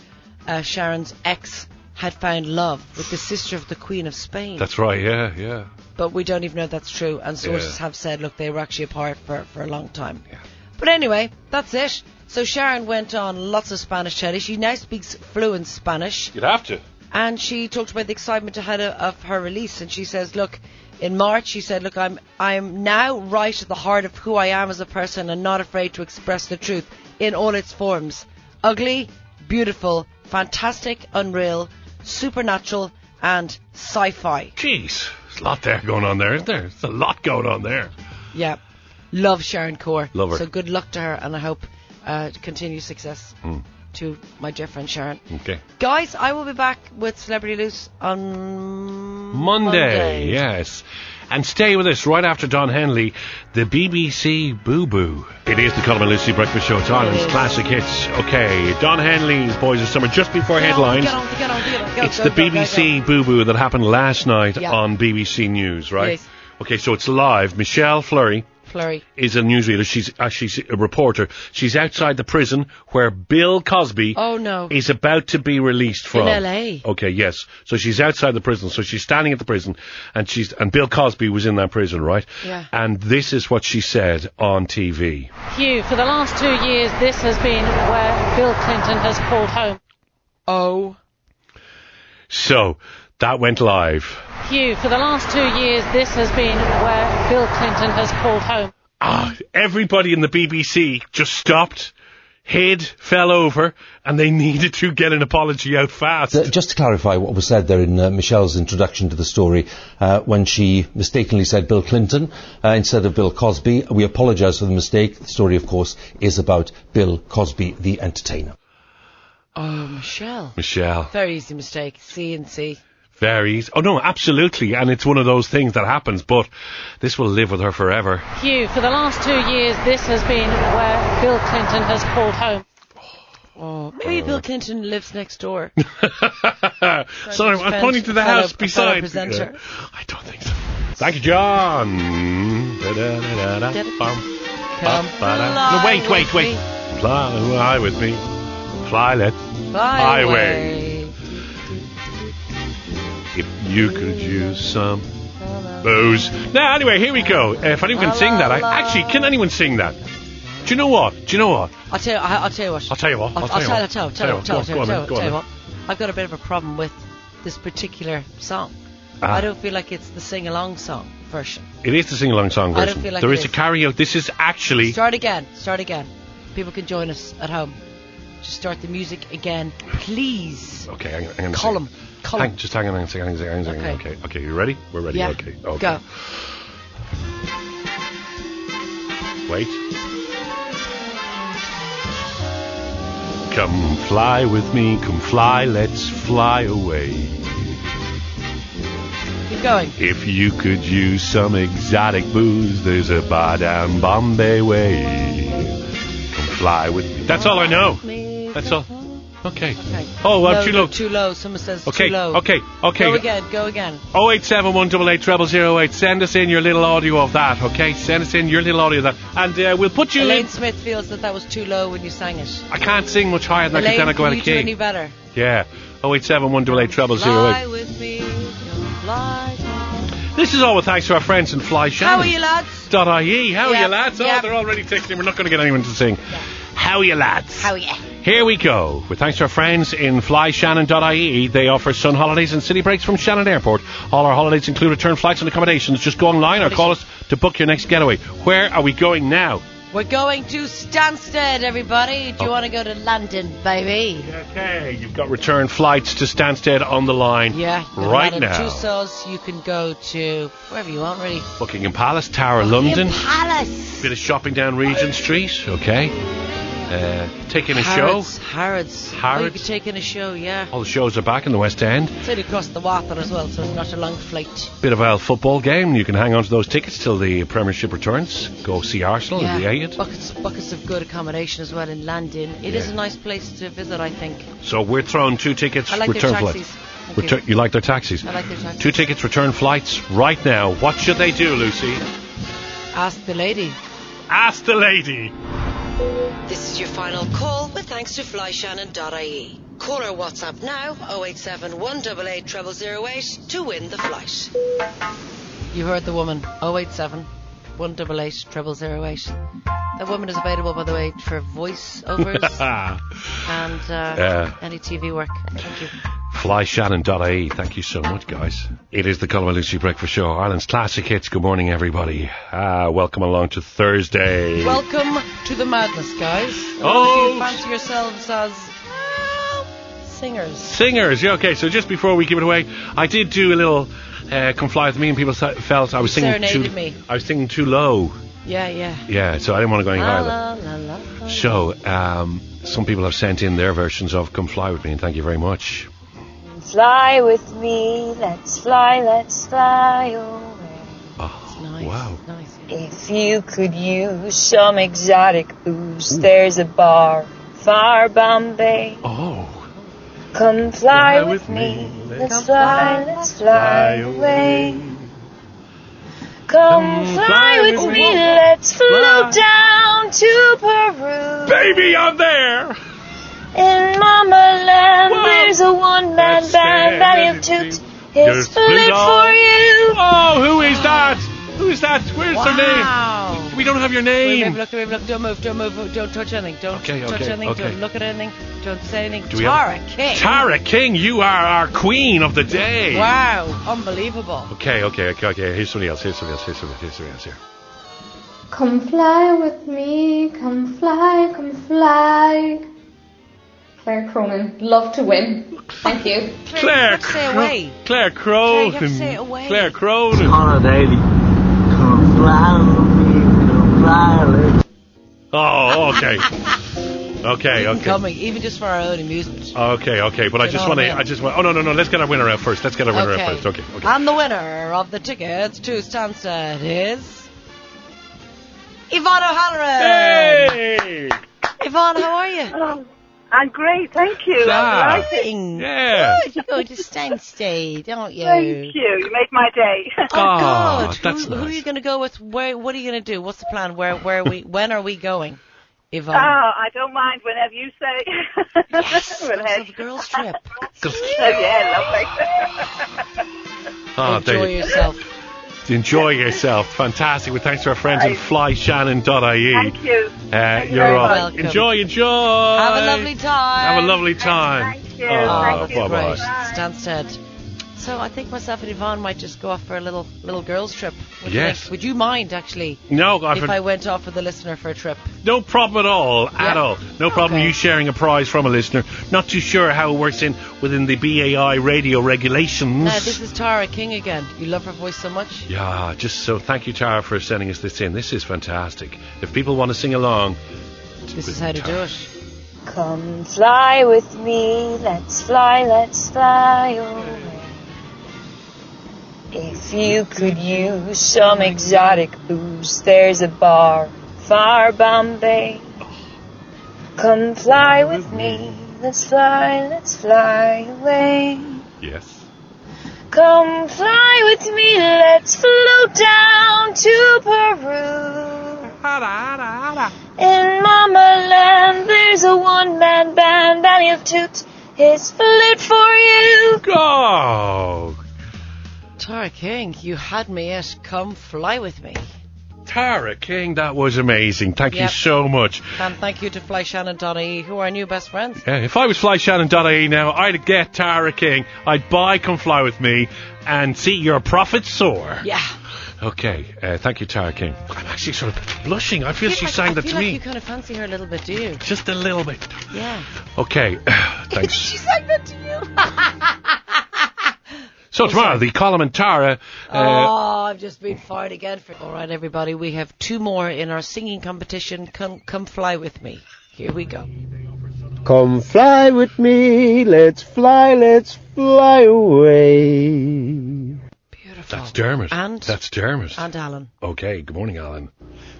Speaker 3: uh, Sharon's ex had found love with the sister of the Queen of Spain.
Speaker 2: That's right, yeah, yeah.
Speaker 3: but we don't even know if that's true. And sources
Speaker 2: Yeah.
Speaker 3: have said, look, they were actually apart for, for a long time. But anyway, that's it. So Sharon went on lots of Spanish telly. She now speaks fluent Spanish.
Speaker 2: You'd have to.
Speaker 3: And she talked about the excitement ahead of, of her release. And she says, look, in March, she said, look, I'm, I'm now right at the heart of who I am as a person and not afraid to express the truth in all its forms. Ugly, beautiful, fantastic, unreal, supernatural, and sci-fi.
Speaker 2: Jeez, there's a lot there going on there, isn't there? There's a lot going on there.
Speaker 3: Yeah. Love Sharon Corr.
Speaker 2: Love her.
Speaker 3: So good luck to her, and I hope uh, continued success
Speaker 2: Mm.
Speaker 3: to my dear friend Sharon.
Speaker 2: Okay.
Speaker 3: Guys, I will be back with Celebrity Loose on
Speaker 2: Monday, yes. And stay with us right after Don Henley, the BBC Boo Boo. It is the Colin and Lucy Breakfast Show. It's Ireland's classic hits. Okay, Don Henley's Boys of Summer just before headlines.
Speaker 3: Get on, get on, get on, get on,
Speaker 2: It's
Speaker 3: go,
Speaker 2: the
Speaker 3: go, go, go.
Speaker 2: BBC Boo Boo that happened last night
Speaker 3: Yeah.
Speaker 2: on BBC News, right?
Speaker 3: Yes.
Speaker 2: Okay, so it's live. Michelle Fleury
Speaker 3: Flurry.
Speaker 2: is a newsreader. She's actually a reporter. She's outside the prison where Bill Cosby
Speaker 3: Oh no.
Speaker 2: is about to be released from
Speaker 3: In LA.
Speaker 2: Okay, yes. So she's outside the prison. So she's standing at the prison, and she's and Bill Cosby was in that prison, right?
Speaker 13: Yeah.
Speaker 2: And this is what she said on TV.
Speaker 13: Hugh, for the last two years, this has been where Bill Clinton has called home.
Speaker 3: Oh.
Speaker 2: So that went live.
Speaker 13: Hugh, for the last two years, this has been where Bill Clinton has called home.
Speaker 2: Ah, everybody in the BBC just stopped, hid, fell over, and they needed to get an apology out fast.
Speaker 14: Uh, Just to clarify what was said there in uh, Michelle's introduction to the story, uh, when she mistakenly said Bill Clinton uh, instead of Bill Cosby, we apologise for the mistake. The story, of course, is about Bill Cosby, the entertainer.
Speaker 3: Oh, Michelle.
Speaker 2: Michelle,
Speaker 3: Very easy mistake. C and C.
Speaker 2: very easy. Oh no, absolutely, and it's one of those things that happens. But this will live with her forever.
Speaker 13: Hugh, for the last two years, this has been where Bill Clinton has called home.
Speaker 3: Oh, maybe Bill Clinton lives next door.
Speaker 2: Sorry,
Speaker 3: just
Speaker 2: I'm
Speaker 3: found
Speaker 2: pointing to the
Speaker 3: a fellow-
Speaker 2: house
Speaker 3: a
Speaker 2: beside.
Speaker 3: fellow presenter.
Speaker 2: Yeah. I don't think so. Thank you, John. Da-da-da-da-da, bum,
Speaker 3: Come
Speaker 2: ba-ba-da. No, wait,
Speaker 3: fly
Speaker 2: wait,
Speaker 3: with
Speaker 2: wait. Fly high with me. Fly let
Speaker 3: Fly
Speaker 2: highway. If you could use some booze. Now, anyway, here we go. Uh, if anyone can sing that, I actually can anyone sing that? Do you know what? Do you know what?
Speaker 3: I'll tell you. I, I'll tell you what.
Speaker 2: I'll tell you what.
Speaker 3: I'll, I'll tell,
Speaker 2: you
Speaker 3: I'll
Speaker 2: what.
Speaker 3: tell, I'll tell, I'll tell, I'll
Speaker 2: Go
Speaker 3: tell, I'll
Speaker 2: on,
Speaker 3: tell,
Speaker 2: go on,
Speaker 3: I'll
Speaker 2: go
Speaker 3: tell you
Speaker 2: on.
Speaker 3: what. I've got a bit of a problem with this particular song.
Speaker 2: Ah.
Speaker 3: I don't feel like it's the sing-along song version.
Speaker 2: It is the sing along song
Speaker 3: I don't
Speaker 2: version.
Speaker 3: feel like
Speaker 2: There
Speaker 3: it
Speaker 2: is a
Speaker 3: is.
Speaker 2: karaoke. This is actually
Speaker 3: Start again. Start again. People can join us at home. Just start the music again, please.
Speaker 2: Okay, hang on. Hang on a
Speaker 3: Column.
Speaker 2: second.
Speaker 3: Column.
Speaker 2: Hang, just hang on, hang on, hang on, hang on, hang on. Okay.
Speaker 3: Okay.
Speaker 2: okay, you ready? We're ready.
Speaker 3: Yeah.
Speaker 2: Okay. okay.
Speaker 3: Go.
Speaker 2: Wait. Come fly with me, come fly, let's fly away.
Speaker 3: Keep going.
Speaker 2: If you could use some exotic booze, there's a bar down Bombay way. Come fly with me. That's all I know. That's all. Okay. Oh, well,
Speaker 3: No,
Speaker 2: too
Speaker 3: no,
Speaker 2: low.
Speaker 3: Too low. Someone says
Speaker 2: Okay,
Speaker 3: too low.
Speaker 2: okay, okay.
Speaker 3: Go again. Go again.
Speaker 2: 087188008. Send us in your little audio of that, okay? Send us in your little audio of that. And uh, we'll put you
Speaker 3: Elaine
Speaker 2: in.
Speaker 3: Smith feels that that was too low when you sang it.
Speaker 2: I can't sing much higher than I
Speaker 3: Elaine,
Speaker 2: can go
Speaker 3: can
Speaker 2: out
Speaker 3: you
Speaker 2: of
Speaker 3: do any
Speaker 2: key.
Speaker 3: better?
Speaker 2: Yeah. 087188008.
Speaker 3: Fly with me, fly.
Speaker 2: This is all with thanks to our friends in Fly Shannon.
Speaker 3: How are you, lads?
Speaker 2: Dot IE. How are
Speaker 3: Yeah,
Speaker 2: you, lads? Oh,
Speaker 3: yeah.
Speaker 2: they're already texting. We're not going to get anyone to sing. How are you, lads?
Speaker 3: How are you?
Speaker 2: Here we go. With thanks to our friends in flyshannon.ie, E, they offer sun holidays and city breaks from Shannon Airport. All our holidays include return flights and accommodations. Just go online or call us to book your next getaway. Where are we going now?
Speaker 3: We're going to Stansted, everybody.
Speaker 2: Oh.
Speaker 3: Do you want to go to London, baby?
Speaker 2: Okay, you've Got return flights to Stansted on the line
Speaker 3: Yeah, you can
Speaker 2: right
Speaker 3: land in
Speaker 2: now.
Speaker 3: Tussauds, you can go to wherever you want, really.
Speaker 2: Buckingham Palace, Tower, London.
Speaker 3: Palace.
Speaker 2: Bit of shopping down Regent Street, okay. Uh, taking a
Speaker 3: Harrods,
Speaker 2: show.
Speaker 3: Harrods. Oh, you
Speaker 2: Harrods.
Speaker 3: could take in a show, yeah.
Speaker 2: All the shows are back in the West End.
Speaker 3: It's only across the Wathen as well, so it's not a long flight.
Speaker 2: Bit of a football game. You can hang on to those tickets till the Premiership returns. Go see Arsenal in the eight.
Speaker 3: buckets, buckets of good accommodation as well in London. It is a nice place to visit, I think.
Speaker 2: So we're throwing two tickets.
Speaker 3: I like
Speaker 2: return
Speaker 3: their
Speaker 2: flights.
Speaker 3: taxis. Thank you.
Speaker 2: Return, you like their taxis?
Speaker 3: I like their taxis.
Speaker 2: Two tickets, return flights right now. What should they do, Lucy?
Speaker 3: Ask the lady.
Speaker 2: Ask the lady.
Speaker 6: This is your final call with thanks to flyshannon.ie. Call or WhatsApp now 087 188 to win the flight.
Speaker 3: You heard the woman. 087 188 0008. That woman is available, by the way, for voiceovers and uh,
Speaker 2: Yeah.
Speaker 3: any TV work. Thank you.
Speaker 2: Flyshannon.ie. Thank you so much, guys. It is the Colin and Lucy Breakfast Show, Ireland's classic hits. Good morning, everybody. Ah, welcome along to Thursday.
Speaker 3: Welcome to the madness, guys.
Speaker 2: Oh.
Speaker 3: If you fancy yourselves as uh, singers.
Speaker 2: Singers, yeah, okay. So just before we give it away, I did do a little uh, "Come Fly with Me," and people si- felt I was singing too.
Speaker 3: Serenaded me.
Speaker 2: I was singing too low.
Speaker 3: Yeah, yeah.
Speaker 2: Yeah, so I didn't want to go any higher.
Speaker 3: La, la, la, la.
Speaker 2: So um, some people have sent in their versions of "Come Fly with Me," and thank you very much.
Speaker 15: Fly with me, let's fly, let's fly away.
Speaker 2: Ah, Wow.
Speaker 15: If you could use some exotic booze, there's a bar far Bombay.
Speaker 2: Oh.
Speaker 15: Come fly with me, let's fly, let's fly away. Come fly with me, let's float down to Peru.
Speaker 2: Baby, I'm there.
Speaker 15: In Mama Land, there's a one-man band that he'll toot his
Speaker 2: Just split
Speaker 15: flute for
Speaker 2: off.
Speaker 15: you.
Speaker 2: Oh, who is that? Who is that? Where's their
Speaker 3: Wow.
Speaker 2: name? We don't have your
Speaker 3: Wait,
Speaker 2: name.
Speaker 3: wait, look, wait, look, don't move, don't move, don't touch anything, don't
Speaker 2: Okay,
Speaker 3: touch
Speaker 2: okay,
Speaker 3: anything,
Speaker 2: okay.
Speaker 3: don't look at anything, don't say anything.
Speaker 2: Do we
Speaker 3: Tara
Speaker 2: have-
Speaker 3: King.
Speaker 2: Tara King, you are our queen of the day.
Speaker 3: Wow, unbelievable.
Speaker 2: Okay, okay, okay, okay. Here's somebody else. Here's somebody else. Here's somebody else. Here's somebody else. Here.
Speaker 16: Come fly with me, come fly, come fly. Claire Cronin, love to win. Thank you.
Speaker 2: Claire,
Speaker 16: have to say
Speaker 2: Cro-
Speaker 16: away.
Speaker 2: Claire Cronin. Claire Cronin. Oh, okay. okay,
Speaker 3: Even
Speaker 2: okay.
Speaker 3: coming, even just for our own amusement.
Speaker 2: Okay, okay, but I
Speaker 3: Get
Speaker 2: just
Speaker 3: on
Speaker 2: want to.
Speaker 3: in.
Speaker 2: I just want. Oh no, no, no! Let's get our winner out first. Let's get our winner out
Speaker 3: Okay.
Speaker 2: first. Okay, okay.
Speaker 3: And the winner of the tickets to Stansted is Yvonne O'Halloran.
Speaker 2: Hey!
Speaker 3: Yvonne, how are you?
Speaker 12: Oh, I'm great, thank you.
Speaker 3: Yeah.
Speaker 12: I'm delighted.
Speaker 2: Yeah.
Speaker 3: Good, you go to Stansted, don't you?
Speaker 12: Thank you. You make my day.
Speaker 3: Oh,
Speaker 2: Ah,
Speaker 3: God.
Speaker 2: that's
Speaker 3: who, who are
Speaker 2: nice.
Speaker 3: you going to go with? Where? What are you going to do? What's the plan? Where? Where are we? when are we going,
Speaker 12: Oh,
Speaker 3: Yvonne?
Speaker 10: Ah,
Speaker 12: I don't mind whenever you say.
Speaker 3: Yes,
Speaker 12: We'll head.
Speaker 3: let's have a girls' trip.
Speaker 12: Oh, yeah,
Speaker 2: Ah,
Speaker 3: Enjoy
Speaker 2: there you-
Speaker 3: yourself.
Speaker 2: Enjoy yourself. Fantastic. Well, thanks to our friends at flyshannon.ie.
Speaker 12: lovely. Thank you.
Speaker 2: Uh,
Speaker 12: Thank you
Speaker 2: you're
Speaker 12: very
Speaker 2: off.
Speaker 12: much.
Speaker 2: Enjoy, enjoy.
Speaker 3: Have a lovely time.
Speaker 2: Have a lovely time.
Speaker 12: Thank you.
Speaker 2: Oh,
Speaker 12: Thank you.
Speaker 2: bye-bye.
Speaker 12: Great.
Speaker 3: Stansted. So I think myself and Yvonne might just go off for a little little girls' trip. What do you
Speaker 2: Yes.
Speaker 3: think? Would you mind actually?
Speaker 2: No, I've
Speaker 3: if I went off with a listener for a trip.
Speaker 2: no problem at all. At all. No problem. You sharing a prize from a listener. Not too sure how it works in within the BAI radio regulations.
Speaker 3: Now, Uh, this is Tara King again. You love her voice so much.
Speaker 2: yeah, just so. Thank you, Tara, for sending us this in. This is fantastic. If people want to sing along,
Speaker 3: This is how to do it.
Speaker 15: Come fly with me, let's fly, let's fly away. If you could use some exotic booze, there's a bar far Bombay. Come fly with me, let's fly, let's fly away.
Speaker 2: Yes.
Speaker 15: Come fly with me, let's float down to Peru. In Mama Land, there's a one man band, and he'll toot his flute for you.
Speaker 2: Go!
Speaker 3: Tara King, you had me at Come Fly With Me.
Speaker 2: Tara King, that was amazing. Thank you
Speaker 3: Yep.
Speaker 2: so much.
Speaker 3: And thank you to Fly Shannon Donaghy, who are our new best friends.
Speaker 2: Yeah, if I was flyshannon.ie E now, I'd get Tara King, I'd buy Come Fly With Me, and see your profits soar.
Speaker 3: Yeah.
Speaker 2: Okay, uh, thank you, Tara King. I'm actually sort of blushing. I feel she
Speaker 3: like-
Speaker 2: sang
Speaker 3: I
Speaker 2: that
Speaker 3: feel
Speaker 2: to
Speaker 3: like
Speaker 2: me.
Speaker 3: You kind of fancy her a little bit, do you?
Speaker 2: Just a little bit.
Speaker 3: Yeah.
Speaker 2: Okay, thanks.
Speaker 3: sang that to
Speaker 2: Uh,
Speaker 3: you.
Speaker 2: So tomorrow, the column and Tara. Uh,
Speaker 3: oh, I've just been fired again for. All right, everybody, we have two more in our singing competition. Come, come fly with me. Here we go.
Speaker 17: Come fly with me, let's fly, let's fly away.
Speaker 2: That's Dermot.
Speaker 3: And?
Speaker 2: That's Dermot.
Speaker 3: And Alan.
Speaker 2: Okay, good morning, Alan.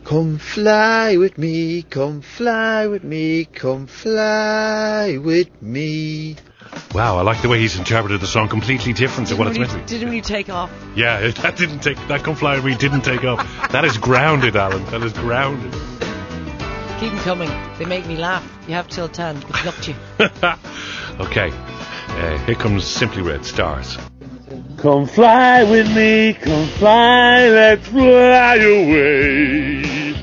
Speaker 17: Come fly with me, come fly with me, come fly with me.
Speaker 2: Wow, I like the way he's interpreted the song. Completely different to what it's
Speaker 3: Didn't
Speaker 2: meant
Speaker 3: really-
Speaker 2: to be.
Speaker 3: didn't really take off.
Speaker 2: Yeah, that didn't take. That come fly with me didn't take off. That is grounded, Alan. That is grounded.
Speaker 3: Keep them coming. They make me laugh. You have till ten. It's up to you.
Speaker 2: okay, uh, here comes Simply Red Stars.
Speaker 17: Come fly with me, come fly, let's fly away.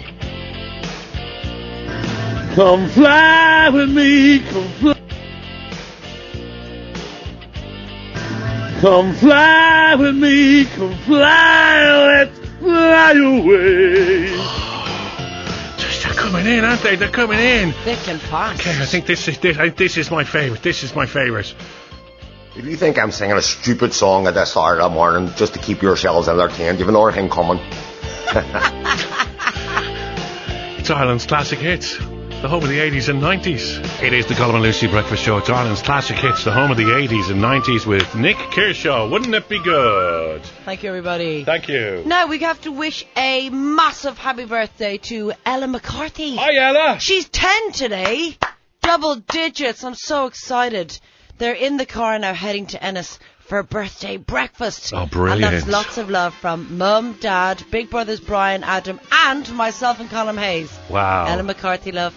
Speaker 17: Come fly with me, come fly. Come fly with me, come fly, let's fly away.
Speaker 2: They're coming in, aren't they? They're coming in.
Speaker 3: Thick and fast.
Speaker 2: Okay, I think this is this. I, this is my favorite. This is my favorite.
Speaker 18: If you think I'm singing a stupid song at this hour of the morning just to keep yourselves entertained, you've another thing coming.
Speaker 2: It's Ireland's classic hits, the home of the 80s and 90s. It is the Colin and Lucy Breakfast Show. It's Ireland's classic hits, the home of the 80s and 90s with Nick Kershaw. Wouldn't it be good?
Speaker 3: Thank you, everybody.
Speaker 2: Thank you.
Speaker 3: Now we have to wish a massive happy birthday to Ella McCarthy.
Speaker 2: Hi, Ella.
Speaker 3: She's 10 today. Double digits. I'm so excited. They're in the car now heading to Ennis for birthday breakfast.
Speaker 2: Oh, brilliant.
Speaker 3: And that's lots of love from Mum, Dad, Big Brothers Brian, Adam, and myself and Colin Hayes.
Speaker 2: Wow.
Speaker 3: Ella McCarthy, love.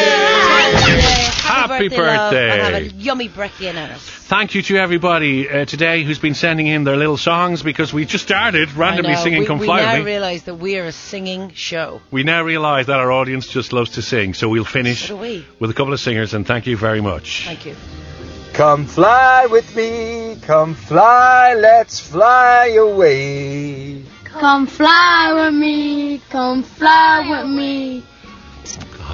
Speaker 2: Happy
Speaker 3: love, and
Speaker 2: birthday.
Speaker 3: have a yummy brekkie in Ennis.
Speaker 2: Thank you to everybody uh, today who's been sending in their little songs because we just started randomly
Speaker 3: I know,
Speaker 2: singing
Speaker 3: we,
Speaker 2: Come
Speaker 3: we
Speaker 2: Fly
Speaker 3: now
Speaker 2: With Me.
Speaker 3: realise that we are a singing show.
Speaker 2: we now realise that our audience just loves to sing, so we'll finish
Speaker 3: So do we.
Speaker 2: with a couple of singers and thank you very much.
Speaker 3: Thank you.
Speaker 17: Come fly with me, come fly, let's fly away.
Speaker 5: Come fly with me, come fly with me.
Speaker 3: Oh,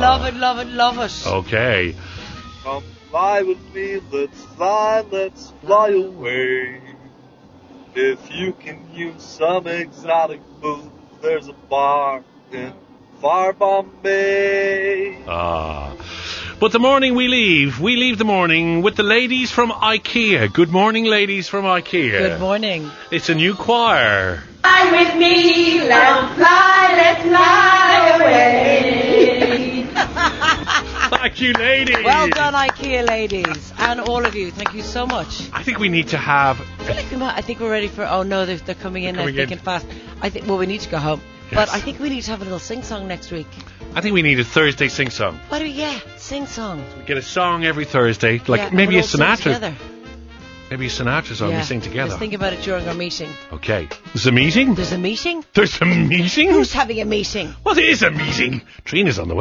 Speaker 3: love it, love it, love it.
Speaker 2: Okay.
Speaker 17: Come fly with me, let's fly, let's fly away. If you can use some exotic booze, there's a bar in far Bombay.
Speaker 2: Ah. But the morning we leave, we leave the morning with the ladies from IKEA. Good morning, ladies from IKEA.
Speaker 3: Good morning.
Speaker 2: It's a new choir.
Speaker 12: Fly with me, let's fly, let's fly away.
Speaker 2: Thank you, ladies.
Speaker 3: Well done, IKEA ladies, and all of you. Thank you so much.
Speaker 2: I think we need to have.
Speaker 3: I feel like we might, I think we're ready for. Oh no, they're, they're coming in.
Speaker 2: They're
Speaker 3: They're
Speaker 2: coming in.
Speaker 3: thinking fast. I think. Well, we need to go home. But I think we need to have a little sing song next week.
Speaker 2: I think we need a Thursday sing song.
Speaker 3: What do we? Yeah, sing song.
Speaker 2: We get a song every Thursday, like
Speaker 3: Yeah, and
Speaker 2: maybe a
Speaker 3: we'll all sing
Speaker 2: Sinatra,
Speaker 3: together.
Speaker 2: maybe a Sinatra song. We sing together.
Speaker 3: Let's think about it during our meeting.
Speaker 2: Okay. There's a meeting.
Speaker 3: There's a meeting.
Speaker 2: There's a meeting.
Speaker 3: Who's having a meeting?
Speaker 2: What is a meeting? Trina's on the way.